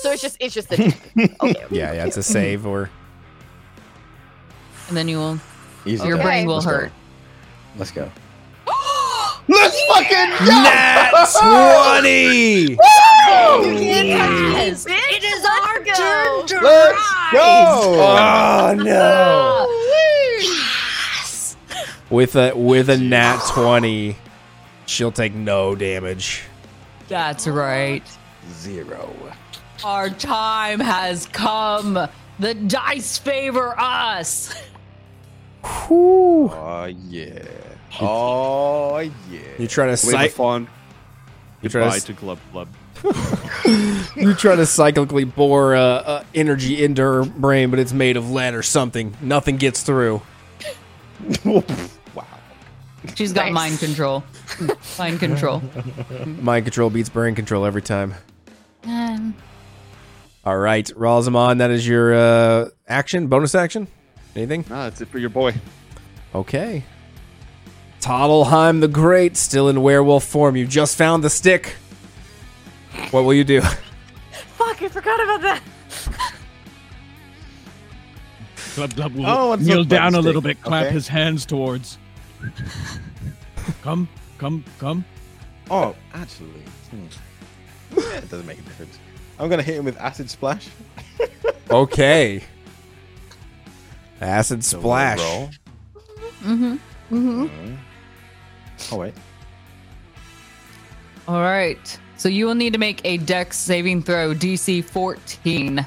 Speaker 4: so it's just it's just
Speaker 1: [LAUGHS]
Speaker 4: the damage. okay.
Speaker 1: yeah, yeah, it's a save or
Speaker 2: And then you will.
Speaker 8: Easy
Speaker 2: Your
Speaker 8: done.
Speaker 4: Okay.
Speaker 2: brain will
Speaker 8: Let's go.
Speaker 2: hurt.
Speaker 8: Let's [GASPS] go.
Speaker 7: Let's fucking go!
Speaker 8: [LAUGHS]
Speaker 1: twenty.
Speaker 2: Yes, it is our
Speaker 4: go.
Speaker 2: turn to
Speaker 8: Let's
Speaker 2: rise.
Speaker 1: Oh no! With a with a
Speaker 4: [GASPS]
Speaker 1: nat twenty, she'll take no damage.
Speaker 2: That's right.
Speaker 8: Zero.
Speaker 2: Our time has come. The dice favor us.
Speaker 8: Oh yeah. Oh yeah.
Speaker 1: You trying to
Speaker 7: Wave a
Speaker 1: psych?
Speaker 7: fawn.
Speaker 1: You trying
Speaker 7: Bye
Speaker 1: to,
Speaker 7: to club club.
Speaker 1: you trying to cyclically bore uh, uh, energy into her brain, but it's made of lead or something. Nothing gets through.
Speaker 2: She's got mind control. mind control.
Speaker 1: Mind control beats brain control every time.
Speaker 2: Um,
Speaker 1: All right, Razamon, that is your uh, action, bonus action. Anything?
Speaker 7: Ah, that's it for your boy.
Speaker 1: Okay. Toddleheim the Great, still in werewolf form. You just found the stick. What will you do? [LAUGHS]
Speaker 4: Fuck! I forgot about that.
Speaker 10: Glub glub will
Speaker 8: Oh, it's a
Speaker 10: kneel
Speaker 8: glub
Speaker 10: down a
Speaker 8: stick.
Speaker 10: little bit, clap
Speaker 8: Okay.
Speaker 10: his hands towards. come, come, come.
Speaker 8: Oh, actually, hmm. Yeah, it doesn't make a difference. I'm gonna hit him with acid splash.
Speaker 1: Okay. Acid
Speaker 8: So we'll
Speaker 1: splash.
Speaker 8: roll.
Speaker 2: Mm-hmm.
Speaker 8: Oh wait.
Speaker 2: all right. So you will need to make a dex saving throw, DC 14,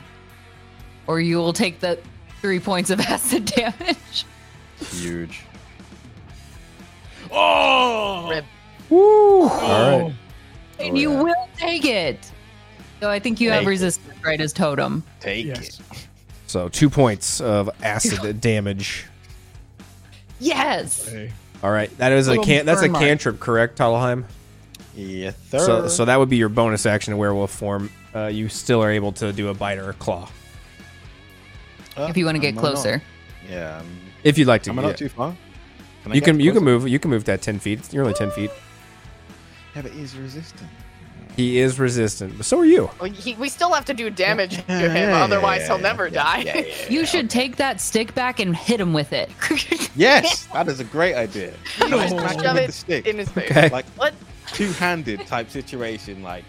Speaker 2: or you will take the three points of [LAUGHS] acid damage.
Speaker 8: Huge.
Speaker 10: Oh,
Speaker 4: Rip.
Speaker 1: All right.
Speaker 2: and you
Speaker 8: Oh, yeah.
Speaker 2: will take it. So I think you have
Speaker 8: Take it.
Speaker 2: resistance right as totem.
Speaker 8: Take
Speaker 10: Yes.
Speaker 1: So two points of acid damage.
Speaker 2: Yes.
Speaker 10: Hey,
Speaker 1: All right, that is a
Speaker 2: Little
Speaker 1: can. That's a
Speaker 2: burn mark.
Speaker 1: cantrip, correct, Toddleheim?
Speaker 8: it. Yes, sir.
Speaker 1: So, so that would be your bonus action in werewolf form. Uh, you still are able to do a bite or a claw
Speaker 8: Uh,
Speaker 2: If you want to get
Speaker 8: am I not-
Speaker 2: closer.
Speaker 8: Yeah. um,
Speaker 1: if you'd like to.
Speaker 8: Am I
Speaker 1: yeah.
Speaker 8: not too far? I
Speaker 1: you
Speaker 8: get
Speaker 1: can you can
Speaker 8: closer?
Speaker 1: move you can move that ten feet. You're only ten feet.
Speaker 8: Yeah, but he's resistant.
Speaker 1: He is resistant, but so are you.
Speaker 4: Oh,
Speaker 14: Well, he, we still have to do damage to him,
Speaker 1: yeah, yeah,
Speaker 14: otherwise
Speaker 1: yeah,
Speaker 14: he'll
Speaker 1: yeah,
Speaker 14: never die.
Speaker 2: You should take that stick back and hit him with it.
Speaker 8: Yes, that is a great idea. You know,
Speaker 14: Just
Speaker 8: smack him
Speaker 14: shove
Speaker 8: with
Speaker 14: it
Speaker 8: the
Speaker 4: [LAUGHS]
Speaker 8: stick.
Speaker 14: in his face.
Speaker 8: Okay. Like
Speaker 14: What?
Speaker 8: two-handed type situation. Like,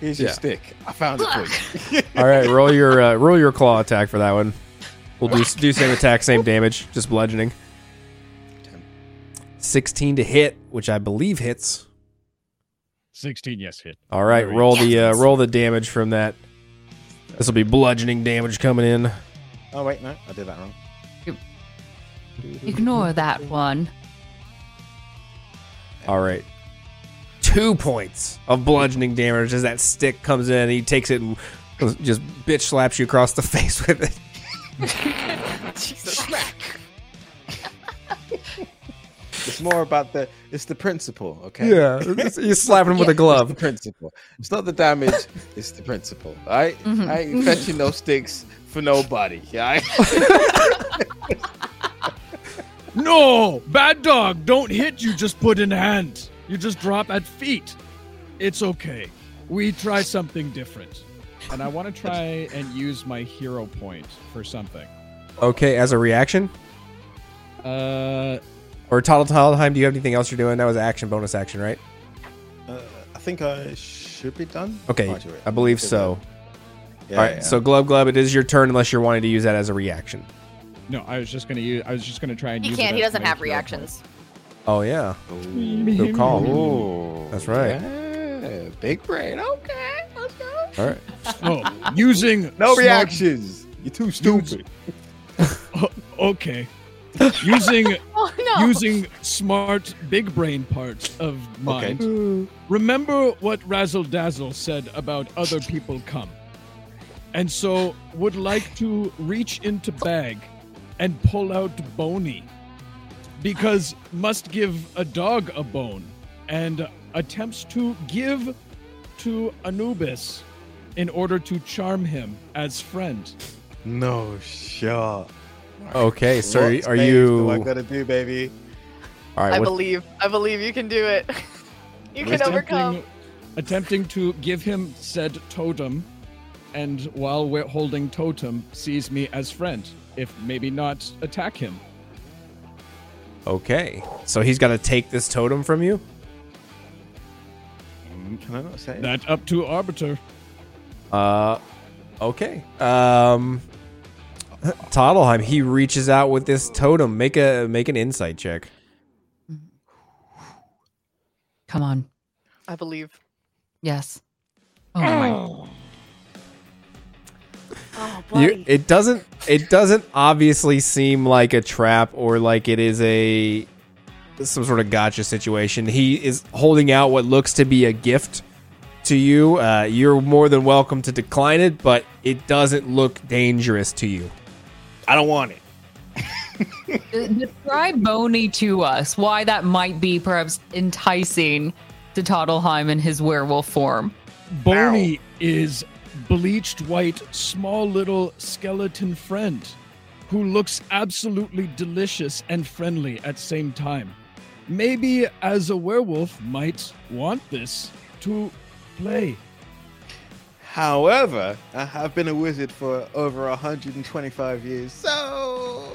Speaker 8: here's your
Speaker 1: Yeah.
Speaker 8: stick. I found it for you.
Speaker 1: All right, roll your uh, roll your claw attack for that one. We'll do do same attack, same damage, just bludgeoning. Sixteen to hit, which I believe hits.
Speaker 13: 16, yes, hit.
Speaker 1: All right, roll the uh, roll the damage from that. This will be bludgeoning damage coming in.
Speaker 8: Oh wait, no, I did that wrong.
Speaker 2: Ignore that one.
Speaker 1: All right. Two points of bludgeoning damage as that stick comes in. He takes it and just bitch slaps you across the [LAUGHS] face with it.
Speaker 14: Jesus.
Speaker 8: It's more about the it's the principle, okay?
Speaker 1: Yeah, it's- you're slapping him with a
Speaker 8: It's
Speaker 1: glove.
Speaker 8: the principle. It's not
Speaker 1: [LAUGHS]
Speaker 8: the damage. it's the principle. All right? I ain't fetching no sticks for nobody.
Speaker 1: [LAUGHS]
Speaker 8: All right?
Speaker 10: No, bad dog, don't hit. You just put in hand. You just drop at feet. It's okay. We try something different.
Speaker 13: And I want to try and use my hero point for something.
Speaker 1: Okay, as a reaction?
Speaker 13: Uh,
Speaker 1: Or Toddle Toddleheim, do you have anything else you're doing? That was action, bonus action, right?
Speaker 8: Uh, I think I should be done.
Speaker 1: Okay,
Speaker 8: Might do it.
Speaker 1: I believe
Speaker 8: Should be
Speaker 1: so.
Speaker 8: done. Yeah,
Speaker 1: All right,
Speaker 8: yeah.
Speaker 1: so Glove Glove, it is your turn unless you're wanting to use that as a reaction.
Speaker 13: no, I was just gonna use. I was just gonna try and.
Speaker 14: He
Speaker 13: use
Speaker 14: can't.
Speaker 13: It
Speaker 14: He
Speaker 13: as
Speaker 14: doesn't
Speaker 13: my
Speaker 14: have
Speaker 13: hero point.
Speaker 14: reactions.
Speaker 1: Oh, yeah.
Speaker 13: Good
Speaker 1: call.
Speaker 8: Oh,
Speaker 1: That's right.
Speaker 8: yeah, big brain. Okay, let's go.
Speaker 1: All right.
Speaker 10: Oh, using
Speaker 8: [LAUGHS] No
Speaker 10: smart-
Speaker 8: reactions. You're too stupid.
Speaker 10: Okay, using
Speaker 14: [LAUGHS] Oh no.
Speaker 10: using smart big brain parts of
Speaker 8: Okay.
Speaker 10: mind. Remember what Razzle Dazzle said about other people come. And so would like to reach into bag and pull out Bony. Because must give a dog a bone and attempts to give to Anubis in order to charm him as friend.
Speaker 8: No shot.
Speaker 1: Okay, so
Speaker 8: What
Speaker 1: are
Speaker 8: space
Speaker 1: you.
Speaker 8: do I
Speaker 1: All
Speaker 8: gotta do, baby?
Speaker 1: right,
Speaker 14: I
Speaker 1: what-
Speaker 14: believe. I believe you can do it.
Speaker 4: [LAUGHS]
Speaker 14: you can overcome.
Speaker 10: attempting to give him said totem, and while we're holding totem, sees me as friend. If maybe not attack him.
Speaker 1: okay, so he's got to take this totem from you?
Speaker 8: Can I not say it?
Speaker 10: That up to arbiter.
Speaker 1: Uh, okay. Um, Toddleheim, he reaches out with this totem. Make a make an insight check.
Speaker 2: Come on.
Speaker 14: I believe.
Speaker 2: Yes. Oh my.
Speaker 14: Oh,
Speaker 1: You, it doesn't. It doesn't obviously seem like a trap or like it is a some sort of gotcha situation. He is holding out what looks to be a gift to you. Uh, you're more than welcome to decline it, but it doesn't look dangerous to you.
Speaker 8: I don't want it.
Speaker 2: D- Describe Boney to us. Why that might be perhaps enticing to Toddleheim in his werewolf form.
Speaker 10: Boney is bleached white, small little skeleton friend who looks absolutely delicious and friendly at same time. Maybe as a werewolf might want this to play.
Speaker 8: However, I have been a wizard for over 125 years, [LAUGHS] so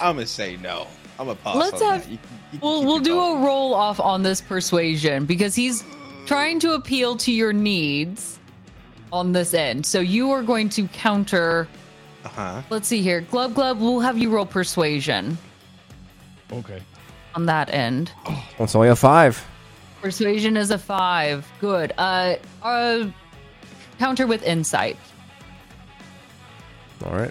Speaker 8: I'm gonna say no. I'm gonna pass.
Speaker 2: Let's
Speaker 8: on
Speaker 2: have-
Speaker 8: That. You can- you can
Speaker 2: We'll
Speaker 8: keep
Speaker 2: we'll
Speaker 8: it
Speaker 2: do
Speaker 8: going.
Speaker 2: a roll off on this persuasion because he's trying to appeal to your needs on this end. So you are going to counter.
Speaker 8: Uh-huh.
Speaker 2: Let's see here, Glub Glub. We'll have you roll persuasion
Speaker 13: Okay.
Speaker 2: on that end.
Speaker 1: Well, it's only a five.
Speaker 2: Persuasion is a five. Good. Uh, uh counter with insight.
Speaker 1: All right.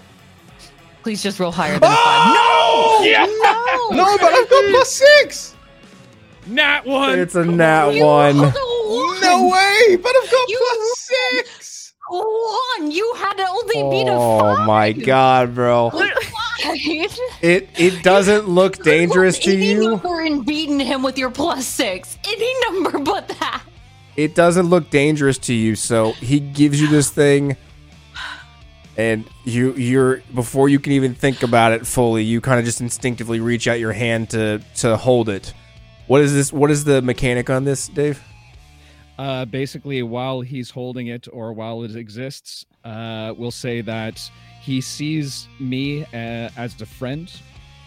Speaker 2: Please just roll higher than a five.
Speaker 1: Ah!
Speaker 8: No, but I've got plus six.
Speaker 10: Nat one!
Speaker 1: It's a nat one.
Speaker 8: No way, but I've got
Speaker 2: You-
Speaker 8: plus six.
Speaker 2: One. You had to only beat a
Speaker 1: Oh
Speaker 2: five.
Speaker 1: my god, bro!
Speaker 2: Five.
Speaker 1: It it doesn't look [LAUGHS] dangerous to
Speaker 2: any
Speaker 1: you.
Speaker 2: Number and beating him with your plus six. Any number but that.
Speaker 1: it doesn't look dangerous to you so he gives you this thing and you you're before you can even think about it fully you kind of just instinctively reach out your hand to to hold it what is this what is the mechanic on this dave
Speaker 10: Uh, basically, while he's holding it or while it exists, uh, we'll say that he sees me uh, as a friend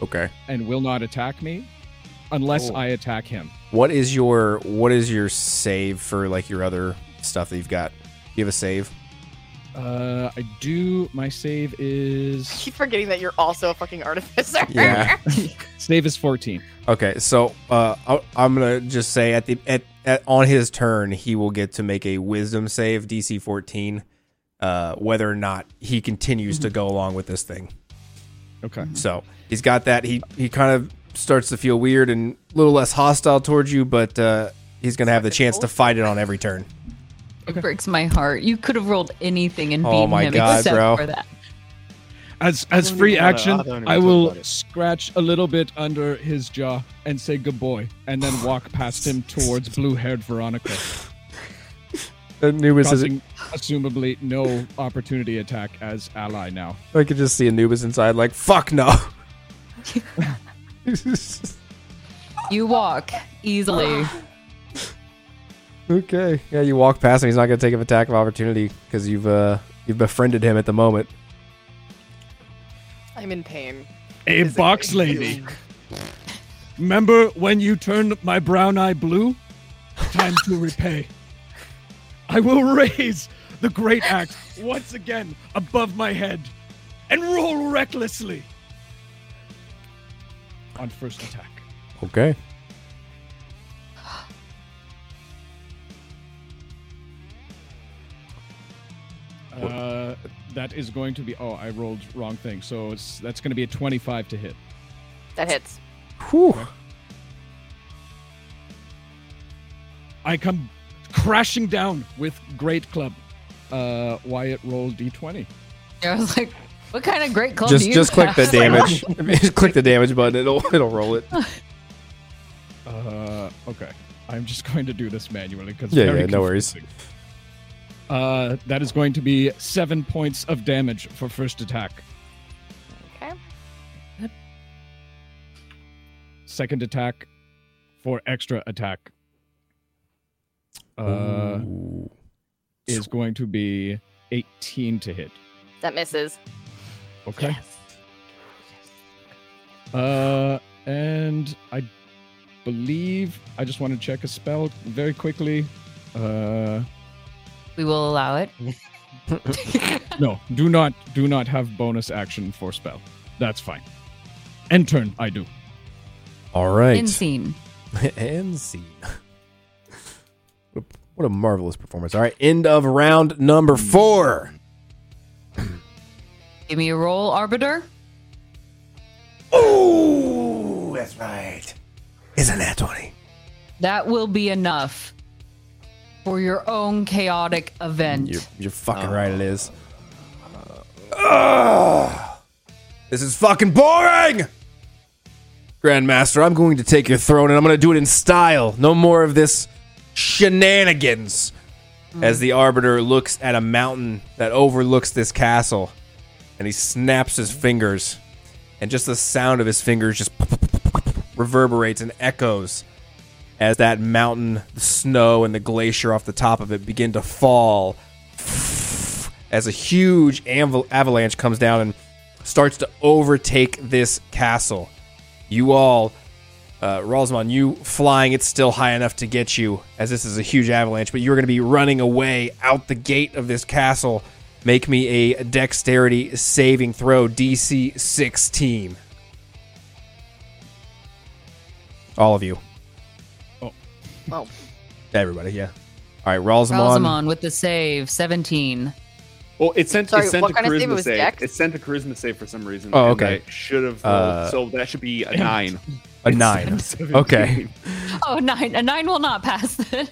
Speaker 1: Okay.
Speaker 10: and will not attack me unless
Speaker 1: Oh.
Speaker 10: I attack him.
Speaker 1: What is your what is your save for like your other stuff that you've got? You have a save.
Speaker 10: Uh, I do. My save
Speaker 4: I
Speaker 10: is
Speaker 4: keep forgetting that you're also a fucking artificer.
Speaker 1: Yeah.
Speaker 10: save is fourteen.
Speaker 1: Okay, so uh, I- I'm gonna just say at the at, at on his turn he will get to make a Wisdom save DC 14, uh, whether or not he continues to go along with this thing.
Speaker 10: Okay.
Speaker 8: Mm-hmm.
Speaker 1: So he's got that. He he kind of starts to feel weird and a little less hostile towards you, but uh, he's gonna have the chance to fight it on every turn.
Speaker 2: It breaks my heart. You could have rolled anything and
Speaker 1: Oh
Speaker 2: beaten
Speaker 1: my
Speaker 2: him
Speaker 1: God,
Speaker 2: except
Speaker 1: bro.
Speaker 2: for that.
Speaker 15: As as
Speaker 8: don't
Speaker 15: free
Speaker 8: even wanna-
Speaker 15: action,
Speaker 8: I don't even
Speaker 15: I,
Speaker 8: talk
Speaker 15: will
Speaker 8: about it.
Speaker 10: Scratch a little bit under his jaw and say good boy, and then walk past him towards blue-haired Veronica,
Speaker 1: Anubis is
Speaker 10: causing assumably no opportunity attack as ally now.
Speaker 1: I could just see Anubis inside like fuck no. [LAUGHS]
Speaker 2: You walk
Speaker 1: [GASPS]
Speaker 2: easily. [GASPS]
Speaker 1: Okay. Yeah, you walk past him. He's not going to take an attack of opportunity because you've uh, you've befriended him at the moment.
Speaker 4: [LAUGHS] I'm in pain.
Speaker 15: a
Speaker 4: Physically.
Speaker 15: box lady. Remember when you turned my brown eye blue? Time to repay. I will raise the great axe once again above my head and roll recklessly on first attack.
Speaker 1: Okay.
Speaker 10: Uh, that is going to be. Oh, I rolled wrong thing. So it's, that's going to be a 25 to hit.
Speaker 4: That hits.
Speaker 1: Whew.
Speaker 10: I come crashing down with Great Club. Uh, Wyatt rolled d20.
Speaker 2: I was like, what kind of great club do
Speaker 1: Just
Speaker 2: you
Speaker 1: just click the
Speaker 2: have?
Speaker 1: damage. [LAUGHS] I mean, just click the damage button. It'll [LAUGHS] it'll roll it.
Speaker 10: Uh, okay. I'm just [LAUGHS] going to do this manually because
Speaker 1: Yeah, yeah, no worries.
Speaker 10: Uh, that is going to be seven points of damage for first attack.
Speaker 4: Okay.
Speaker 10: Second attack for extra attack. Uh, is going to be 18 to hit.
Speaker 4: That misses.
Speaker 10: Okay. Uh, and I believe I just want to check a spell very quickly. Uh,
Speaker 2: We will allow it.
Speaker 10: no, do not do not have bonus action for spell. That's fine. End turn, I do.
Speaker 1: All right. [LAUGHS]
Speaker 2: In scene.
Speaker 1: and [LAUGHS] scene. What a- What a marvelous performance. All right. End of round number four.
Speaker 2: Give me a roll, Arbiter.
Speaker 1: Oh, that's right. Isn't that twenty?
Speaker 2: That will be enough for your own chaotic event.
Speaker 1: You're, you're fucking right. It is. Ugh. this is fucking boring. Grandmaster, I'm going to take your throne and I'm going to do it in style. No more of this shenanigans. As the Arbiter looks at a mountain that overlooks this castle and he snaps his fingers, and just the sound of his fingers just reverberates and echoes as that mountain, the snow, and the glacier off the top of it begin to fall as a huge anv- avalanche comes down and starts to overtake this castle. You all, uh, Ralsman, you flying, it's still high enough to get you, as this is a huge avalanche, but you're going to be running away out the gate of this castle. Make me a dexterity saving throw, DC 16. All of you.
Speaker 4: Oh,
Speaker 1: Everybody, yeah. All right, Ralsman.
Speaker 2: Rosamond with the save, 17.
Speaker 7: Well, it sent,
Speaker 4: Sorry,
Speaker 7: it sent
Speaker 4: what
Speaker 7: a
Speaker 4: kind of save? It
Speaker 7: charisma
Speaker 4: was
Speaker 7: save.
Speaker 4: dex?
Speaker 7: It sent a charisma save for some reason.
Speaker 1: Oh,
Speaker 7: and
Speaker 1: okay.
Speaker 7: I should have rolled.
Speaker 1: Uh,
Speaker 7: so that should be a nine.
Speaker 1: A nine. Okay.
Speaker 2: Oh, nine. A nine will not pass [LAUGHS] it.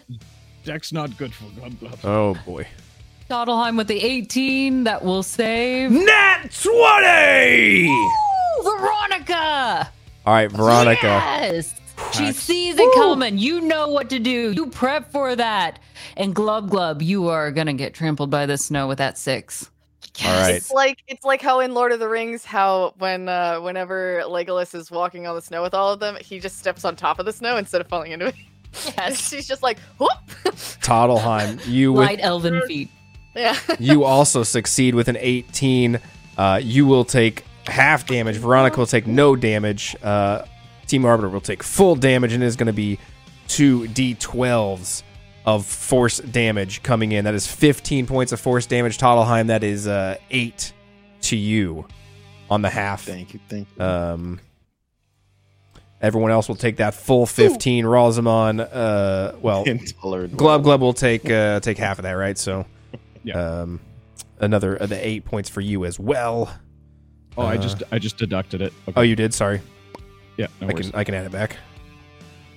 Speaker 15: Deck's not good for glub glub.
Speaker 1: Oh, boy.
Speaker 2: Dottelheim with the 18. That will save.
Speaker 1: Nat 20!
Speaker 2: Ooh, Veronica!
Speaker 1: All right, Veronica.
Speaker 2: Yes! She sees it coming. You know what to do. You prep for that. And Glub Glub, you are going to get trampled by the snow with that six.
Speaker 1: All right.
Speaker 4: it's like it's like how in Lord of the Rings, how when uh,
Speaker 14: [LAUGHS]
Speaker 4: whenever Legolas is walking on the snow with all of them, he just steps on top of the snow instead of falling into it.
Speaker 14: Yes. She's just like, whoop. [LAUGHS]
Speaker 1: Toddleheim, you with
Speaker 2: Light elven feet.
Speaker 14: Yeah.
Speaker 1: you also succeed with an 18. Uh, you will take half damage. Veronica will take no damage. Uh, Team Arbiter will take full damage and it is going to be two d12s of force damage coming in. That is 15 points of force damage. Toddleheim, that is uh, eight to you on the half.
Speaker 3: Thank you. Thank you.
Speaker 8: Uh, [LAUGHS]
Speaker 1: Um, everyone else will take that full 15. Rosamon, uh,
Speaker 8: [LAUGHS]
Speaker 1: well,
Speaker 3: Intolerant.
Speaker 1: Glub Glub will take uh, take half of that, right? So,
Speaker 13: Yeah.
Speaker 1: um, another uh, the eight points for you as well.
Speaker 13: Oh, I
Speaker 1: Uh,
Speaker 13: just I just deducted it. Okay.
Speaker 1: Oh, you did. Sorry,
Speaker 13: yeah, no
Speaker 1: I
Speaker 13: worries.
Speaker 1: can I can add it back.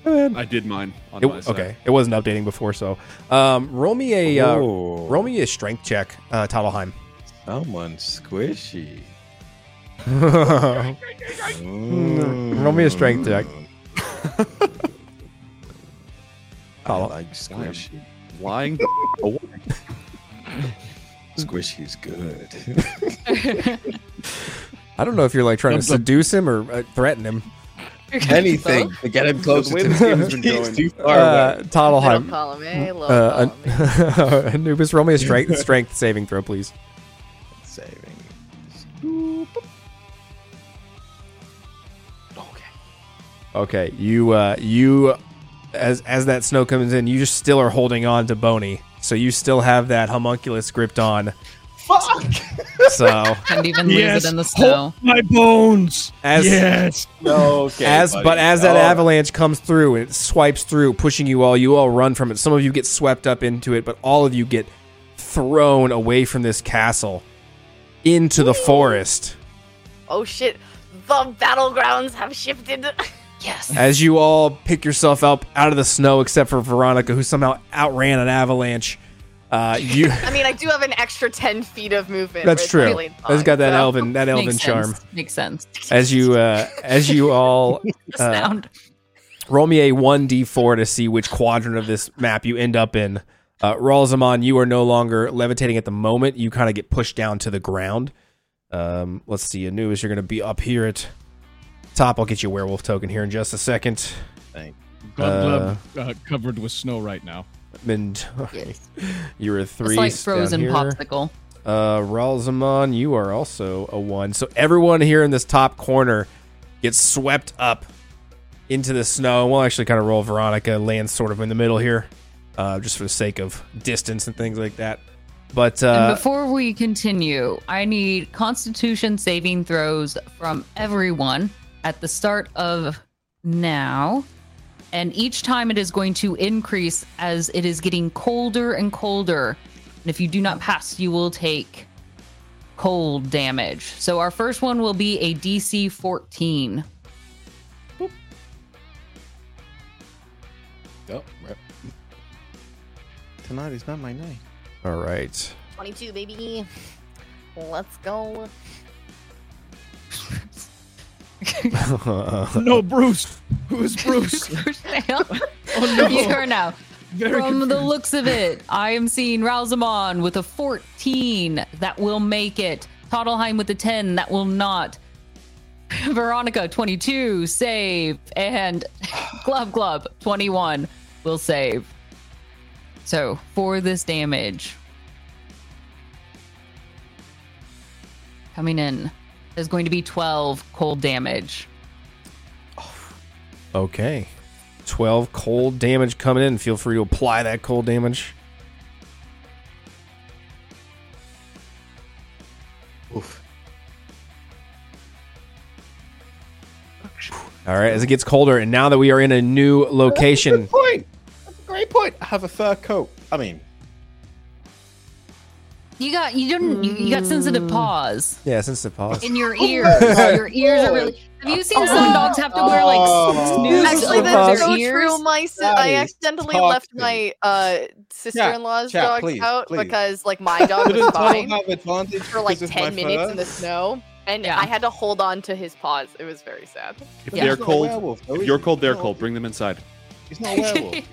Speaker 7: I did mine. On
Speaker 1: It-
Speaker 7: my side.
Speaker 1: okay, it wasn't updating before, so um, roll me a uh,
Speaker 3: Oh.
Speaker 1: roll me a strength check, uh, Toddleheim.
Speaker 3: Someone squishy.
Speaker 1: roll me a strength [LAUGHS] check.
Speaker 3: I
Speaker 8: Oh.
Speaker 1: Toddle-
Speaker 3: like squishy.
Speaker 8: [LAUGHS]
Speaker 7: Lying.
Speaker 2: [LAUGHS]
Speaker 3: Squishy's good.
Speaker 1: I don't know if you're like trying to
Speaker 13: Glub, glub.
Speaker 1: seduce him or uh, threaten him.
Speaker 3: Anything to get him closer
Speaker 8: [LAUGHS]
Speaker 7: way
Speaker 3: to
Speaker 7: this
Speaker 3: me.
Speaker 7: game has been
Speaker 3: He's
Speaker 7: going.
Speaker 3: too far away.
Speaker 1: Uh,
Speaker 14: Little
Speaker 1: Toddleheim,
Speaker 14: column A, little
Speaker 3: Oh,
Speaker 1: uh,
Speaker 14: column B.
Speaker 1: An- [LAUGHS] Anubis, roll me a
Speaker 3: [LAUGHS]
Speaker 1: strength strength saving throw, please.
Speaker 3: Saving.
Speaker 1: Okay, you uh, you as as that snow comes in, you just still are holding on to Boney, so you still have that homunculus gripped on. Fuck. So
Speaker 2: Can't even lose
Speaker 10: Yes.
Speaker 2: it in the snow.
Speaker 10: Hold my bones.
Speaker 1: as
Speaker 10: yes.
Speaker 3: [LAUGHS] Okay.
Speaker 1: as but
Speaker 3: buddy. Oh.
Speaker 1: as that
Speaker 3: All right.
Speaker 1: avalanche comes through and it swipes through, pushing you all, you all run from it. Some of you get swept up into it, but all of you get thrown away from this castle into the forest.
Speaker 14: Oh shit. The battlegrounds have shifted. [LAUGHS]
Speaker 2: Yes.
Speaker 1: As you all pick yourself up out of the snow, except for Veronica, who somehow outran an avalanche. Uh,
Speaker 2: [LAUGHS]
Speaker 1: you.
Speaker 14: I mean, I do have an extra 10 feet of movement.
Speaker 1: That's
Speaker 14: which
Speaker 1: true.
Speaker 14: really
Speaker 1: That's got that
Speaker 14: long, so-
Speaker 1: elven that elven
Speaker 2: Makes
Speaker 1: charm.
Speaker 2: Sense. Makes sense.
Speaker 1: As you uh, as you
Speaker 2: [LAUGHS]
Speaker 1: all
Speaker 2: The
Speaker 1: uh,
Speaker 2: sound.
Speaker 1: roll me a one d four to see which quadrant of this map you end up in. Uh, Ralzamon, you are no longer levitating at the moment. You kind of get pushed down to the ground. Um, let's see, Anubis, you're going to be up here at top. I'll get you a werewolf token here in just a second.
Speaker 13: Glub, glub, uh, covered with snow right now.
Speaker 1: And
Speaker 2: [LAUGHS] Yes.
Speaker 1: you were three.
Speaker 2: It's like
Speaker 1: down
Speaker 2: frozen
Speaker 1: here.
Speaker 2: popsicle.
Speaker 1: Uh, Ralzamon, you are also a one. So everyone here in this top corner gets swept up into the snow. And we'll actually kind of roll Veronica, lands sort of in the middle here, uh, just for the sake of distance and things like that. But
Speaker 2: and
Speaker 1: uh,
Speaker 2: before we continue, I need Constitution saving throws from everyone at the start of now. And each time it is going to increase as it is getting colder and colder. And if you do not pass, you will take cold damage. So our first one will be a DC 14.
Speaker 3: Oh, right. Tonight is not my night.
Speaker 1: all right,
Speaker 4: 22, baby. Let's go.
Speaker 10: No, Bruce.
Speaker 2: [LAUGHS]
Speaker 10: Who's Bruce? [LAUGHS]
Speaker 2: You are now.
Speaker 10: Oh, Very
Speaker 2: From the
Speaker 10: confused.
Speaker 2: looks of it, I am seeing Ralzamon with a 14. That will make it. Toddleheim with a 10. That will not. [LAUGHS] Veronica, 22. Save. And [LAUGHS] Glove Glove, 21. Will save. So, for this damage, coming in is going to be 12 cold damage.
Speaker 1: okay, twelve cold damage coming in. Feel free to apply that cold damage. All right, as it gets colder, and now that we are in a new [LAUGHS] location,
Speaker 3: Point. That's a great point. I have a fur coat. I mean,
Speaker 2: You got you didn't you, you got
Speaker 10: Mm.
Speaker 2: sensitive paws.
Speaker 1: yeah, since the pause.
Speaker 2: in your ears. your ears are really. Have you seen some dogs have to wear like snooze
Speaker 4: Actually,
Speaker 1: Little
Speaker 4: that's
Speaker 2: over
Speaker 4: so
Speaker 2: their
Speaker 4: true.
Speaker 2: ears?
Speaker 4: My si- I
Speaker 3: is
Speaker 4: accidentally
Speaker 3: toxic.
Speaker 4: left my uh, sister-in-law's
Speaker 3: chat,
Speaker 4: dog
Speaker 3: please,
Speaker 4: out
Speaker 3: please.
Speaker 4: because, like, my
Speaker 3: [LAUGHS]
Speaker 4: dog was fine
Speaker 3: have advantage
Speaker 4: for like ten minutes in the snow, and
Speaker 2: Yeah.
Speaker 4: I had to hold on to his paws. It was very sad.
Speaker 7: If
Speaker 2: Yeah.
Speaker 7: they're
Speaker 3: He's not a
Speaker 7: cold,
Speaker 3: werewolf, though,
Speaker 7: if
Speaker 3: is
Speaker 7: you're
Speaker 3: he?
Speaker 7: cold, they're
Speaker 3: No.
Speaker 7: cold. Bring them inside.
Speaker 3: He's not a werewolf. Chat,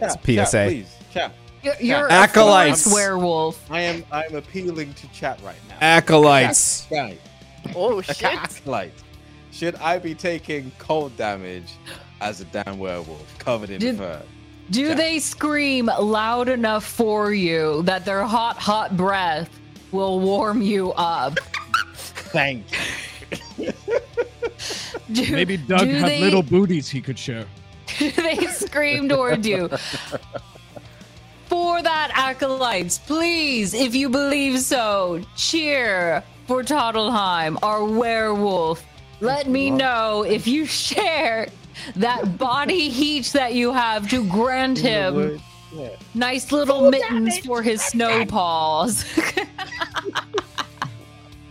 Speaker 1: It's a
Speaker 3: chat,
Speaker 1: PSA.
Speaker 3: please, chat.
Speaker 2: You're, you're a
Speaker 1: Acolytes.
Speaker 2: forest werewolf.
Speaker 3: I am I am appealing to chat right now.
Speaker 8: Uh,
Speaker 1: Acolytes.
Speaker 8: [LAUGHS]
Speaker 3: Right. [LAUGHS]
Speaker 4: Oh
Speaker 3: Like
Speaker 4: shit!
Speaker 3: an acolyte. Should I be taking cold damage as a damn werewolf covered in
Speaker 2: Did-
Speaker 3: fur?
Speaker 2: Do they scream loud enough for you that their hot, hot breath will warm you up?
Speaker 8: Thanks.
Speaker 2: Do,
Speaker 10: Maybe Doug
Speaker 2: do
Speaker 10: had
Speaker 2: they-
Speaker 10: little booties he could share.
Speaker 2: do [LAUGHS] they scream toward you. For that, acolytes, please, if you believe so, cheer for Toddleheim, our werewolf. Let me know if you share that body heat that you have to grant him nice little mittens for his snow [LAUGHS] paws.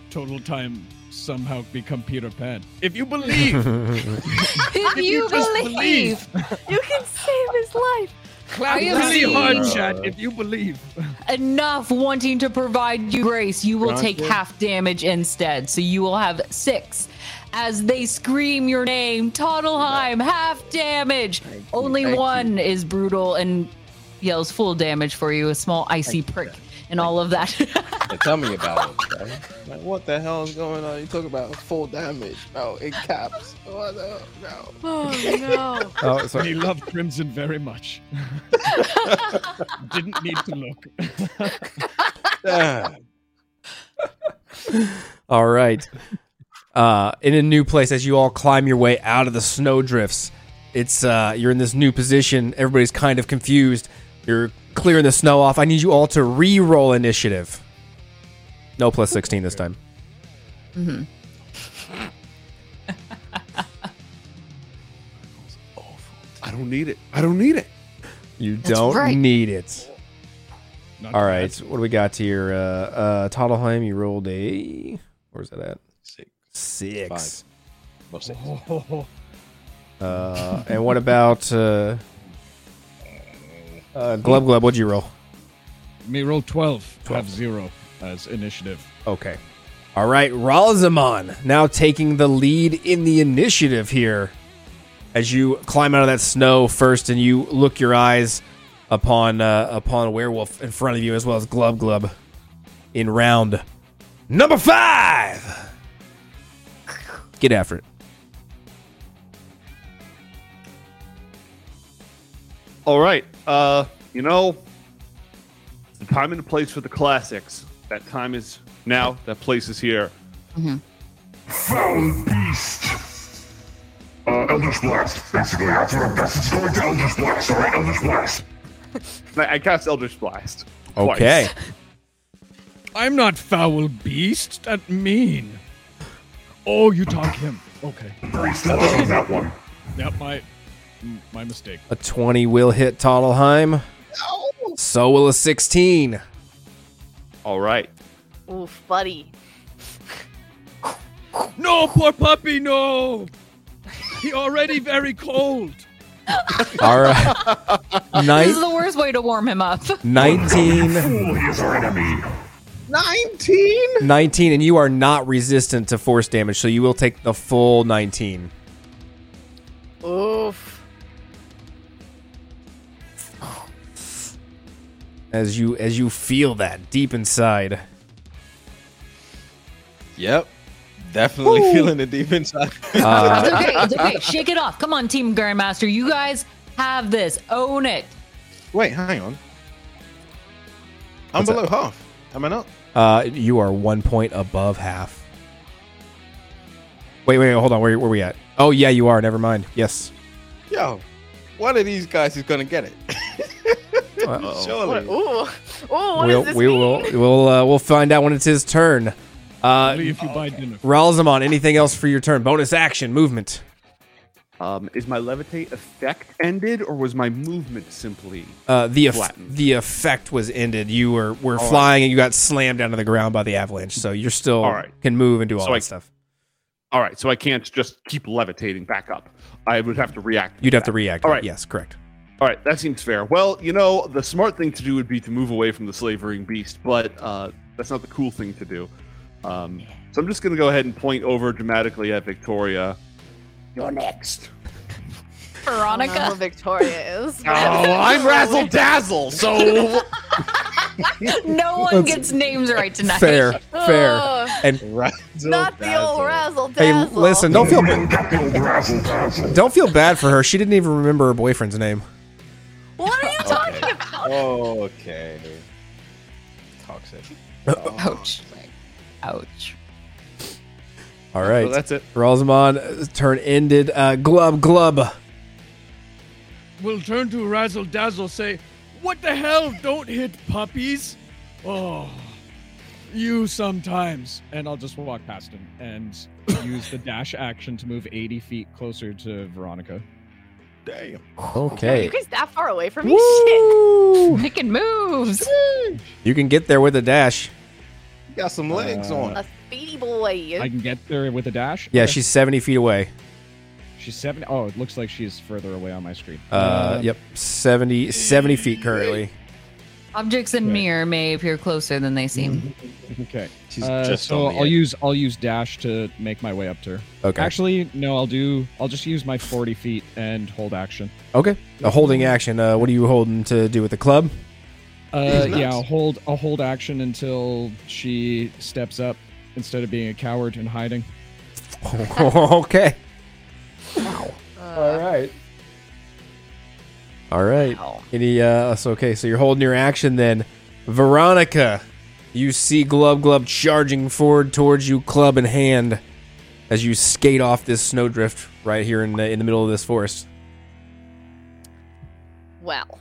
Speaker 10: Total time somehow become Peter Pan. If you believe,
Speaker 7: [LAUGHS]
Speaker 2: if you
Speaker 10: just
Speaker 2: believe,
Speaker 14: You can save his life.
Speaker 10: clap
Speaker 2: I have
Speaker 10: really hard,
Speaker 2: seen-
Speaker 10: Chad. If you believe,
Speaker 2: enough wanting to provide you grace, you will take
Speaker 8: Gotcha.
Speaker 2: half damage instead. So you will have six. As they scream your name, Toddleheim, half damage. Only
Speaker 8: thank
Speaker 2: one is brutal and yells full damage for you, a small icy prick and all of that.
Speaker 8: Yeah, tell me about it. bro. Like, what the hell is going on? You talk about full damage. Oh, it caps. Oh, no, no.
Speaker 14: Oh no.
Speaker 1: Oh, sorry.
Speaker 10: he loved Crimson very
Speaker 1: [LAUGHS]
Speaker 10: much. Didn't need to look.
Speaker 8: Ah,
Speaker 1: All right. Uh, in a new place, as you all climb your way out of the snowdrifts, it's uh, you're in this new position. Everybody's kind of confused. You're clearing the snow off. I need you all to re-roll initiative. No plus sixteen this time.
Speaker 7: I don't need it. I don't need it.
Speaker 1: You don't
Speaker 2: right.
Speaker 1: need it.
Speaker 10: Not
Speaker 1: All
Speaker 10: bad.
Speaker 1: right. What do we got here? Uh, uh, Toddleheim, you rolled a. Where's that at?
Speaker 8: Six.
Speaker 1: Six.
Speaker 8: well, six.
Speaker 1: Uh, and what about uh, uh, Glub Glub? What'd you roll?
Speaker 10: Me roll 12, have zero as initiative.
Speaker 1: Okay. All right, Ralzamon now taking the lead in the initiative here. As you climb out of that snow first, and you look your eyes upon uh, upon a werewolf in front of you, as well as Glub Glub, in round number five. Get after it.
Speaker 7: All right. Uh, you know, the time and the place for the classics. That time is now. That place is here.
Speaker 6: Foul beast! Uh, Eldritch Blast, basically. That's what I'm guessing. It's going to Eldritch Blast, alright? Eldritch Blast.
Speaker 7: And I, I cast Eldritch Blast. twice.
Speaker 1: Okay.
Speaker 10: I'm not foul beast. That mean. Oh, you talk him. Okay.
Speaker 6: Very slow on that one.
Speaker 10: Yep, my m- my mistake.
Speaker 1: A 20 will hit Toddleheim. So will a 16.
Speaker 7: All right.
Speaker 4: Oof, buddy.
Speaker 10: No, poor puppy, no. He already very cold.
Speaker 1: All right.
Speaker 2: [LAUGHS] this is
Speaker 1: Nine,
Speaker 2: the worst way to warm him up. [LAUGHS]
Speaker 1: 19.
Speaker 6: Fool, he is our enemy.
Speaker 1: 19 and you are not resistant to force damage so you will take the full 19
Speaker 4: Oof.
Speaker 1: as you as you feel that deep inside
Speaker 8: Yep. Definitely feeling the deep inside.
Speaker 2: It's okay. It's okay. Shake it off. Come on, Team Grandmaster. You guys have this. Own it.
Speaker 8: Wait, hang on. I'm below half. Am I not?
Speaker 1: uh you are one point above half wait wait, wait, hold on where, where we at oh yeah you are never mind yes
Speaker 8: Yo, one of these guys is gonna
Speaker 13: [LAUGHS]
Speaker 8: get it. [LAUGHS] Surely.
Speaker 14: Ooh. Ooh, what
Speaker 1: we'll,
Speaker 14: does this
Speaker 1: we
Speaker 14: mean?
Speaker 1: will we'll uh, we'll find out when it's his turn uh
Speaker 10: Only if you buy dinner.
Speaker 1: Ralzamon, anything else for your turn bonus action movement
Speaker 7: Um, is my levitate effect ended, or was my movement simply?
Speaker 1: uh, the eff-
Speaker 7: Flattened.
Speaker 1: the effect was ended. You were, were flying and you got slammed down to the ground by the avalanche. So you're still
Speaker 7: All right.
Speaker 1: can move and do all
Speaker 7: So
Speaker 1: that
Speaker 7: I-
Speaker 1: stuff.
Speaker 7: All right. So I can't just keep levitating back up. I would have to react.
Speaker 1: You'd have to react.
Speaker 7: All right.
Speaker 1: Yes, correct.
Speaker 7: All right, that seems fair. Well, you know, the smart thing to do would be to move away from the slavering beast, but uh, that's not the cool thing to do. Um, so I'm just going to go ahead and point over dramatically at Victoria. You're next.
Speaker 1: [LAUGHS]
Speaker 4: I [LAUGHS] don't know who
Speaker 2: Veronica.
Speaker 4: Victoria
Speaker 3: [LAUGHS]
Speaker 4: is.
Speaker 10: [LAUGHS]
Speaker 7: Oh, I'm Razzle Dazzle, so
Speaker 2: No one gets names right tonight.
Speaker 1: Fair, fair.
Speaker 4: Ugh,
Speaker 1: And
Speaker 4: [LAUGHS] not the old razzle
Speaker 1: hey,
Speaker 4: dazzle.
Speaker 1: listen, don't feel
Speaker 6: Got the old Razzle Dazzle.
Speaker 1: don't feel bad for her. She didn't even remember her boyfriend's name.
Speaker 4: What?
Speaker 1: [LAUGHS]
Speaker 8: okay. Toxic.
Speaker 2: Ouch. Like, ouch.
Speaker 1: All right.
Speaker 7: Well, that's it.
Speaker 1: Ralzamon, turn ended. Uh, glub, glub.
Speaker 5: will turn to Razzle Dazzle, say, What the hell? Don't hit puppies. Oh, you sometimes.
Speaker 13: and I'll just walk past him and [COUGHS] use the dash action to move 80 feet closer to Veronica.
Speaker 8: Damn.
Speaker 1: Okay.
Speaker 14: You guys that far away
Speaker 4: [LAUGHS]
Speaker 14: from me? Shit.
Speaker 1: Woo!
Speaker 2: Making moves.
Speaker 1: You can get there with a dash.
Speaker 8: Got some legs
Speaker 13: Uh,
Speaker 8: on.
Speaker 4: A speedy boy.
Speaker 13: I can get there with a dash.
Speaker 1: Yeah,
Speaker 13: Okay.
Speaker 1: she's 70 feet away.
Speaker 13: she's seven. Oh, it looks like she's further away on my screen.
Speaker 1: Uh,
Speaker 13: Um,
Speaker 1: yep, 70, 70 feet currently.
Speaker 2: Objects in
Speaker 13: Okay.
Speaker 2: mirror may appear closer than they seem.
Speaker 1: Mm-hmm.
Speaker 13: Okay.
Speaker 8: She's
Speaker 13: Uh,
Speaker 8: just
Speaker 13: so
Speaker 8: on the
Speaker 13: I'll
Speaker 8: edge.
Speaker 13: use I'll use dash to make my way up to her.
Speaker 1: Okay.
Speaker 13: Actually, no, I'll do I'll just use my 40 feet and hold action.
Speaker 1: Okay. A holding action. Uh, what are you holding to do with the club? [LAUGHS]
Speaker 13: Uh,
Speaker 8: Nice.
Speaker 13: yeah, I'll hold I'll hold action until she steps up instead of being a coward and hiding.
Speaker 1: okay. All right. All right.
Speaker 14: Wow.
Speaker 1: Any uh so okay, so you're holding your action then. Veronica, you see Glub Glub charging forward towards you, club in hand, as you skate off this snowdrift right here in the in the middle of this forest.
Speaker 4: Well,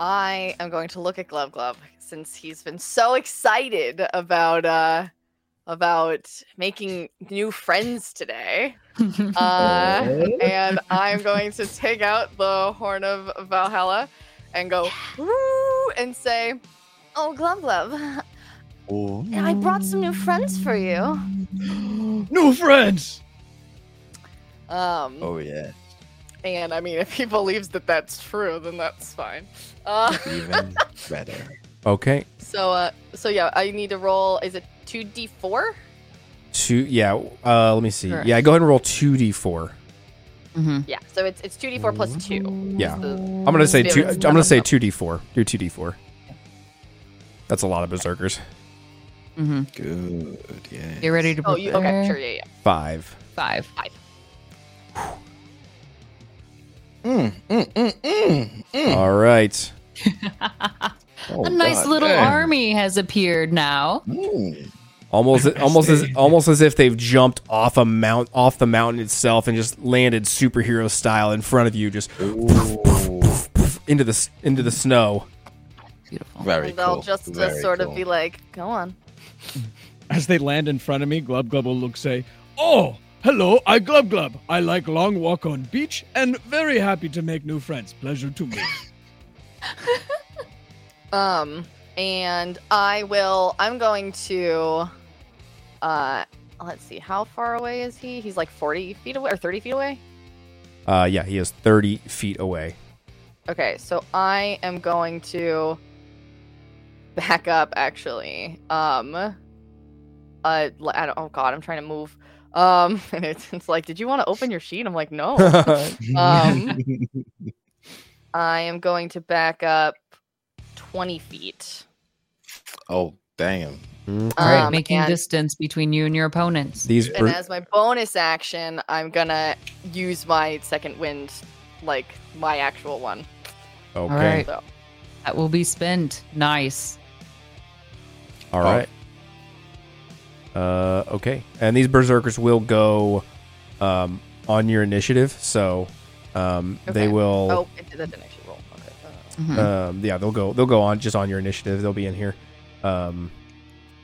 Speaker 4: I am going to look at Glove Glove since he's been so excited about uh about making new
Speaker 14: [LAUGHS]
Speaker 4: friends today. Uh, and I'm going to take out the horn of Valhalla and go woo and say,
Speaker 14: Oh, glove glove.
Speaker 8: Oh.
Speaker 14: I brought some new friends for you.
Speaker 5: New friends!
Speaker 4: um
Speaker 8: Oh yeah.
Speaker 4: and I mean if he believes that that's true, then that's fine. Uh
Speaker 13: [LAUGHS]
Speaker 8: Even better.
Speaker 1: Okay.
Speaker 4: so uh so yeah, I need to roll is it 2d4?
Speaker 1: Two yeah, uh let me see.
Speaker 2: Correct.
Speaker 1: Yeah, go ahead and roll two D four.
Speaker 8: Hmm.
Speaker 2: Mhm.
Speaker 4: Yeah, so it's it's 2d4 plus 2.
Speaker 1: Yeah.
Speaker 4: So-
Speaker 1: I'm gonna say two
Speaker 4: Spirits
Speaker 1: I'm gonna say
Speaker 4: level.
Speaker 1: two D four. Do two D four. That's a lot of berserkers.
Speaker 2: hmm
Speaker 8: Good. Yeah.
Speaker 2: You ready to
Speaker 4: Oh,
Speaker 2: prepare?
Speaker 4: you okay, sure, yeah, yeah.
Speaker 1: Five.
Speaker 2: Five.
Speaker 8: Mm, mm, mm, mm,
Speaker 4: Hmm.
Speaker 8: mm.
Speaker 1: All right.
Speaker 8: Oh,
Speaker 2: a nice
Speaker 8: God
Speaker 2: little
Speaker 8: damn.
Speaker 2: army has appeared now.
Speaker 1: Mm-hmm.
Speaker 8: Mm.
Speaker 1: Almost, almost, as, almost as if they've jumped off a mount, off the mountain itself, and just landed superhero style in front of you, just
Speaker 8: Ooh.
Speaker 1: into the s- into the snow.
Speaker 2: Beautiful.
Speaker 8: Very
Speaker 4: they'll
Speaker 8: cool.
Speaker 4: just uh,
Speaker 8: Very
Speaker 4: sort
Speaker 8: cool.
Speaker 4: of be like, go on.
Speaker 10: As they land in front of me, Glub Glub will look say, Oh, hello, I Glub Glub. I like long walk on beach and very happy to make new friends. Pleasure to meet.
Speaker 4: Um, and I will. I'm going to. Uh, let's see. How far away is he? He's like 40 feet away or 30 feet away.
Speaker 1: Uh, yeah, he is thirty feet away. [LAUGHS]
Speaker 4: Okay, so I am going to back up. Actually, um, uh, l- I don't. Oh God, I'm trying to move. Um, [LAUGHS] and it's, it's like, did you want to open your sheet? I'm
Speaker 1: [LAUGHS]
Speaker 4: like, no. um, I am going to back up 20 feet.
Speaker 8: oh damn.
Speaker 2: All right,
Speaker 4: Um,
Speaker 2: making
Speaker 4: and-
Speaker 2: distance between you and your opponents.
Speaker 1: These
Speaker 4: And
Speaker 1: bru-
Speaker 4: as my bonus action, I'm gonna use my second wind, like my actual one.
Speaker 1: okay,
Speaker 2: All right.
Speaker 4: So
Speaker 2: That will be spent. Nice.
Speaker 1: all right. Uh, okay, and these berserkers will go um, on your initiative, so um, they
Speaker 4: Okay.
Speaker 1: will.
Speaker 4: oh, it, that didn't actually roll. Okay. uh,
Speaker 2: Mhm.
Speaker 1: Um, yeah, they'll go. They'll go on just on your initiative. They'll be in here. Um,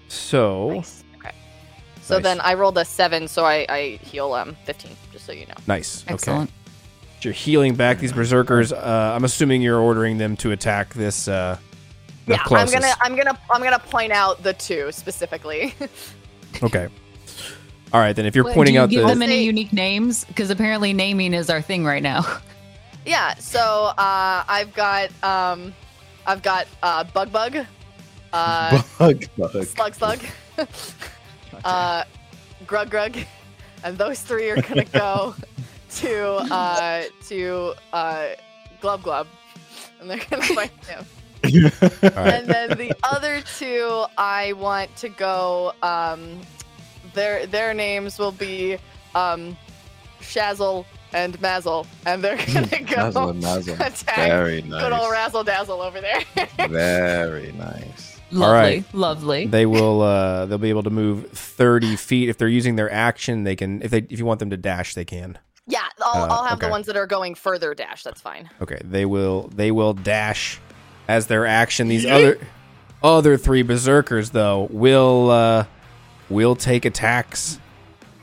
Speaker 1: so
Speaker 4: nice. Okay. So
Speaker 1: Nice.
Speaker 4: then I rolled a seven, so I, I heal um 15, just so you know.
Speaker 1: nice.
Speaker 2: Excellent.
Speaker 1: Okay, you're healing back these berserkers. Uh, I'm assuming you're ordering them to attack this. Uh, the
Speaker 4: yeah,
Speaker 1: closest.
Speaker 4: I'm gonna I'm gonna I'm gonna point out the two specifically. [LAUGHS]
Speaker 1: Okay. All right, then. If you're
Speaker 2: Wait,
Speaker 1: pointing
Speaker 2: do you
Speaker 1: out
Speaker 2: give
Speaker 1: the
Speaker 2: them any
Speaker 4: Say-
Speaker 2: unique names? Because apparently naming is our thing right now. [LAUGHS]
Speaker 4: yeah. So uh, I've got um, I've got uh, bug bug, uh,
Speaker 8: [LAUGHS] Bug, bug.
Speaker 4: slug slug, uh, grug grug, and those three are gonna [LAUGHS] go to uh, to uh, glub glub, and they're gonna fight
Speaker 16: [LAUGHS]
Speaker 4: him.
Speaker 1: All right.
Speaker 4: And then the other two, I want to go. Um, their their names will be um, Shazzle and Mazzle, and they're gonna go
Speaker 16: Hmm. Mazzle
Speaker 4: [LAUGHS]
Speaker 16: and Mazzle.
Speaker 4: attack
Speaker 16: Very
Speaker 4: good
Speaker 16: nice.
Speaker 4: old [LAUGHS] Razzle Dazzle over there.
Speaker 16: Very nice.
Speaker 2: Lovely,
Speaker 1: right.
Speaker 2: lovely.
Speaker 1: They will. Uh, they'll be able to move thirty feet if they're using their action. They can. If they. If you want them to dash, they can.
Speaker 4: yeah, I'll,
Speaker 1: Uh,
Speaker 4: I'll have
Speaker 1: okay.
Speaker 4: the ones that are going further dash. That's fine.
Speaker 1: Okay. They will. They will dash as their action. These other other three berserkers though will uh, will take attacks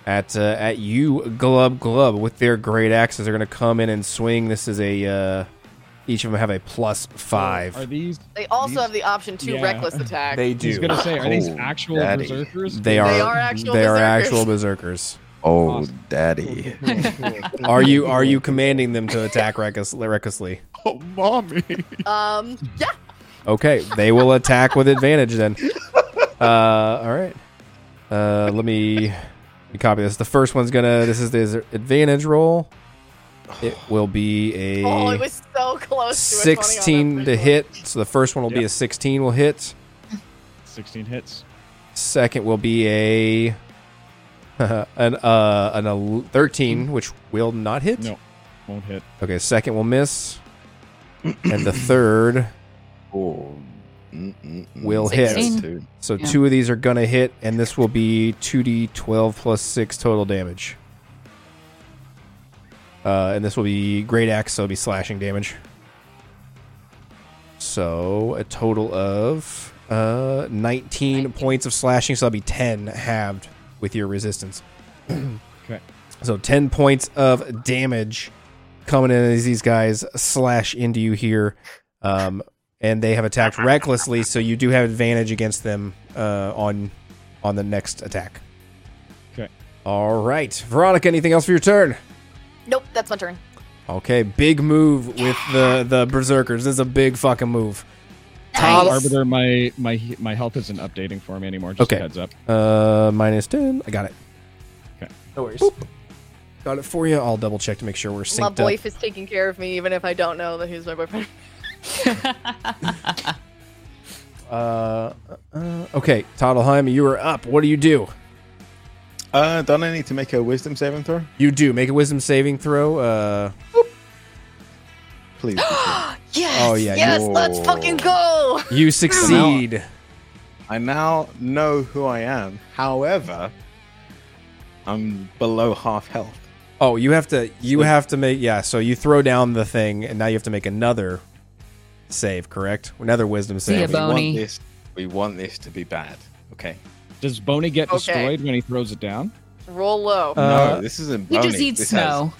Speaker 1: at uh, at you, Glub Glub, with their great axes. They're going to come in and swing. This is a. Uh, each of them have a plus [LAUGHS] five.
Speaker 10: Are these?
Speaker 4: They also have the option to
Speaker 10: Yeah. [LAUGHS]
Speaker 4: reckless attack.
Speaker 1: They
Speaker 10: I was
Speaker 1: do.
Speaker 10: gonna say, are these
Speaker 16: Oh,
Speaker 10: actual
Speaker 16: daddy.
Speaker 10: berserkers?
Speaker 1: They are.
Speaker 4: are actual
Speaker 1: they are
Speaker 4: berserkers.
Speaker 1: actual berserkers.
Speaker 16: Oh,
Speaker 13: [LAUGHS]
Speaker 16: daddy.
Speaker 1: Are
Speaker 4: [LAUGHS]
Speaker 1: you are you commanding them to attack reckless, recklessly?
Speaker 17: Oh, mommy.
Speaker 4: Um, yeah,
Speaker 1: Okay, they will attack with advantage then. Uh, all right. Uh, let me, let me copy this. The first one's gonna. This is the advantage roll. It will be a
Speaker 4: oh, it was so close. to a 20 on
Speaker 1: sixteen to
Speaker 4: that first one.
Speaker 1: hit. So the first one will be a sixteen. Will hit.
Speaker 10: 16 hits.
Speaker 1: Second will be a [LAUGHS] an uh an el- thirteen, which will not hit.
Speaker 10: Hmm. No, won't hit.
Speaker 1: Okay, second will
Speaker 10: [CLEARS THROAT]
Speaker 1: miss, and the third
Speaker 16: Oh, mm, mm, mm.
Speaker 1: will hit.
Speaker 2: 16.
Speaker 16: Dude.
Speaker 1: So
Speaker 2: Yeah.
Speaker 1: two of these are gonna hit, and this will be two d twelve plus six total damage. Uh, and this will be great axe, so it'll be slashing damage. So a total of uh, 19, points of slashing, so that'll be ten halved with your resistance.
Speaker 10: Okay.
Speaker 1: So ten points of damage coming in as these guys slash into you here. Um, and they have attacked recklessly, so you do have advantage against them uh, on on the next attack.
Speaker 10: Okay.
Speaker 1: All right, Veronica. Anything else for your turn?
Speaker 4: Nope, that's my turn.
Speaker 1: Okay, big move with the the berserkers. This is a big fucking move. Tom-
Speaker 10: Arbiter, my my my health isn't updating for me anymore. Just
Speaker 1: Okay.
Speaker 10: a heads up.
Speaker 1: Uh, minus ten. I got it.
Speaker 10: Okay.
Speaker 1: No worries. Got it for you. I'll double check to make sure we're
Speaker 4: my
Speaker 1: synced up. Oh,
Speaker 4: boyf is taking care of me, even if I don't know that he's my boyfriend. [LAUGHS]
Speaker 1: Uh, uh, okay, Toddleheim, you are up. What do you do?
Speaker 8: Uh, don't I need to make a wisdom saving throw?
Speaker 1: You do make a wisdom saving throw. Uh,
Speaker 8: Please. be sure.
Speaker 4: Yes.
Speaker 1: Oh, yeah,
Speaker 4: Yes, let's
Speaker 8: you're-
Speaker 4: fucking go.
Speaker 1: you succeed.
Speaker 8: I now know who I am. However, I'm below half health.
Speaker 1: Oh, you have to you have to make yeah, so you throw down the thing and now you have to make another save, correct? Another wisdom
Speaker 2: Yeah,
Speaker 1: save.
Speaker 8: we
Speaker 2: but- Boney.
Speaker 8: want this. We want this to be bad. Okay.
Speaker 10: Does Boney get
Speaker 4: Okay.
Speaker 10: destroyed when he throws it down?
Speaker 4: Roll low.
Speaker 1: Uh,
Speaker 8: no, this isn't.
Speaker 2: He
Speaker 8: Boney.
Speaker 2: just eats
Speaker 8: This has-
Speaker 2: snow.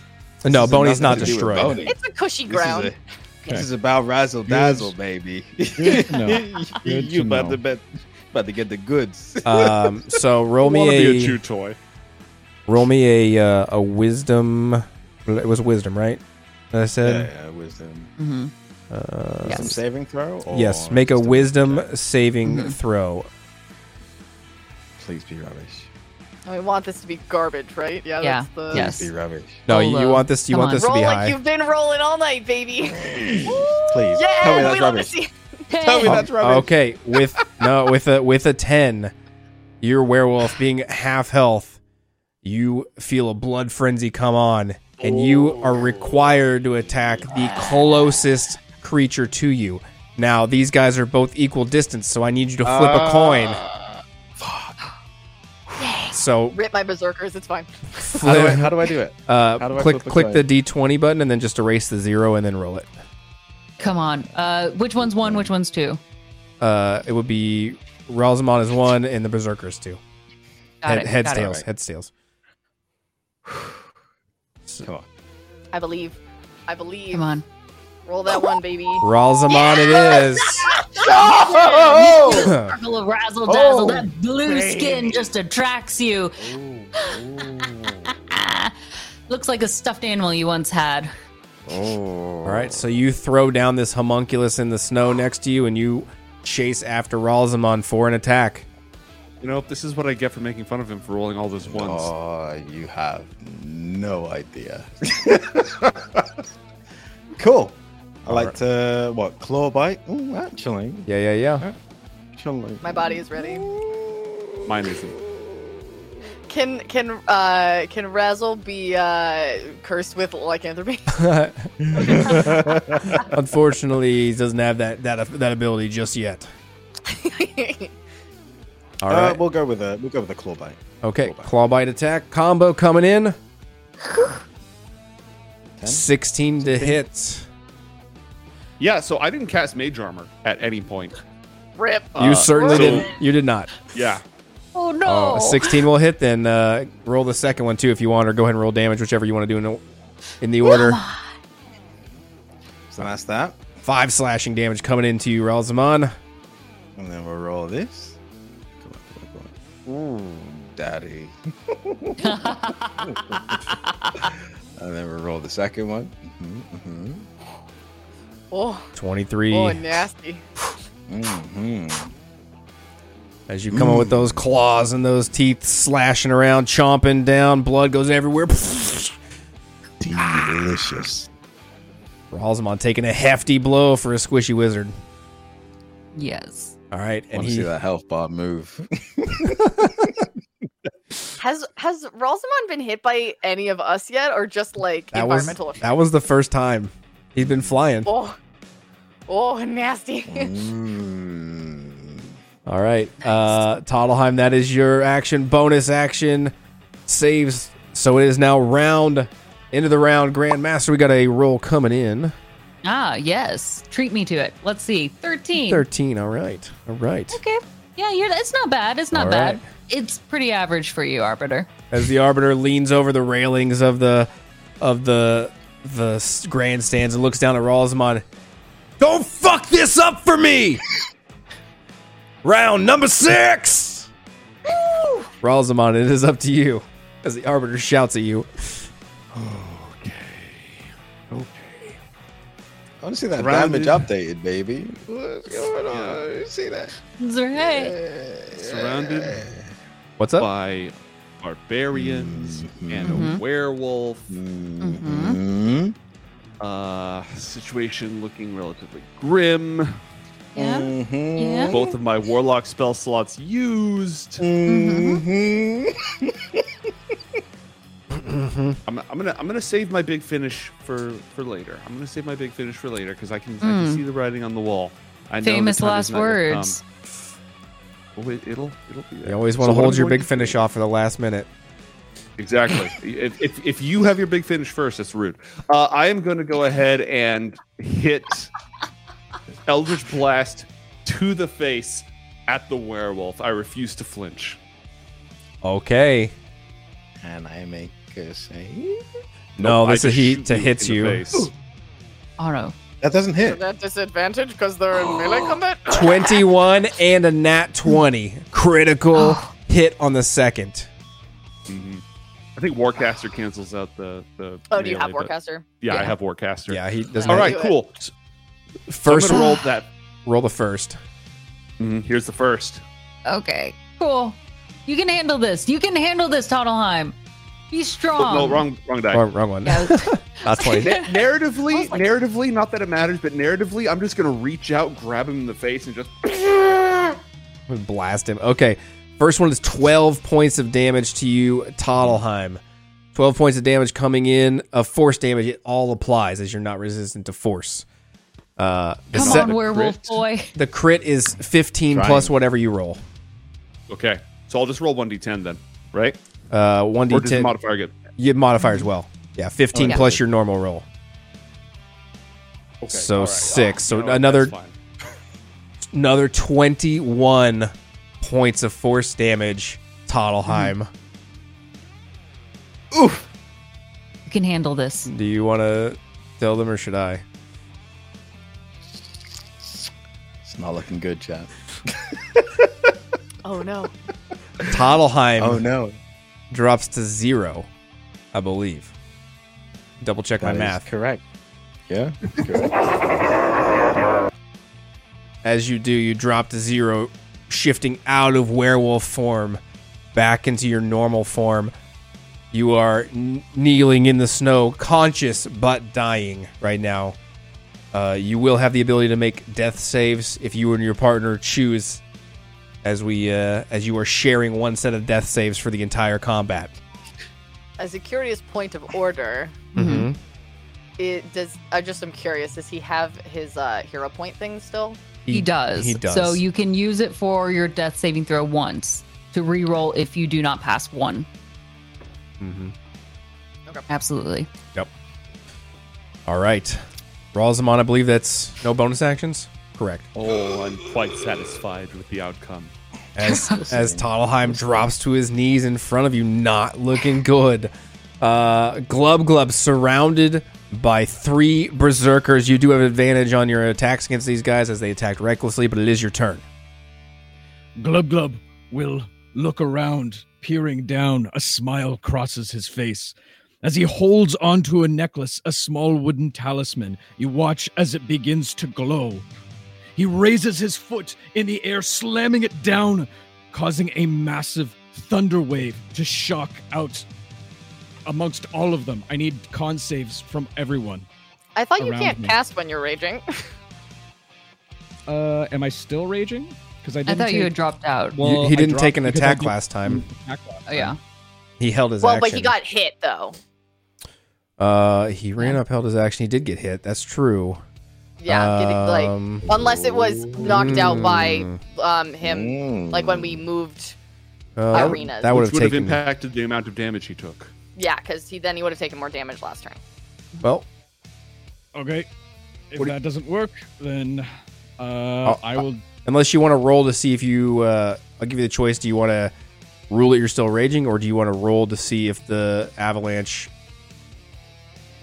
Speaker 8: this
Speaker 1: no,
Speaker 8: has
Speaker 1: Boney's not
Speaker 8: nothing to do with
Speaker 1: destroyed.
Speaker 8: Boney.
Speaker 4: It's a cushy
Speaker 8: This is
Speaker 4: ground.
Speaker 8: a- This is about razzle dazzle, baby.
Speaker 10: Good to
Speaker 8: [LAUGHS]
Speaker 10: know.
Speaker 8: you
Speaker 10: Good
Speaker 8: you
Speaker 10: to
Speaker 8: about
Speaker 10: know.
Speaker 8: to bet, about to get the goods.
Speaker 1: Um
Speaker 8: [LAUGHS]
Speaker 1: so roll me
Speaker 7: Wanna be a
Speaker 1: a,
Speaker 7: chew toy.
Speaker 1: roll me a uh, a wisdom it was wisdom, right? That I
Speaker 8: yeah,
Speaker 1: said.
Speaker 8: yeah, wisdom.
Speaker 2: hmm
Speaker 1: Uh,
Speaker 8: Wisdom saving throw. Or
Speaker 1: Yes, make a
Speaker 8: just
Speaker 1: wisdom saving throw.
Speaker 8: Please be rubbish.
Speaker 4: I want this to be garbage, right? Yeah.
Speaker 2: Yeah.
Speaker 4: Oh, That's the...
Speaker 2: Yes.
Speaker 8: Be rubbish.
Speaker 1: No,
Speaker 2: Roll
Speaker 1: you, you
Speaker 2: low.
Speaker 1: want this you
Speaker 2: Come
Speaker 1: want
Speaker 2: on.
Speaker 1: this to
Speaker 4: Roll
Speaker 1: be
Speaker 4: like
Speaker 1: high.
Speaker 4: you've been rolling all night, baby.
Speaker 8: Please. Tell me
Speaker 4: [LAUGHS] yeah,
Speaker 8: that's
Speaker 4: we love to
Speaker 8: rubbish.
Speaker 4: see.
Speaker 8: Tell me
Speaker 1: Oh,
Speaker 8: that's rubbish.
Speaker 1: Okay, with [LAUGHS] no with a with a ten, your werewolf being half health, you feel a blood frenzy come on, and you
Speaker 8: Oh.
Speaker 1: are required to attack the closest creature to you. Now these guys are both equal distance, so I need you to flip a
Speaker 8: Uh,
Speaker 1: coin. So
Speaker 4: Rip my berserkers. It's fine.
Speaker 8: How do, I,
Speaker 1: flip,
Speaker 8: how do I do it? how do
Speaker 1: uh,
Speaker 8: I
Speaker 1: click
Speaker 8: flip a
Speaker 1: click
Speaker 8: coin?
Speaker 1: the D twenty button and then just erase the zero and then roll it.
Speaker 2: Come on. Uh, which one's one? Which one's two?
Speaker 1: Uh, it would be Ralzamon is one and the Berserkers two.
Speaker 2: Got
Speaker 1: head
Speaker 2: it.
Speaker 1: heads
Speaker 2: got it.
Speaker 1: tails.
Speaker 8: Alright.
Speaker 1: Heads tails.
Speaker 8: Come on.
Speaker 4: I believe. I believe.
Speaker 2: Come on.
Speaker 4: Roll that one, baby.
Speaker 1: Ralzamon it is.
Speaker 2: Circle of razzle
Speaker 7: Oh,
Speaker 2: dazzle. that blue skin just attracts you. [LAUGHS] Looks like a stuffed animal you once had.
Speaker 1: All right, so you throw down this homunculus in the snow next to you, and you chase after Ralzamon for an attack.
Speaker 7: You know, this is what I get for making fun of him for rolling all those ones.
Speaker 8: Oh, you have no idea. [LAUGHS] cool. I like to what claw bite? Ooh, actually,
Speaker 1: Yeah, yeah, yeah.
Speaker 8: actually.
Speaker 4: My body is ready.
Speaker 7: Mine isn't.
Speaker 14: Can can uh can Razzle be uh cursed with lycanthropy? [LAUGHS]
Speaker 1: Unfortunately, he doesn't have that that that ability just yet. All
Speaker 8: Uh,
Speaker 1: right.
Speaker 8: we'll go with a we'll go with a claw bite.
Speaker 1: okay. Claw bite attack combo coming in. Sixteen to hit.
Speaker 7: Yeah, so I didn't cast Mage Armor at any point.
Speaker 14: Rip.
Speaker 1: you certainly
Speaker 7: so-
Speaker 1: didn't. You did not.
Speaker 7: Yeah.
Speaker 2: Oh no!
Speaker 1: Oh, a 16 will hit, then uh, roll the second one too if you want, or go ahead and roll damage, whichever you want to do in the, in the order.
Speaker 8: So that's that.
Speaker 1: Five slashing damage coming into you, Ralzaman.
Speaker 8: And then we'll roll this. Come on, come on, come on. Ooh, daddy. [LAUGHS] and then we'll roll the second one. hmm
Speaker 14: oh,
Speaker 1: 23.
Speaker 14: oh, nasty.
Speaker 8: hmm hmm
Speaker 1: As you come in with those claws and those teeth slashing around, chomping down, blood goes everywhere. [LAUGHS]
Speaker 8: Delicious.
Speaker 1: Ralzaman taking a hefty blow for a squishy wizard.
Speaker 2: Yes.
Speaker 1: All right, and
Speaker 8: Want to see
Speaker 1: he,
Speaker 8: that health bar [LAUGHS] move?
Speaker 14: Has has Rosamond been hit by any of us yet, or just like
Speaker 1: that was
Speaker 14: environmental effects?
Speaker 1: that was the first time he's been flying.
Speaker 14: Oh, oh,
Speaker 1: [LAUGHS]
Speaker 14: nasty.
Speaker 8: Mm.
Speaker 1: All right, uh, Toddleheim, that is your action. Bonus action saves. So it is now round into the round. Grandmaster, we got a roll coming in.
Speaker 2: Ah, yes. Treat me to it. Let's see. 13.
Speaker 1: Thirteen. All right. All right.
Speaker 2: Okay. Yeah, you're, it's not bad. It's not
Speaker 1: All
Speaker 2: bad.
Speaker 1: right.
Speaker 2: It's pretty average for you, Arbiter.
Speaker 1: As the arbiter leans over the railings of the of the the s- grandstands and looks down at Ralzman. Don't fuck this up for me. round number six. Ralzman, it is up to you. As the arbiter shouts at you.
Speaker 8: I want to see that
Speaker 7: Rounded.
Speaker 8: damage updated, baby. What's going on? See that?
Speaker 2: It's all right.
Speaker 7: Surrounded
Speaker 1: What's up?
Speaker 7: by barbarians
Speaker 2: Mm-hmm.
Speaker 7: and a werewolf.
Speaker 8: Mm.
Speaker 7: Uh, situation looking relatively grim.
Speaker 2: Yeah.
Speaker 7: Mm-hmm.
Speaker 2: Yeah.
Speaker 7: Both of my warlock spell slots used.
Speaker 2: Mm-hmm.
Speaker 7: I'm, I'm gonna I'm gonna save my big finish for for later. I'm gonna save my big finish for later because I can I can see the writing on the wall. I know the
Speaker 2: Mm. Famous
Speaker 7: time
Speaker 2: last
Speaker 7: is not yet
Speaker 2: words.
Speaker 7: come. Oh, it, will it'll be there.
Speaker 1: You always want
Speaker 7: So
Speaker 1: to
Speaker 7: what
Speaker 1: hold
Speaker 7: I'm
Speaker 1: your
Speaker 7: going
Speaker 1: big
Speaker 7: to-
Speaker 1: finish off for the last minute. [LAUGHS]
Speaker 7: Exactly. if, if if you have your big finish first, that's rude. Uh, I am going to go ahead and hit Eldritch Blast to the face at the werewolf. I refuse to flinch.
Speaker 1: Okay.
Speaker 8: And I make a save.
Speaker 1: No,
Speaker 7: Nope, I
Speaker 1: this is
Speaker 7: just
Speaker 1: heat
Speaker 7: shoot
Speaker 1: to
Speaker 7: you
Speaker 1: hit
Speaker 7: in
Speaker 1: you.
Speaker 7: the face.
Speaker 2: Oh, no.
Speaker 8: That doesn't
Speaker 14: Is
Speaker 8: hit.
Speaker 14: that disadvantage because they're in melee combat?
Speaker 1: 21 and a nat 20. Critical hit on the second.
Speaker 7: Mm-hmm. I think Warcaster cancels out the the.
Speaker 14: Oh, do you have
Speaker 7: melee, but-
Speaker 14: Warcaster?
Speaker 7: Yeah, I
Speaker 1: Yeah.
Speaker 7: have Warcaster.
Speaker 1: Yeah, he doesn't.
Speaker 7: All right,
Speaker 14: Do it.
Speaker 7: cool. First
Speaker 1: First
Speaker 7: I'm gonna
Speaker 1: roll.
Speaker 7: roll that.
Speaker 1: Roll the first.
Speaker 7: Mhm, Here's the first.
Speaker 2: Okay. Cool. You can handle this. You can handle this, Toddleheim. Be strong.
Speaker 7: Oh, no, wrong, wrong die.
Speaker 1: Wrong, wrong one.
Speaker 2: Yeah.
Speaker 1: Not
Speaker 2: [LAUGHS]
Speaker 7: [LAUGHS]
Speaker 1: 20.
Speaker 7: Na- narratively, narratively, not that it matters, but narratively, I'm just gonna reach out, grab him in the face, and just [CLEARS THROAT]
Speaker 1: Blast him. Okay. First one is 12 points of damage to you, Toddleheim. 12 points of damage coming in. Of force damage, it all applies as you're not resistant to force. Uh, the,
Speaker 2: Come
Speaker 1: se-
Speaker 2: on, werewolf
Speaker 7: crit?
Speaker 2: boy.
Speaker 1: the crit is 15 plus whatever you roll.
Speaker 7: okay. So I'll just roll one d10 then, right?
Speaker 1: Uh, one d
Speaker 7: Or does the
Speaker 1: ten.
Speaker 7: modifier get?
Speaker 1: You modifier as well. Yeah, fifteen
Speaker 2: yeah.
Speaker 1: plus your normal roll.
Speaker 7: Okay,
Speaker 1: So
Speaker 7: all
Speaker 1: six. So
Speaker 7: You know what,
Speaker 1: another-
Speaker 7: that's fine.
Speaker 1: Another twenty-one points of force damage. Toddleheim,
Speaker 2: You can handle this.
Speaker 1: do you want to tell them or should [LAUGHS] I?
Speaker 8: It's not looking good, chat.
Speaker 14: Oh no.
Speaker 1: Toddleheim
Speaker 8: Oh no.
Speaker 1: drops to zero, I believe. Double check my
Speaker 8: That is
Speaker 1: math.
Speaker 8: Correct. Yeah.
Speaker 1: As you do, you drop to zero, shifting out of werewolf form back into your normal form. You are n- kneeling in the snow, conscious but dying right now. Uh, you will have the ability to make death saves if you and your partner choose as we uh, as you are sharing one set of death saves for the entire combat.
Speaker 4: As a curious point of order,
Speaker 1: Mm-hmm.
Speaker 4: it does. I just am curious. Does he have his uh, hero point thing still?
Speaker 2: He, does.
Speaker 1: he does.
Speaker 2: So you can use it for your death saving throw once to reroll if you do not pass one.
Speaker 1: Mm-hmm.
Speaker 2: Absolutely.
Speaker 1: Yep. All right, Ralzamon. I believe that's no bonus actions. Correct.
Speaker 7: Oh, I'm quite satisfied with the outcome.
Speaker 10: [LAUGHS]
Speaker 1: As as Toddleheim drops to his knees in front of you, not looking good. Uh, Glub Glub surrounded by three berserkers. You do have advantage on your attacks against these guys as they attacked recklessly, but it is your turn.
Speaker 18: Glub Glub will look around, peering down. A smile crosses his face. As he holds onto a necklace, a small wooden talisman, you watch as it begins to glow. He raises his foot in the air, slamming it down, causing a massive thunder wave to shock out amongst all of them. I need con saves from everyone.
Speaker 4: I thought you
Speaker 10: Around
Speaker 4: can't
Speaker 10: me.
Speaker 4: cast when
Speaker 14: [LAUGHS]
Speaker 4: you're raging.
Speaker 10: Uh, am I still raging? Because I
Speaker 2: I
Speaker 10: didn't
Speaker 2: thought you
Speaker 10: take-
Speaker 2: had dropped out.
Speaker 10: Well,
Speaker 1: You- he
Speaker 10: I
Speaker 1: didn't
Speaker 10: dropped
Speaker 1: take an
Speaker 10: because I Mm.
Speaker 1: attack
Speaker 10: didn't-
Speaker 1: last time.
Speaker 10: Attack last
Speaker 1: [LAUGHS]
Speaker 2: oh, yeah.
Speaker 1: He held his
Speaker 4: well,
Speaker 1: action.
Speaker 4: but he got hit though.
Speaker 1: Uh, he ran up, held his action. He did get hit. That's true.
Speaker 4: Yeah,
Speaker 1: Um,
Speaker 4: getting like unless it was knocked out by
Speaker 1: Mm.
Speaker 4: um him, like when we moved.
Speaker 1: Uh, that-
Speaker 4: Irena's.
Speaker 1: That would have
Speaker 7: Which would have
Speaker 1: taken.
Speaker 7: impacted the amount of damage he took.
Speaker 4: Yeah, because he then he would have taken more damage last turn.
Speaker 1: Well,
Speaker 10: Okay. If
Speaker 1: What do you- Oh,
Speaker 10: that doesn't work, then uh, I will.
Speaker 1: unless you want to roll to see if you, uh, I'll give you the choice. Do you want to rule that you're still raging, or do you want to roll to see if the avalanche,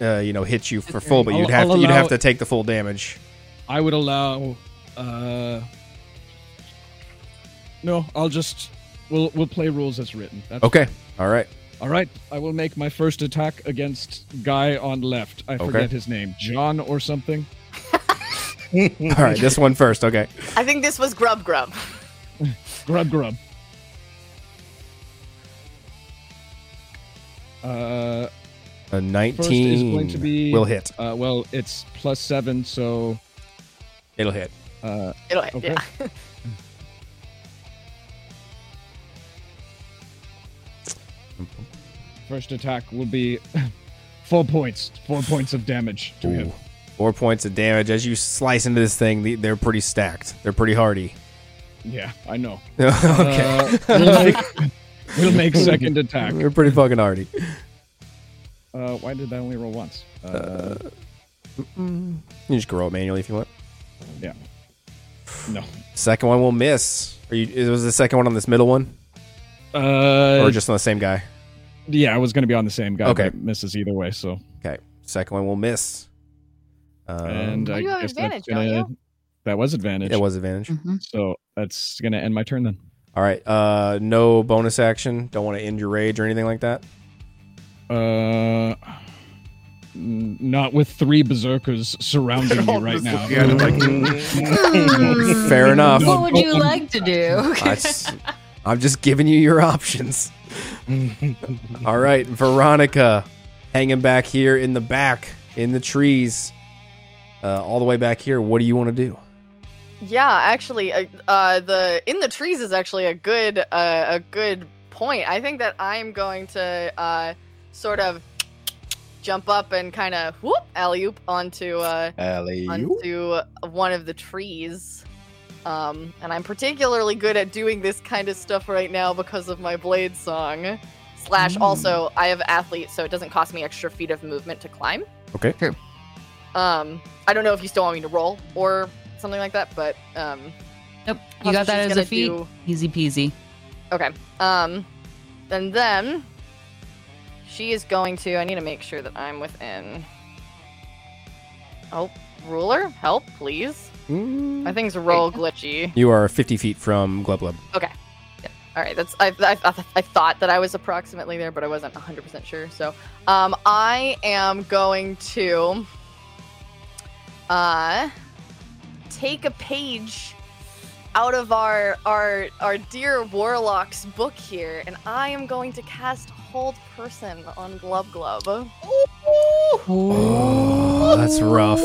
Speaker 1: uh, you know, hits you for full? But
Speaker 10: I'll-
Speaker 1: you'd have
Speaker 10: I'll
Speaker 1: to, you'd
Speaker 10: allow
Speaker 1: have
Speaker 10: it.
Speaker 1: to take the full damage.
Speaker 10: I would allow. Uh, no, I'll just. We'll we'll play rules as written. That's
Speaker 1: Okay. All right.
Speaker 10: All right. I will make my first attack against guy on left. I forget his name, John or something. Hmm.
Speaker 1: All right. This one first. Okay.
Speaker 4: I think this was Grub Grub. [LAUGHS]
Speaker 10: Grub grub. Uh,
Speaker 1: A
Speaker 10: first is
Speaker 1: nineteen
Speaker 10: going to be
Speaker 1: will hit.
Speaker 10: Uh, well, it's plus seven, so
Speaker 1: It'll hit.
Speaker 10: uh,
Speaker 4: It'll hit.
Speaker 10: Okay.
Speaker 4: Yeah.
Speaker 10: first attack will be [LAUGHS] four points. Four points of damage to him.
Speaker 1: Ooh. Four points of damage as you slice into this thing. the- They're pretty stacked. They're pretty
Speaker 10: [LAUGHS]
Speaker 1: hardy.
Speaker 10: Yeah, I know.
Speaker 1: okay.
Speaker 10: Uh, we'll, make,
Speaker 1: [LAUGHS]
Speaker 10: we'll make second attack.
Speaker 1: They're pretty fucking hardy.
Speaker 10: Uh, why did I only roll once? Uh,
Speaker 1: You just grow it manually if you want. [SIGHS]
Speaker 10: yeah. No.
Speaker 1: Second one will miss. Are you? It was the second one on this middle one,
Speaker 10: Uh,
Speaker 1: or just on the same guy?
Speaker 10: yeah, I was going to be on the same guy.
Speaker 1: Okay.
Speaker 10: but it misses either way. So
Speaker 1: Okay. Second one will miss. Um,
Speaker 10: and uh, I
Speaker 4: You have
Speaker 10: guess
Speaker 4: advantage,
Speaker 10: that's
Speaker 4: don't
Speaker 10: gonna, that was advantage.
Speaker 1: it was advantage.
Speaker 2: Mm.
Speaker 10: So that's gonna end my turn then.
Speaker 1: All right. Uh, no bonus action. Don't want to end your rage or anything like that.
Speaker 10: Uh, n- not with three berserkers
Speaker 1: [LAUGHS]
Speaker 10: surrounding me right now.
Speaker 7: Yeah, I'm like,
Speaker 1: Fair enough.
Speaker 2: Mm. What would you like to do?
Speaker 1: I s- I'm just giving you your options. All right, Veronica, hanging back here in the back in the trees, uh, all the way back here. What do you want to do?
Speaker 4: Yeah, actually, uh, uh, the in the trees is actually a good uh, a good point. I think that I'm going to uh, sort of jump up and kind of whoop alley oop onto uh,
Speaker 8: Alley.
Speaker 4: onto one of the trees. Um, and I'm particularly good at doing this kind of stuff right now because of my blade song. Slash, also I have athlete, so it doesn't cost me extra feet of movement to climb.
Speaker 1: Okay.
Speaker 2: Sure.
Speaker 4: Um, I don't know if you still want me to roll or something like that, but um,
Speaker 2: Nope. You
Speaker 4: Also,
Speaker 2: got that as
Speaker 4: she's
Speaker 2: a
Speaker 4: gonna
Speaker 2: feat.
Speaker 4: do-
Speaker 2: Easy peasy.
Speaker 4: Okay. Um, and then she is going to. I need to make sure that I'm within. Oh, ruler, help, please. My thing's real glitchy.
Speaker 1: Mm. You are 50 feet from Glub Glub.
Speaker 4: Okay. Yeah. All right. That's I, I, I, I thought that I was approximately there, but I wasn't 100 percent sure. So, um, I am going to uh take a page out of our our our dear warlock's book here, and I am going to cast Hold Person on Glub Glub.
Speaker 1: Oh, that's rough.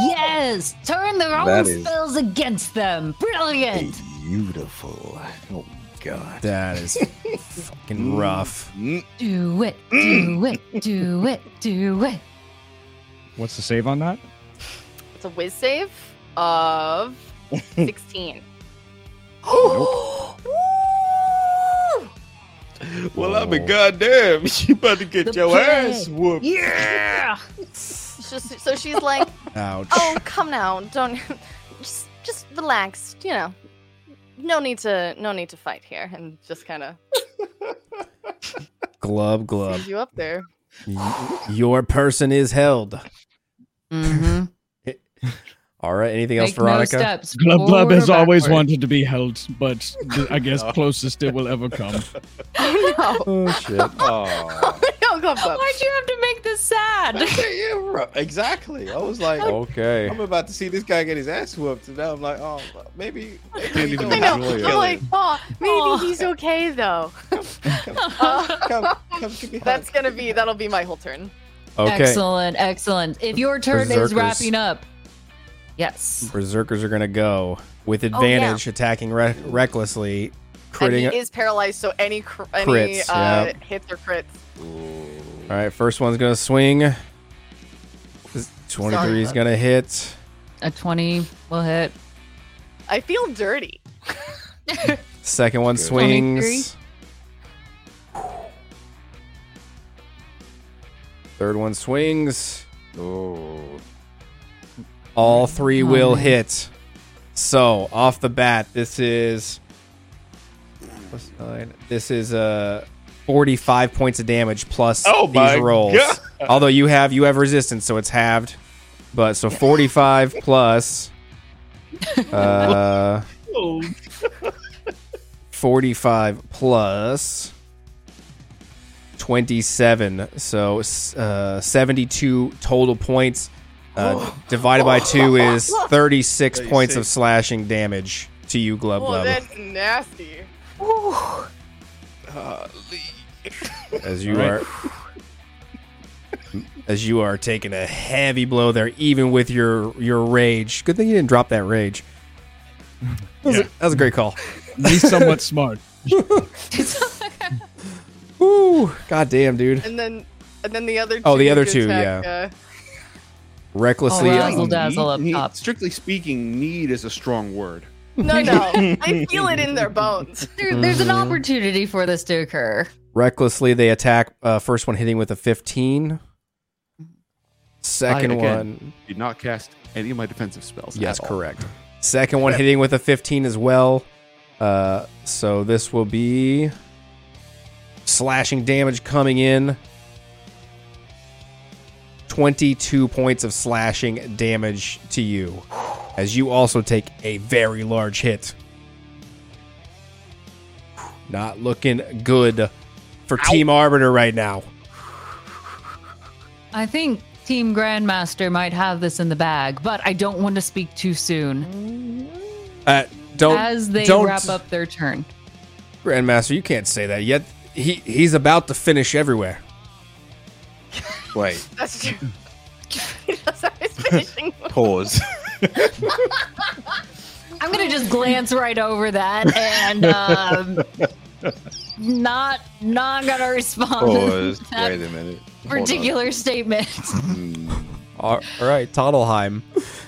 Speaker 2: Yes. Turn their
Speaker 8: That
Speaker 2: own
Speaker 8: is-
Speaker 2: spells against them. Brilliant.
Speaker 8: [LAUGHS] beautiful. Oh god.
Speaker 1: That is fucking rough.
Speaker 2: Do it,
Speaker 1: Mm.
Speaker 2: do it, do it, do it.
Speaker 10: What's the save on that?
Speaker 4: It's a whiz save of 16.
Speaker 8: Well, I mean, goddamn, you about to get
Speaker 2: The
Speaker 8: your
Speaker 2: play.
Speaker 8: ass whooped.
Speaker 2: Yeah!
Speaker 4: It's just- so she's like,
Speaker 1: Ouch.
Speaker 4: "Oh, come now, don't [LAUGHS] just just relax, you know. No need to no need to fight here." And just kind of
Speaker 1: Glub glub.
Speaker 4: leaves you up there. [LAUGHS]
Speaker 1: Y- Your person is held.
Speaker 2: Mm-hmm.
Speaker 1: All right. Anything else, Veronica?
Speaker 10: Glub Glub
Speaker 2: forward
Speaker 10: has
Speaker 2: or
Speaker 10: always
Speaker 2: backward.
Speaker 10: wanted to be held, but th- I guess closest it will ever come.
Speaker 4: Oh
Speaker 1: Oh shit.
Speaker 8: Oh, [LAUGHS]
Speaker 4: no, no, go up.
Speaker 2: Why'd you have to make this sad?
Speaker 8: yeah, right. exactly. I was like, "Oh,
Speaker 1: Okay.
Speaker 8: I'm about to see this guy get his ass whooped, and now I'm like, oh, maybe. maybe
Speaker 7: Can't
Speaker 8: he
Speaker 7: even
Speaker 8: don't
Speaker 4: I know.
Speaker 8: have to
Speaker 7: enjoy it.
Speaker 8: kill
Speaker 4: I'm like,
Speaker 8: him.
Speaker 4: oh, maybe
Speaker 2: Aw.
Speaker 4: he's okay though.
Speaker 8: come, come, give me a
Speaker 4: That's
Speaker 8: hug.
Speaker 4: gonna be that'll be my whole turn.
Speaker 1: Okay.
Speaker 2: Excellent, excellent. If your turn
Speaker 1: Berserkers.
Speaker 2: is wrapping up, yes.
Speaker 1: Berserkers are gonna go with advantage, attacking re- recklessly,
Speaker 4: and
Speaker 1: critting.
Speaker 4: he is paralyzed, so any cr- any
Speaker 1: Crits,
Speaker 4: uh,
Speaker 1: yep.
Speaker 4: hits or crits.
Speaker 1: All right. First one's gonna swing. Twenty-three is gonna hit.
Speaker 2: A 20 will hit.
Speaker 4: I feel dirty.
Speaker 1: Second one swings. Third one swings.
Speaker 8: Oh.
Speaker 1: All three will
Speaker 2: Alright.
Speaker 1: hit. So off the bat, this is plus nine. This is uh, forty-five points of damage plus
Speaker 8: Oh my
Speaker 1: these rolls.
Speaker 8: God.
Speaker 1: Although you have you have resistance, so it's halved. But so forty-five plus. Uh, forty-five plus. 27 so s- uh, 72 total points uh, divided by two is 36 points of slashing damage to you, Glub
Speaker 4: Oh,
Speaker 1: Glub,
Speaker 4: that's nasty.
Speaker 1: as you are [LAUGHS] as you are taking a heavy blow there, even with your your rage. Good thing you didn't drop that rage. That was, a, that was a great call.
Speaker 10: He's somewhat smart.
Speaker 1: Woo! God damn, dude.
Speaker 4: And then and then the other. Two
Speaker 1: Oh, the other
Speaker 4: to
Speaker 1: two,
Speaker 4: attack,
Speaker 1: [LAUGHS]
Speaker 4: uh,
Speaker 1: Recklessly. um,
Speaker 2: Oh, Razzle dazzle up
Speaker 7: Need- need-
Speaker 2: top.
Speaker 7: Strictly speaking, need is a strong word.
Speaker 4: No, no. I feel it
Speaker 1: [LAUGHS]
Speaker 4: in their bones.
Speaker 2: There, there's an opportunity for this to occur.
Speaker 1: recklessly they attack uh, first one hitting with a 15 second
Speaker 7: I, again,
Speaker 1: one
Speaker 7: Did not cast any of my defensive spells.
Speaker 1: Yes,
Speaker 7: at all.
Speaker 1: correct. Second one hitting with a 15 as well. Uh, so this will be slashing damage coming in. 22 points of slashing damage to you as you also take a very large hit. Not looking good for Team Arbiter right now.
Speaker 2: I think Team Grandmaster might have this in the bag, but I don't want to speak too soon
Speaker 1: Uh, don't
Speaker 2: as they
Speaker 1: don't,
Speaker 2: wrap up their turn.
Speaker 1: Grandmaster, you can't say that yet. He he's about to finish everywhere.
Speaker 8: Wait,
Speaker 4: That's true. [LAUGHS] That's how
Speaker 1: [LAUGHS]
Speaker 4: it's finishing.
Speaker 8: pause.
Speaker 2: I'm gonna just glance right over that and um, not not gonna respond
Speaker 8: Pause.
Speaker 2: to
Speaker 8: Wait a
Speaker 2: that
Speaker 8: minute. Hold on.
Speaker 2: particular statement. [LAUGHS]
Speaker 1: All right, Toddleheim.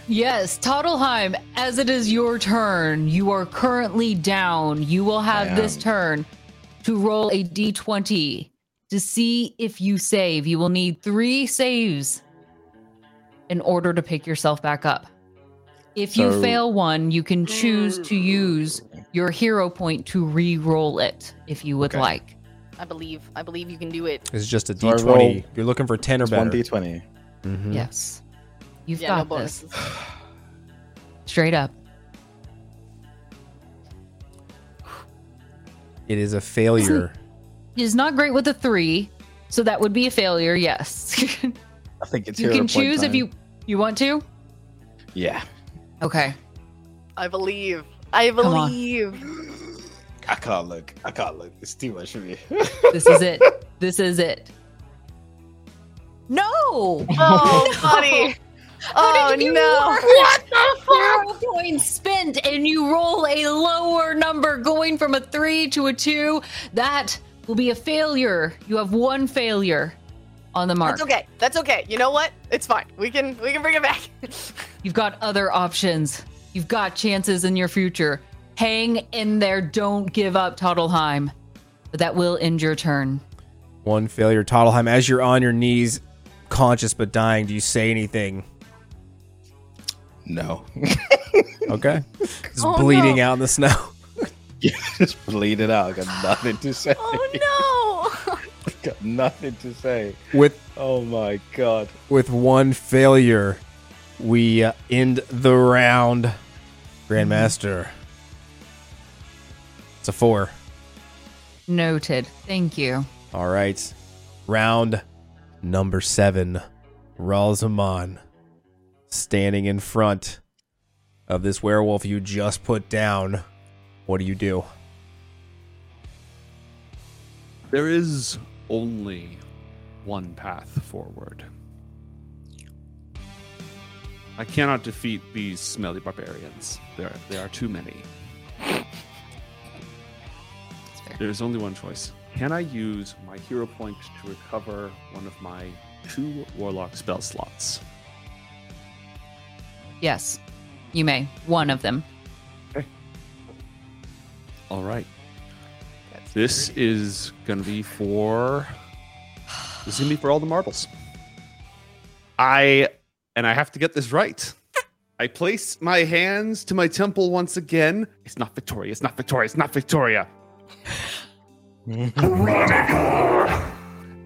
Speaker 2: yes, Toddleheim, as it is your turn, you are currently down. You will have this
Speaker 8: am.
Speaker 2: turn to roll a d20 to see if you save. You will need three saves in order to pick yourself back up. If you
Speaker 8: So- Hmm.
Speaker 2: fail one, you can choose to use your hero point to re-roll it if you would
Speaker 8: Okay.
Speaker 2: like.
Speaker 4: I believe. I believe you can do it.
Speaker 1: It's just a
Speaker 8: So I
Speaker 1: D20.
Speaker 8: roll-
Speaker 1: You're looking for 10 or
Speaker 8: It's one
Speaker 1: better.
Speaker 8: d20. Mm-hmm.
Speaker 1: Mhm.
Speaker 2: Yes. You've
Speaker 4: Yeah, no
Speaker 2: got this.
Speaker 4: bonuses.
Speaker 2: Straight up.
Speaker 1: It is a
Speaker 2: [LAUGHS]
Speaker 1: failure.
Speaker 2: Is not great with a three, so that would be a failure, yes. [LAUGHS]
Speaker 8: I think it's
Speaker 2: you
Speaker 8: hero
Speaker 2: can
Speaker 8: point
Speaker 2: choose if
Speaker 8: time.
Speaker 2: you you want to.
Speaker 8: Yeah.
Speaker 2: Okay.
Speaker 4: I believe. I
Speaker 2: on.
Speaker 4: believe.
Speaker 2: [LAUGHS]
Speaker 8: I can't look. I can't look. It's too much for me.
Speaker 2: This is it. this is it. No!
Speaker 4: Oh, buddy.
Speaker 2: How
Speaker 14: Oh,
Speaker 2: did you
Speaker 14: no.
Speaker 2: roll
Speaker 14: What
Speaker 2: a zero coin spent and you roll a lower number going from a three to a two? That will be a failure. You have one failure on the mark.
Speaker 14: That's okay. That's okay. You know what? It's fine. We can we can bring it
Speaker 2: [LAUGHS]
Speaker 14: back.
Speaker 2: You've got other options. You've got chances in your future. Hang in there. Don't give up, Toddleheim. But that will end your turn.
Speaker 1: One failure, Toddleheim. As you're on your knees, conscious but dying, do you say anything?
Speaker 8: [LAUGHS] No.
Speaker 2: [LAUGHS]
Speaker 1: Okay. Just
Speaker 14: Oh,
Speaker 1: bleeding
Speaker 14: no.
Speaker 1: out in the snow.
Speaker 8: [LAUGHS] Just bleed it out. I got nothing to say.
Speaker 14: Oh no!
Speaker 8: [LAUGHS] got nothing to say.
Speaker 1: [LAUGHS] With
Speaker 8: Oh my god.
Speaker 1: with one failure, we uh, end the round. Grandmaster. It's a four.
Speaker 2: Noted. Thank you.
Speaker 1: All right. Round number seven. Ralzaman standing in front of this werewolf you just put down. What do you do?
Speaker 7: There is only one path forward. I cannot defeat these smelly barbarians. There, there are too many. There is only one choice. Can I use my hero point to recover one of my two warlock spell slots?
Speaker 2: Yes, you may. One of them.
Speaker 7: All right. This is gonna be for. This is gonna be for all the marbles. I and I have to get this right. I place my hands to my temple once again. It's not Victoria. It's not Victoria. It's not Victoria.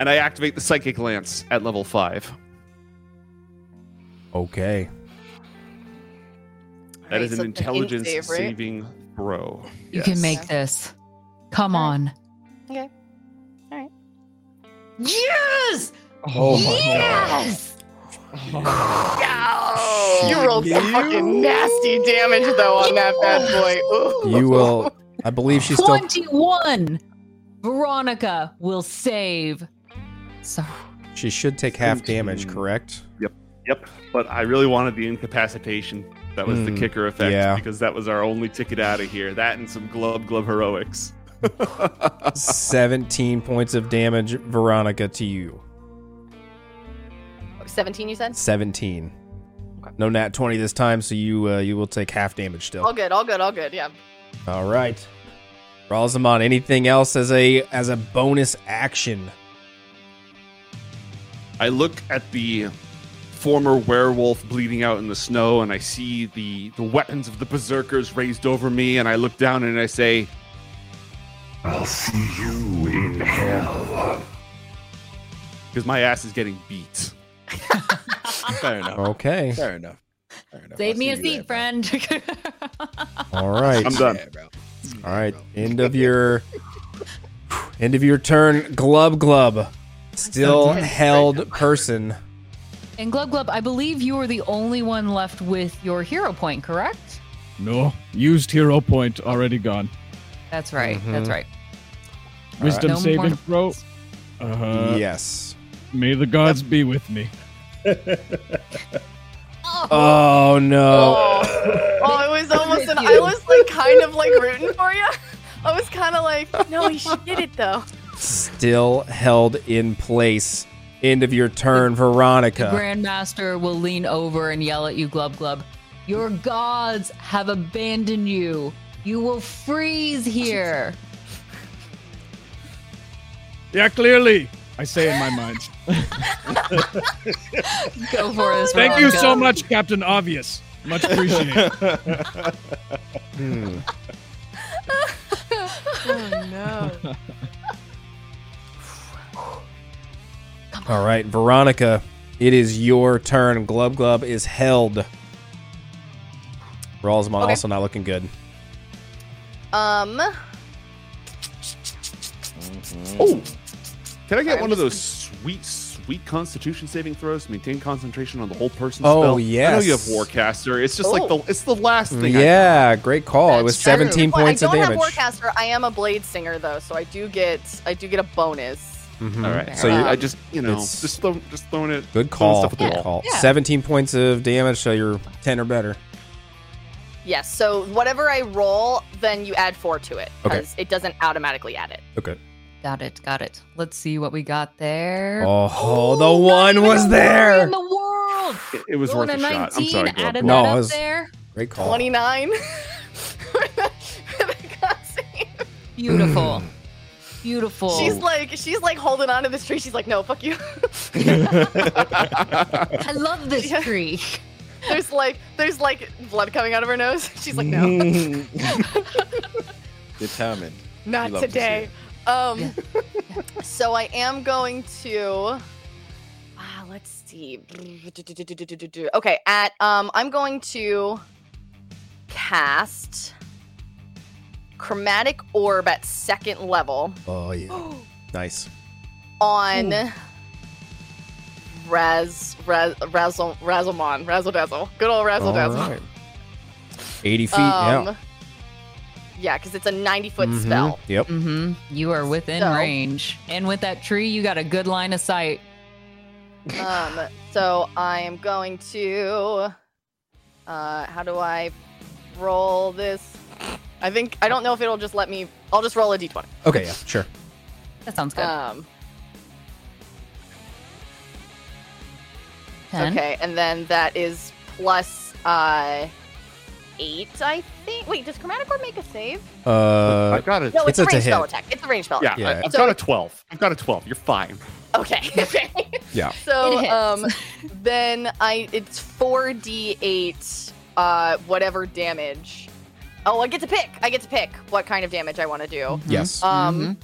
Speaker 7: and I activate the psychic lance at level five.
Speaker 1: Okay.
Speaker 7: That is
Speaker 14: so it's an
Speaker 7: an
Speaker 14: int
Speaker 7: intelligence
Speaker 14: save, right?
Speaker 7: saving throw.
Speaker 2: You can
Speaker 7: Yes.
Speaker 2: make this. Come on.
Speaker 14: Okay. All right.
Speaker 2: Yes!
Speaker 8: Oh my
Speaker 2: yes!
Speaker 14: you rolled some fucking nasty damage though on that bad boy. Ooh.
Speaker 1: You will. I believe she's
Speaker 2: [LAUGHS]
Speaker 1: still.
Speaker 2: 21! Veronica will save. Sorry.
Speaker 1: She should take half damage, correct?
Speaker 7: Yep. But I really wanted the incapacitation. That was the
Speaker 1: Hmm,
Speaker 7: kicker effect
Speaker 1: yeah.
Speaker 7: because that was our only ticket out of here. That and some glove glove heroics.
Speaker 1: 17 points of damage, Veronica, to you.
Speaker 14: 17 you said?
Speaker 1: 17. No nat 20 this time, so you uh, you will take half damage still.
Speaker 14: All good, all good, all good. Yeah.
Speaker 1: All right. Ralzamon, anything else as a as a bonus action?
Speaker 7: I look at the former werewolf bleeding out in the snow and I see the, the weapons of the berserkers raised over me and I look down and I say,
Speaker 6: I'll see you in hell.
Speaker 7: because my ass is getting beat. Fair enough.
Speaker 1: Okay.
Speaker 8: Fair enough. Fair enough.
Speaker 2: Save
Speaker 8: I'll
Speaker 2: me a
Speaker 8: see you
Speaker 2: seat, friend. [LAUGHS]
Speaker 1: All right.
Speaker 7: I'm done.
Speaker 8: there, bro.
Speaker 1: All
Speaker 7: [LAUGHS]
Speaker 1: right. End of your end of your turn. Glub glub. Still held person.
Speaker 2: and Glub Glub, I believe you are the only one left with your hero point, correct?
Speaker 10: No, used hero point already gone.
Speaker 2: That's right. That's right.
Speaker 10: Wisdom
Speaker 2: No more
Speaker 10: saving throw. Uh,
Speaker 1: yes.
Speaker 10: May the gods be with me.
Speaker 1: Oh no.
Speaker 14: Oh, it was almost an I was like kind of like rooting for you. I was kind of like, no, he did it though.
Speaker 1: Still held in place. End of your turn, Veronica.
Speaker 2: Grandmaster will lean over and yell at you, Glub Glub. Your gods have abandoned you. You will freeze here.
Speaker 10: Yeah, clearly. I say in my
Speaker 2: [LAUGHS]
Speaker 10: mind.
Speaker 2: Go for us.
Speaker 10: Thank you so
Speaker 2: Veronica.
Speaker 10: much, Captain Obvious. Much appreciated.
Speaker 1: Hmm.
Speaker 14: No.
Speaker 1: All right, Veronica, it is your turn. Glub Glub is held. Ralzman also not looking good.
Speaker 14: Um,
Speaker 7: Oh, can I get
Speaker 14: I'm
Speaker 7: one of those sweet, sweet Constitution saving throws? Maintain concentration on the whole person.
Speaker 1: Oh,
Speaker 7: spell. I know you have
Speaker 1: yes.
Speaker 7: Warcaster. It's just like
Speaker 14: Oh.
Speaker 7: the it's the last thing. I-
Speaker 1: Yeah, great call. it was
Speaker 2: That's true.
Speaker 1: 17
Speaker 14: well, I
Speaker 1: points
Speaker 14: don't
Speaker 1: of damage.
Speaker 14: have Warcaster. I am a blade singer though, so I do get I do get a bonus.
Speaker 1: Mhm.
Speaker 7: All right.
Speaker 1: So
Speaker 7: So
Speaker 1: you-
Speaker 7: Mm-hmm. Uh, I just you know
Speaker 1: it's-
Speaker 7: just throw, just throwing it.
Speaker 1: Good
Speaker 7: throwing
Speaker 1: call.
Speaker 7: Stuff at the
Speaker 1: Good
Speaker 7: wall.
Speaker 1: call.
Speaker 4: Yeah.
Speaker 1: 17 points of damage, so you're 10 or better.
Speaker 4: Yes. So whatever I roll, then you add four to it
Speaker 1: Okay.
Speaker 4: because it doesn't automatically add it.
Speaker 1: Okay.
Speaker 2: Got it. Got it. Let's see what we got there.
Speaker 1: Oh, the one was there.
Speaker 2: In the world.
Speaker 7: It, it was
Speaker 2: Rolling
Speaker 7: worth a, shot. I'm
Speaker 2: 19,
Speaker 7: sorry, Glub.
Speaker 2: Added
Speaker 1: No,
Speaker 2: that
Speaker 1: it
Speaker 2: up
Speaker 1: was-
Speaker 2: there.
Speaker 1: Great call.
Speaker 4: Twenty nine.
Speaker 7: [CLEARS THROAT]
Speaker 2: Beautiful. Beautiful.
Speaker 4: [LAUGHS] She's
Speaker 7: [LAUGHS]
Speaker 1: Oh.
Speaker 4: like she's like holding on to this tree. She's like, no, fuck you. [LAUGHS]
Speaker 2: I love this tree.
Speaker 4: there's like there's like blood coming out of her nose. She's like, no,
Speaker 8: Determined.
Speaker 4: not
Speaker 8: You love to see
Speaker 4: today.
Speaker 8: it.
Speaker 4: um, [LAUGHS] so I am going to. Ah, let's see. Okay, at um, I'm going to cast chromatic orb at second level
Speaker 1: Oh,
Speaker 4: [GASPS]
Speaker 1: yeah. nice.
Speaker 4: on Raz Raz Razzle Razzlemon Razzle Dazzle. Good old Razzle
Speaker 1: All
Speaker 4: Dazzle.
Speaker 1: right. 80 feet. yeah.
Speaker 4: Um, yeah, because it's a 90 foot
Speaker 1: Mhm.
Speaker 4: spell.
Speaker 1: Yep.
Speaker 2: hmm You are within
Speaker 4: So-
Speaker 2: range. And with that tree, you got a good line of sight.
Speaker 4: Um, so I am going to. Uh, how do I roll this? I think I don't know if it'll just let me. I'll just roll a d20.
Speaker 1: Okay, yeah, sure.
Speaker 2: That sounds good.
Speaker 4: Um,
Speaker 2: 10.
Speaker 4: okay, and then that is plus uh, eight, I think. Wait, does Chromatic Orb make a save?
Speaker 1: Uh,
Speaker 7: I've got it.
Speaker 4: No,
Speaker 1: it's-
Speaker 4: it's, a
Speaker 1: it's a
Speaker 4: range spell
Speaker 1: hit.
Speaker 4: attack. It's a range spell.
Speaker 7: yeah,
Speaker 4: attack.
Speaker 1: Yeah.
Speaker 7: I, have
Speaker 4: So
Speaker 7: got a
Speaker 4: it's-
Speaker 7: twelve. I've got a twelve. You're fine.
Speaker 4: Okay. [LAUGHS] Okay.
Speaker 1: Yeah.
Speaker 2: It
Speaker 4: So
Speaker 2: hits.
Speaker 4: um, then I it's four d eight uh whatever damage. Oh, I get to pick. I get to pick what kind of damage I want to do.
Speaker 2: Mm-hmm.
Speaker 1: Yes.
Speaker 4: Um,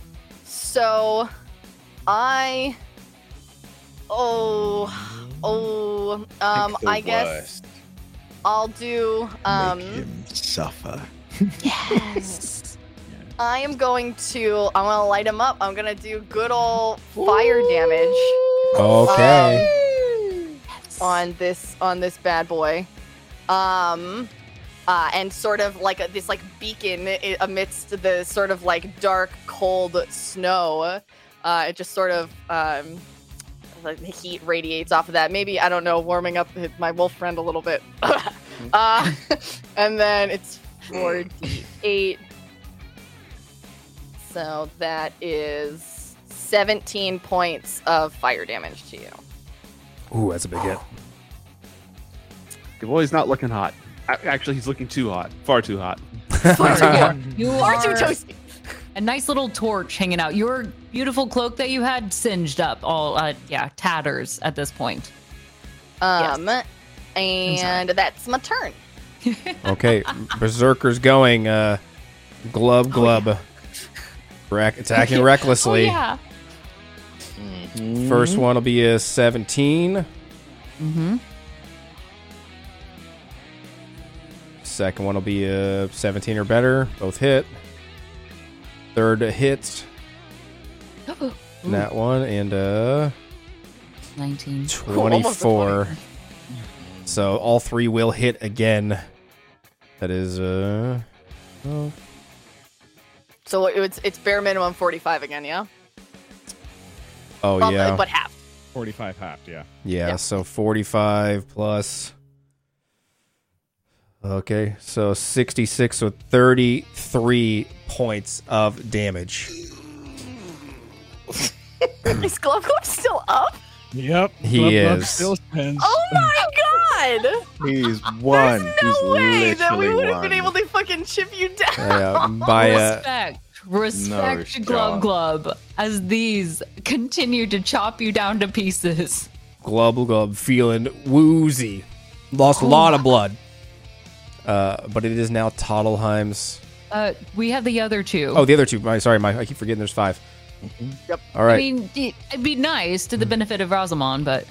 Speaker 4: so I oh oh um
Speaker 8: Pick the
Speaker 4: I guess
Speaker 8: worst.
Speaker 4: I'll do um
Speaker 8: Make him suffer.
Speaker 2: [LAUGHS]
Speaker 4: I am going to I'm gonna light him up. I'm gonna do good old fire damage
Speaker 1: okay.
Speaker 4: on this on this bad boy. Um uh, and sort of like a, this like beacon i- amidst the sort of like dark cold snow uh, it just sort of um, like the heat radiates off of that maybe i don't know warming up hi- my wolf friend a little bit [LAUGHS] uh, and then it's 48 so that is 17 points of fire damage to you
Speaker 1: Ooh, that's a big hit.
Speaker 7: Well, he's not looking hot. A- Actually, he's looking too hot. Far too hot.
Speaker 2: Far too
Speaker 1: [LAUGHS]
Speaker 2: warm. You
Speaker 4: far too
Speaker 2: are
Speaker 4: toasty
Speaker 2: a nice little torch hanging out. Your beautiful cloak that you had singed up, all, uh, yeah, tatters at this point.
Speaker 4: um and that's my turn
Speaker 1: Okay, Berserker's going. Uh,
Speaker 4: Oh,
Speaker 1: glub, glub. Rack,
Speaker 4: [LAUGHS]
Speaker 1: attacking recklessly.
Speaker 2: Oh, yeah.
Speaker 1: First one will be a 17.
Speaker 2: Mm-hmm.
Speaker 1: Second one will be a 17 or better. Both hit. Third hit. in That one and uh
Speaker 2: 19.
Speaker 1: 24. So all three will hit again. That is uh oh,
Speaker 4: so it's it's bare minimum 45 again yeah
Speaker 1: oh,
Speaker 4: Well,
Speaker 1: yeah.
Speaker 4: but half
Speaker 19: 45 half, yeah.
Speaker 1: yeah, so 45 plus Okay, so 66 with 33 points of
Speaker 2: [LAUGHS]
Speaker 1: damage.
Speaker 4: [LAUGHS] Is Glove Glove still up?
Speaker 10: Yep.
Speaker 1: He
Speaker 10: Glub Glub
Speaker 1: is.
Speaker 10: still stands.
Speaker 8: [LAUGHS]
Speaker 4: Oh my god!
Speaker 8: He's one.
Speaker 4: There's
Speaker 8: He's
Speaker 4: no way that we
Speaker 8: literally
Speaker 4: would have been
Speaker 8: one.
Speaker 4: able to fucking chip you down.
Speaker 1: Uh, by uh,
Speaker 2: Respect. Respect, Glub
Speaker 8: God.
Speaker 2: Glub, as these continue to chop you down to pieces.
Speaker 1: glub glub feeling woozy lost a lot of blood uh, but it is now Toddleheim's.
Speaker 2: Uh, we have the other two.
Speaker 1: Oh, the other two. My, sorry, my, I keep forgetting. There's five.
Speaker 4: Yep.
Speaker 1: All
Speaker 2: Mm-hmm. I
Speaker 1: right. Mm.
Speaker 2: mean, it- it'd be nice to the benefit of Rosamond, but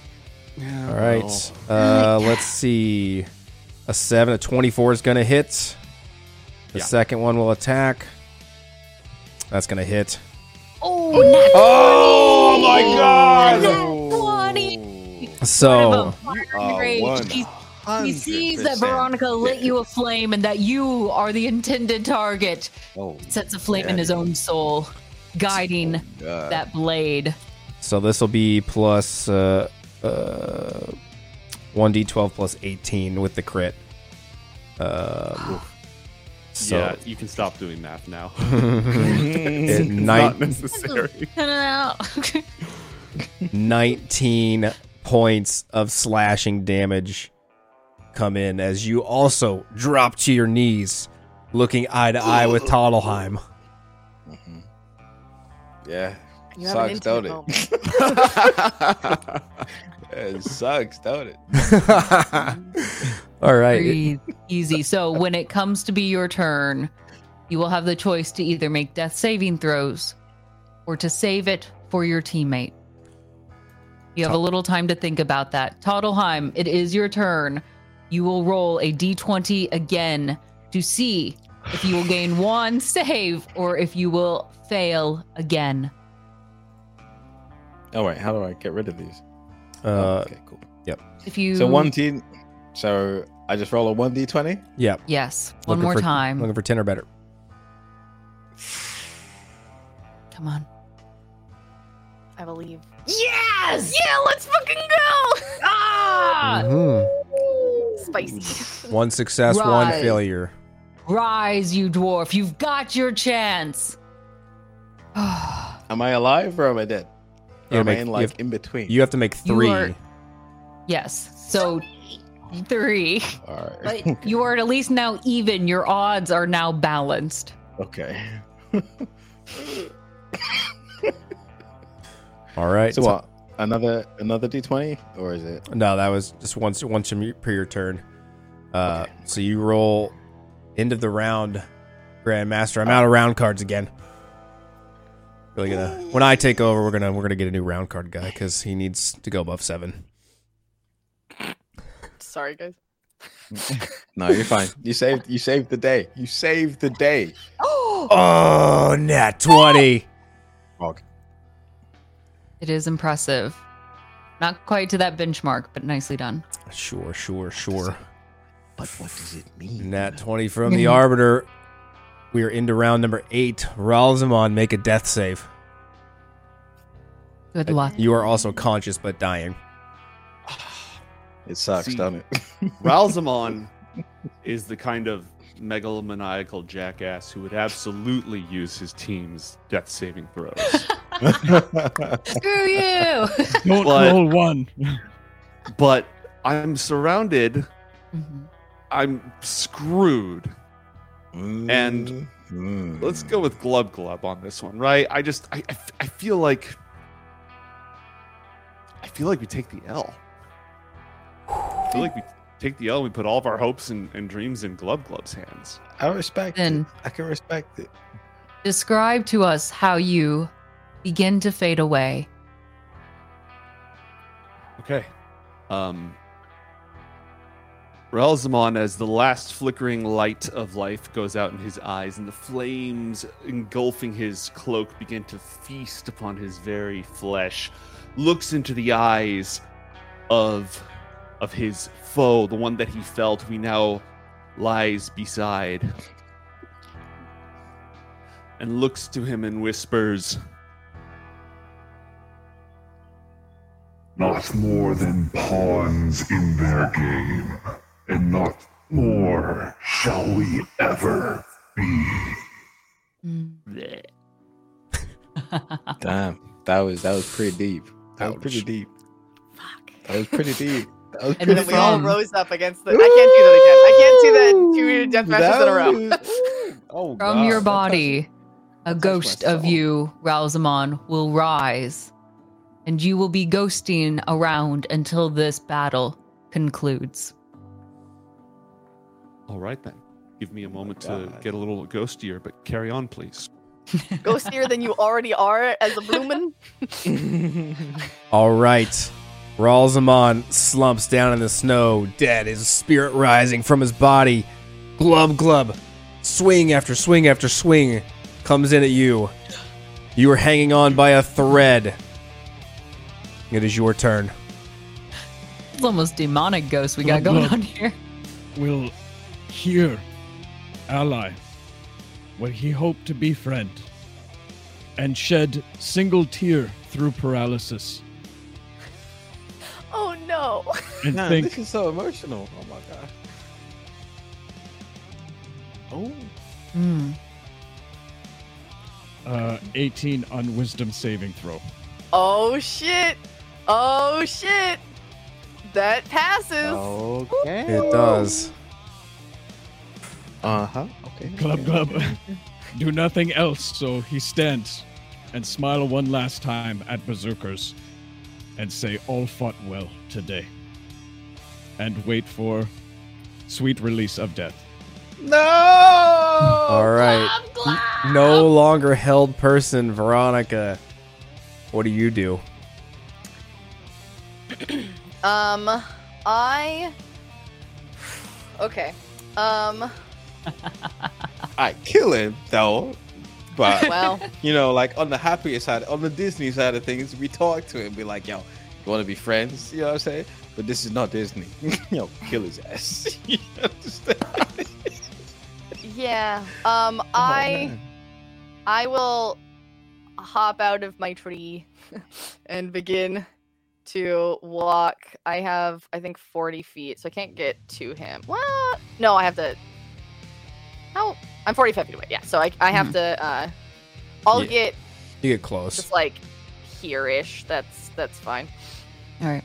Speaker 1: All right. Uh, let's see. A seven, a twenty-four is gonna hit. The second one will attack. That's gonna hit.
Speaker 2: oh, nat
Speaker 1: Oh my god! Oh.
Speaker 2: twenty.
Speaker 1: So
Speaker 8: are one
Speaker 2: He, he sees that
Speaker 8: 100%
Speaker 2: Veronica lit you aflame and that you are the intended target.
Speaker 8: Oh,
Speaker 2: Sets a flame in his own soul, guiding
Speaker 8: God.
Speaker 2: that blade.
Speaker 1: So this will be plus uh, uh, 1d12 plus 18 with the crit. Um, so
Speaker 7: yeah, you can stop doing math now.
Speaker 1: It's
Speaker 7: [LAUGHS] it's
Speaker 1: night-
Speaker 7: not necessary.
Speaker 2: Cut it out. [LAUGHS]
Speaker 1: 19 points of slashing damage come in as you also drop to your knees, looking eye to eye with Toddleheim.
Speaker 8: Yeah.
Speaker 4: You have
Speaker 8: sucks,
Speaker 4: an
Speaker 8: don't it?
Speaker 4: intimate
Speaker 8: [LAUGHS]
Speaker 4: [LAUGHS]
Speaker 8: it sucks, don't it?
Speaker 1: All right.
Speaker 2: Breathe easy. So when it comes to be your turn, you will have the choice to either make death saving throws or to save it for your teammate. You have a little time to think about that. Toddleheim, it is your turn. You will roll a d20 again to see if you will gain one save or if you will fail again.
Speaker 8: Oh wait, how do I get rid of these?
Speaker 1: Uh,
Speaker 8: okay, cool.
Speaker 2: If you
Speaker 8: So one d, so I just roll a one d twenty.
Speaker 1: Yeah.
Speaker 2: yes, one
Speaker 1: looking
Speaker 2: more
Speaker 1: for-
Speaker 2: time.
Speaker 1: Looking for 10 or better.
Speaker 2: Come on.
Speaker 4: I believe.
Speaker 2: Yes!
Speaker 4: Yeah, let's fucking go!
Speaker 2: Ah!
Speaker 1: Mhm.
Speaker 4: [LAUGHS] Spicy.
Speaker 1: One success, one
Speaker 2: Right.
Speaker 1: failure.
Speaker 2: Rise, you dwarf. You've got your chance.
Speaker 8: Am I alive or am I dead?
Speaker 1: You
Speaker 8: Or am I
Speaker 1: make-
Speaker 8: in
Speaker 1: you
Speaker 8: Oh, like
Speaker 1: have-
Speaker 8: in between?
Speaker 1: You have to make
Speaker 2: You
Speaker 1: three.
Speaker 2: are- yes. So three.
Speaker 8: All right.
Speaker 2: But you are at least now even. Your odds are now balanced.
Speaker 8: Okay.
Speaker 1: All right.
Speaker 8: So what? Another another d twenty, or is it?
Speaker 1: No, that was just once once a mu- per your turn. Uh, So you roll end of the round, Grandmaster. I'm out of round cards again. Really gonna when I take over, we're gonna we're gonna get a new round card guy because he needs to go above seven.
Speaker 14: Sorry, guys.
Speaker 8: No, you're fine. You saved you saved the day. You saved the day.
Speaker 1: Oh, nat twenty.
Speaker 2: It is impressive. Not quite to that benchmark, but nicely done.
Speaker 1: Sure, sure, sure.
Speaker 8: But what does it mean?
Speaker 1: Nat twenty from the Arbiter. We are into round number eight. Ralzamon, make a death save.
Speaker 2: Good luck.
Speaker 1: You are also conscious but dying.
Speaker 8: It sucks,
Speaker 7: See-
Speaker 8: doesn't
Speaker 14: [LAUGHS]
Speaker 8: it?
Speaker 7: Ralzamon is the kind of megalomaniacal jackass who would absolutely use his team's death saving throws.
Speaker 2: Screw you.
Speaker 10: Don't
Speaker 7: But-
Speaker 10: roll one.
Speaker 7: but I'm surrounded,
Speaker 2: Mhm.
Speaker 7: I'm screwed.
Speaker 8: Mm-hmm.
Speaker 7: And-
Speaker 8: Mm.
Speaker 7: Let's go with Glub Glub on this one, right? I just, I, I f- I feel like, I feel like we take the L. I feel like we take the L and we put all of our hopes and, and dreams in Glub Glub's hands.
Speaker 8: I respect
Speaker 2: Then-
Speaker 8: it. I can respect it.
Speaker 2: Describe to us how you begin to fade away.
Speaker 7: Okay. Um, Ralzamon, as the last flickering light of life goes out in his eyes and the flames engulfing his cloak begin to feast upon his very flesh, looks into the eyes of of his foe, the one that he felt who he now lies beside, and looks to him and whispers,
Speaker 6: Not more than pawns in their game, and not more shall we ever be.
Speaker 2: Mm.
Speaker 7: "Bleh."
Speaker 8: Damn. That was that was pretty deep. That was pretty deep.
Speaker 4: Fuck.
Speaker 8: That was pretty deep. That was
Speaker 2: And
Speaker 8: pretty
Speaker 14: And we all
Speaker 2: Fun.
Speaker 14: rose up against the. I can't do that again. I can't do that two death matches in a row.
Speaker 8: was- oh,
Speaker 2: From
Speaker 8: wow.
Speaker 2: your
Speaker 8: That
Speaker 2: body, a
Speaker 8: touched
Speaker 2: ghost
Speaker 8: my
Speaker 2: of
Speaker 8: soul.
Speaker 2: you, Ralzamon, will rise, and you will be ghosting around until this battle concludes.
Speaker 7: All right then. Give me a moment to get a little ghostier, but carry on, please.
Speaker 14: Ghostier than you already are as a
Speaker 8: [LAUGHS]
Speaker 14: bloomin'.
Speaker 1: All right. Ralzamon slumps down in the snow, dead, his spirit rising from his body. Glub, glub. Swing after swing after swing comes in at you. You are hanging on by a thread. It is your turn.
Speaker 2: It's almost demonic ghost we got
Speaker 10: Glug,
Speaker 2: going
Speaker 10: glug.
Speaker 2: on here.
Speaker 10: will hear ally what he hoped to befriend and shed single tear through paralysis
Speaker 4: Oh no.
Speaker 10: and
Speaker 8: Man,
Speaker 10: think
Speaker 8: this is so emotional. Oh my god. Oh,
Speaker 2: Hmm.
Speaker 10: uh, 18 on wisdom saving throw.
Speaker 4: Oh shit. Oh shit. That passes.
Speaker 8: Oh. okay.
Speaker 1: It does.
Speaker 8: Uh huh. Okay.
Speaker 10: Glub glub. [LAUGHS] Do nothing else, so he stands and smile one last time at berserkers and say all fought well today. And wait for sweet release of death.
Speaker 7: No!
Speaker 1: All right. N- No longer held person, Veronica. What do you do?
Speaker 4: Um I Okay. Um
Speaker 8: I kill him though,
Speaker 4: [LAUGHS]
Speaker 8: but
Speaker 4: well,
Speaker 8: you know, like on the happier side, on the Disney side of things, we talk to him, be like, yo, you want to be friends? You know what I'm saying? But this is not Disney. [LAUGHS] yo, kill his ass. [LAUGHS] you understand?
Speaker 4: yeah. Um I I will hop out of my tree [LAUGHS] and begin to walk. I have, I think, 40 feet, so I can't get to him. Well, no, I have to. How? I'm 45 feet away, yeah, so I, I have to. Uh, I'll
Speaker 1: Yeah.
Speaker 4: get
Speaker 1: You get close.
Speaker 4: just like here ish. That's, that's fine.
Speaker 2: All right.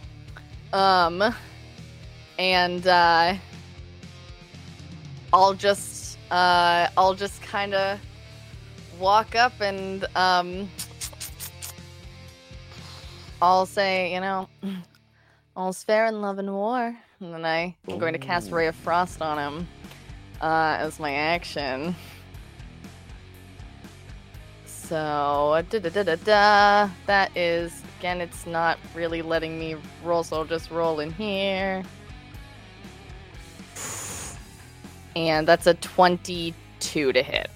Speaker 4: Um, and uh, I'll just uh, I'll just kind of walk up and um, I'll say, you know, all's fair in love and war, and then I am going to cast Ray of Frost on him uh, as my action. So da da da da da. That is again. It's not really letting me roll, so I'll just roll in here. And that's a twenty-two to hit.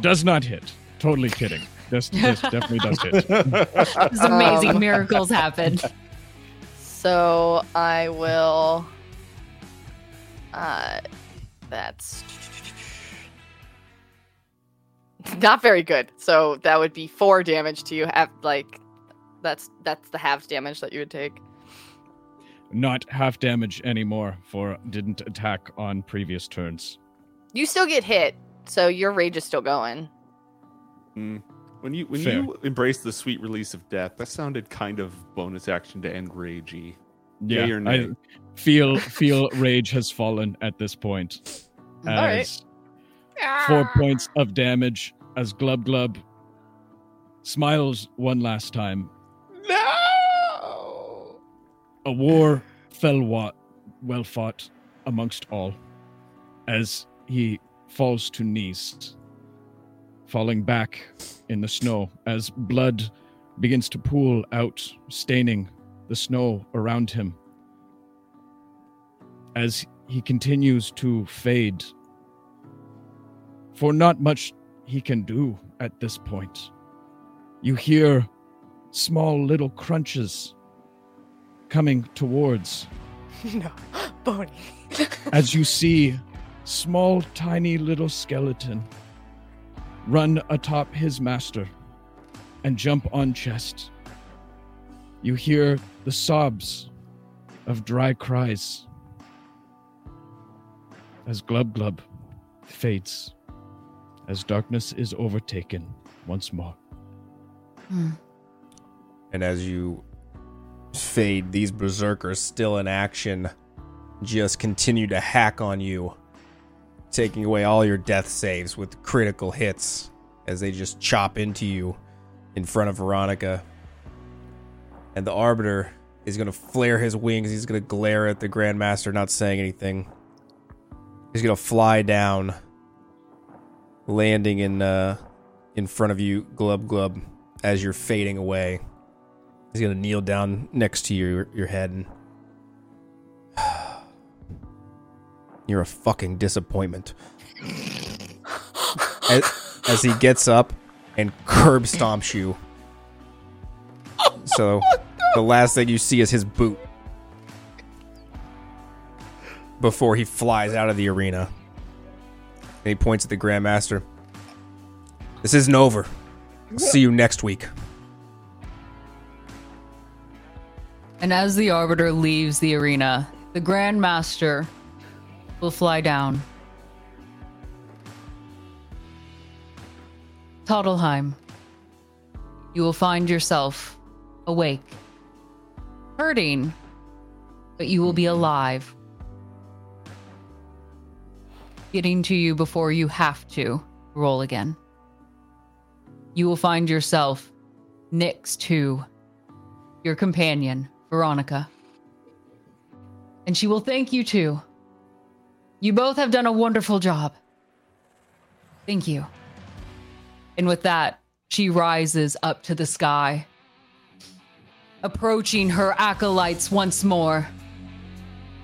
Speaker 10: Does not hit. Totally kidding.
Speaker 4: [LAUGHS]
Speaker 10: This, this definitely does hit.
Speaker 2: This amazing miracles happen.
Speaker 4: So I will. Uh, that's [LAUGHS] not very good. So that would be four damage to you. Have like, that's that's the half damage that you would take.
Speaker 10: Not half damage anymore for didn't attack on previous turns.
Speaker 4: You still get hit, so your rage is still going.
Speaker 7: Mm. When you when
Speaker 10: Fair.
Speaker 7: you embrace the sweet release of death, that sounded kind of bonus action to end ragey.
Speaker 10: Yeah,
Speaker 7: Yay or nay?
Speaker 10: I feel feel rage has fallen at this point.
Speaker 4: All right.
Speaker 10: As Uh, four points of damage as Glub Glub smiles one last time. No! A war fell wa- well fought amongst all as he falls to knees, falling back in the snow as blood begins to pool out, staining the snow around him. As he continues to fade for not much he can do at this point. You hear small little crunches coming towards
Speaker 4: no, Boney.
Speaker 10: as you see small tiny little skeleton run atop his master and jump on chest you hear the sobs of dry cries as glub glub fades as darkness is overtaken once more
Speaker 1: And as you fade, these berserkers still in action just continue to hack on you, taking away all your death saves with critical hits as they just chop into you in front of Veronica. And the Arbiter is going to flare his wings. He's going to glare at the Grandmaster, not saying anything. He's going to fly down, landing in uh, in front of you, Glub Glub, as you're fading away. He's gonna kneel down next to your your head and [SIGHS] You're a fucking disappointment. as, as he gets up and curb stomps you. So the last thing you see is his boot. Before he flies out of the arena. And he points at the Grandmaster. This isn't over. See you next week.
Speaker 2: And as the Arbiter leaves the arena, the Grand Master will fly down. Toddleheim, you will find yourself awake, hurting, but you will be alive. Getting to you before you have to roll again. You will find yourself next to your companion, Veronica. And she will thank you too. You both have done a wonderful job. Thank you. And with that, she rises up to the sky, approaching her acolytes once more.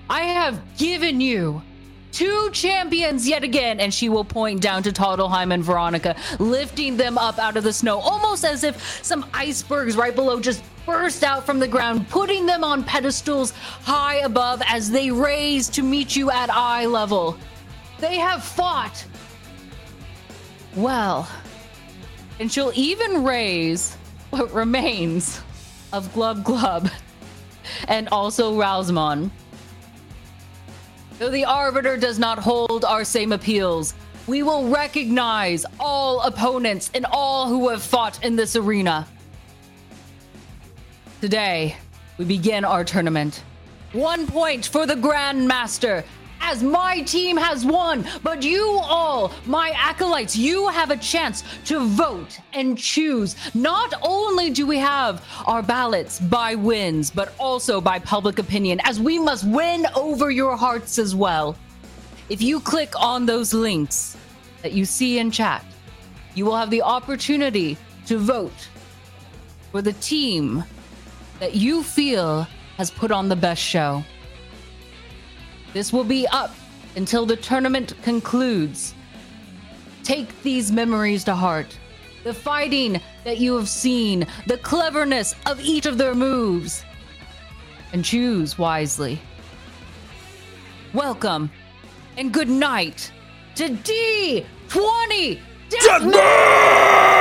Speaker 2: I have given you two champions yet again. And she will point down to Toddleheim and Veronica, lifting them up out of the snow, almost as if some icebergs right below just burst out from the ground, putting them on pedestals high above as they raise to meet you at eye level. They have fought well. And she'll even raise what remains of Glub Glub and also Rousmon. Though the Arbiter does not hold our same appeals, we will recognize all opponents and all who have fought in this arena. Today, we begin our tournament. One point for the Grand Master, as my team has won, but you all, my acolytes, you have a chance to vote and choose. Not only do we have our ballots by wins, but also by public opinion, as we must win over your hearts as well. If you click on those links that you see in chat, you will have the opportunity to vote for the team that you feel has put on the best show. This will be up until the tournament concludes. Take these memories to heart. The fighting that you have seen, the cleverness of each of their moves, and choose wisely. Welcome and good night to D20 Deathmatch!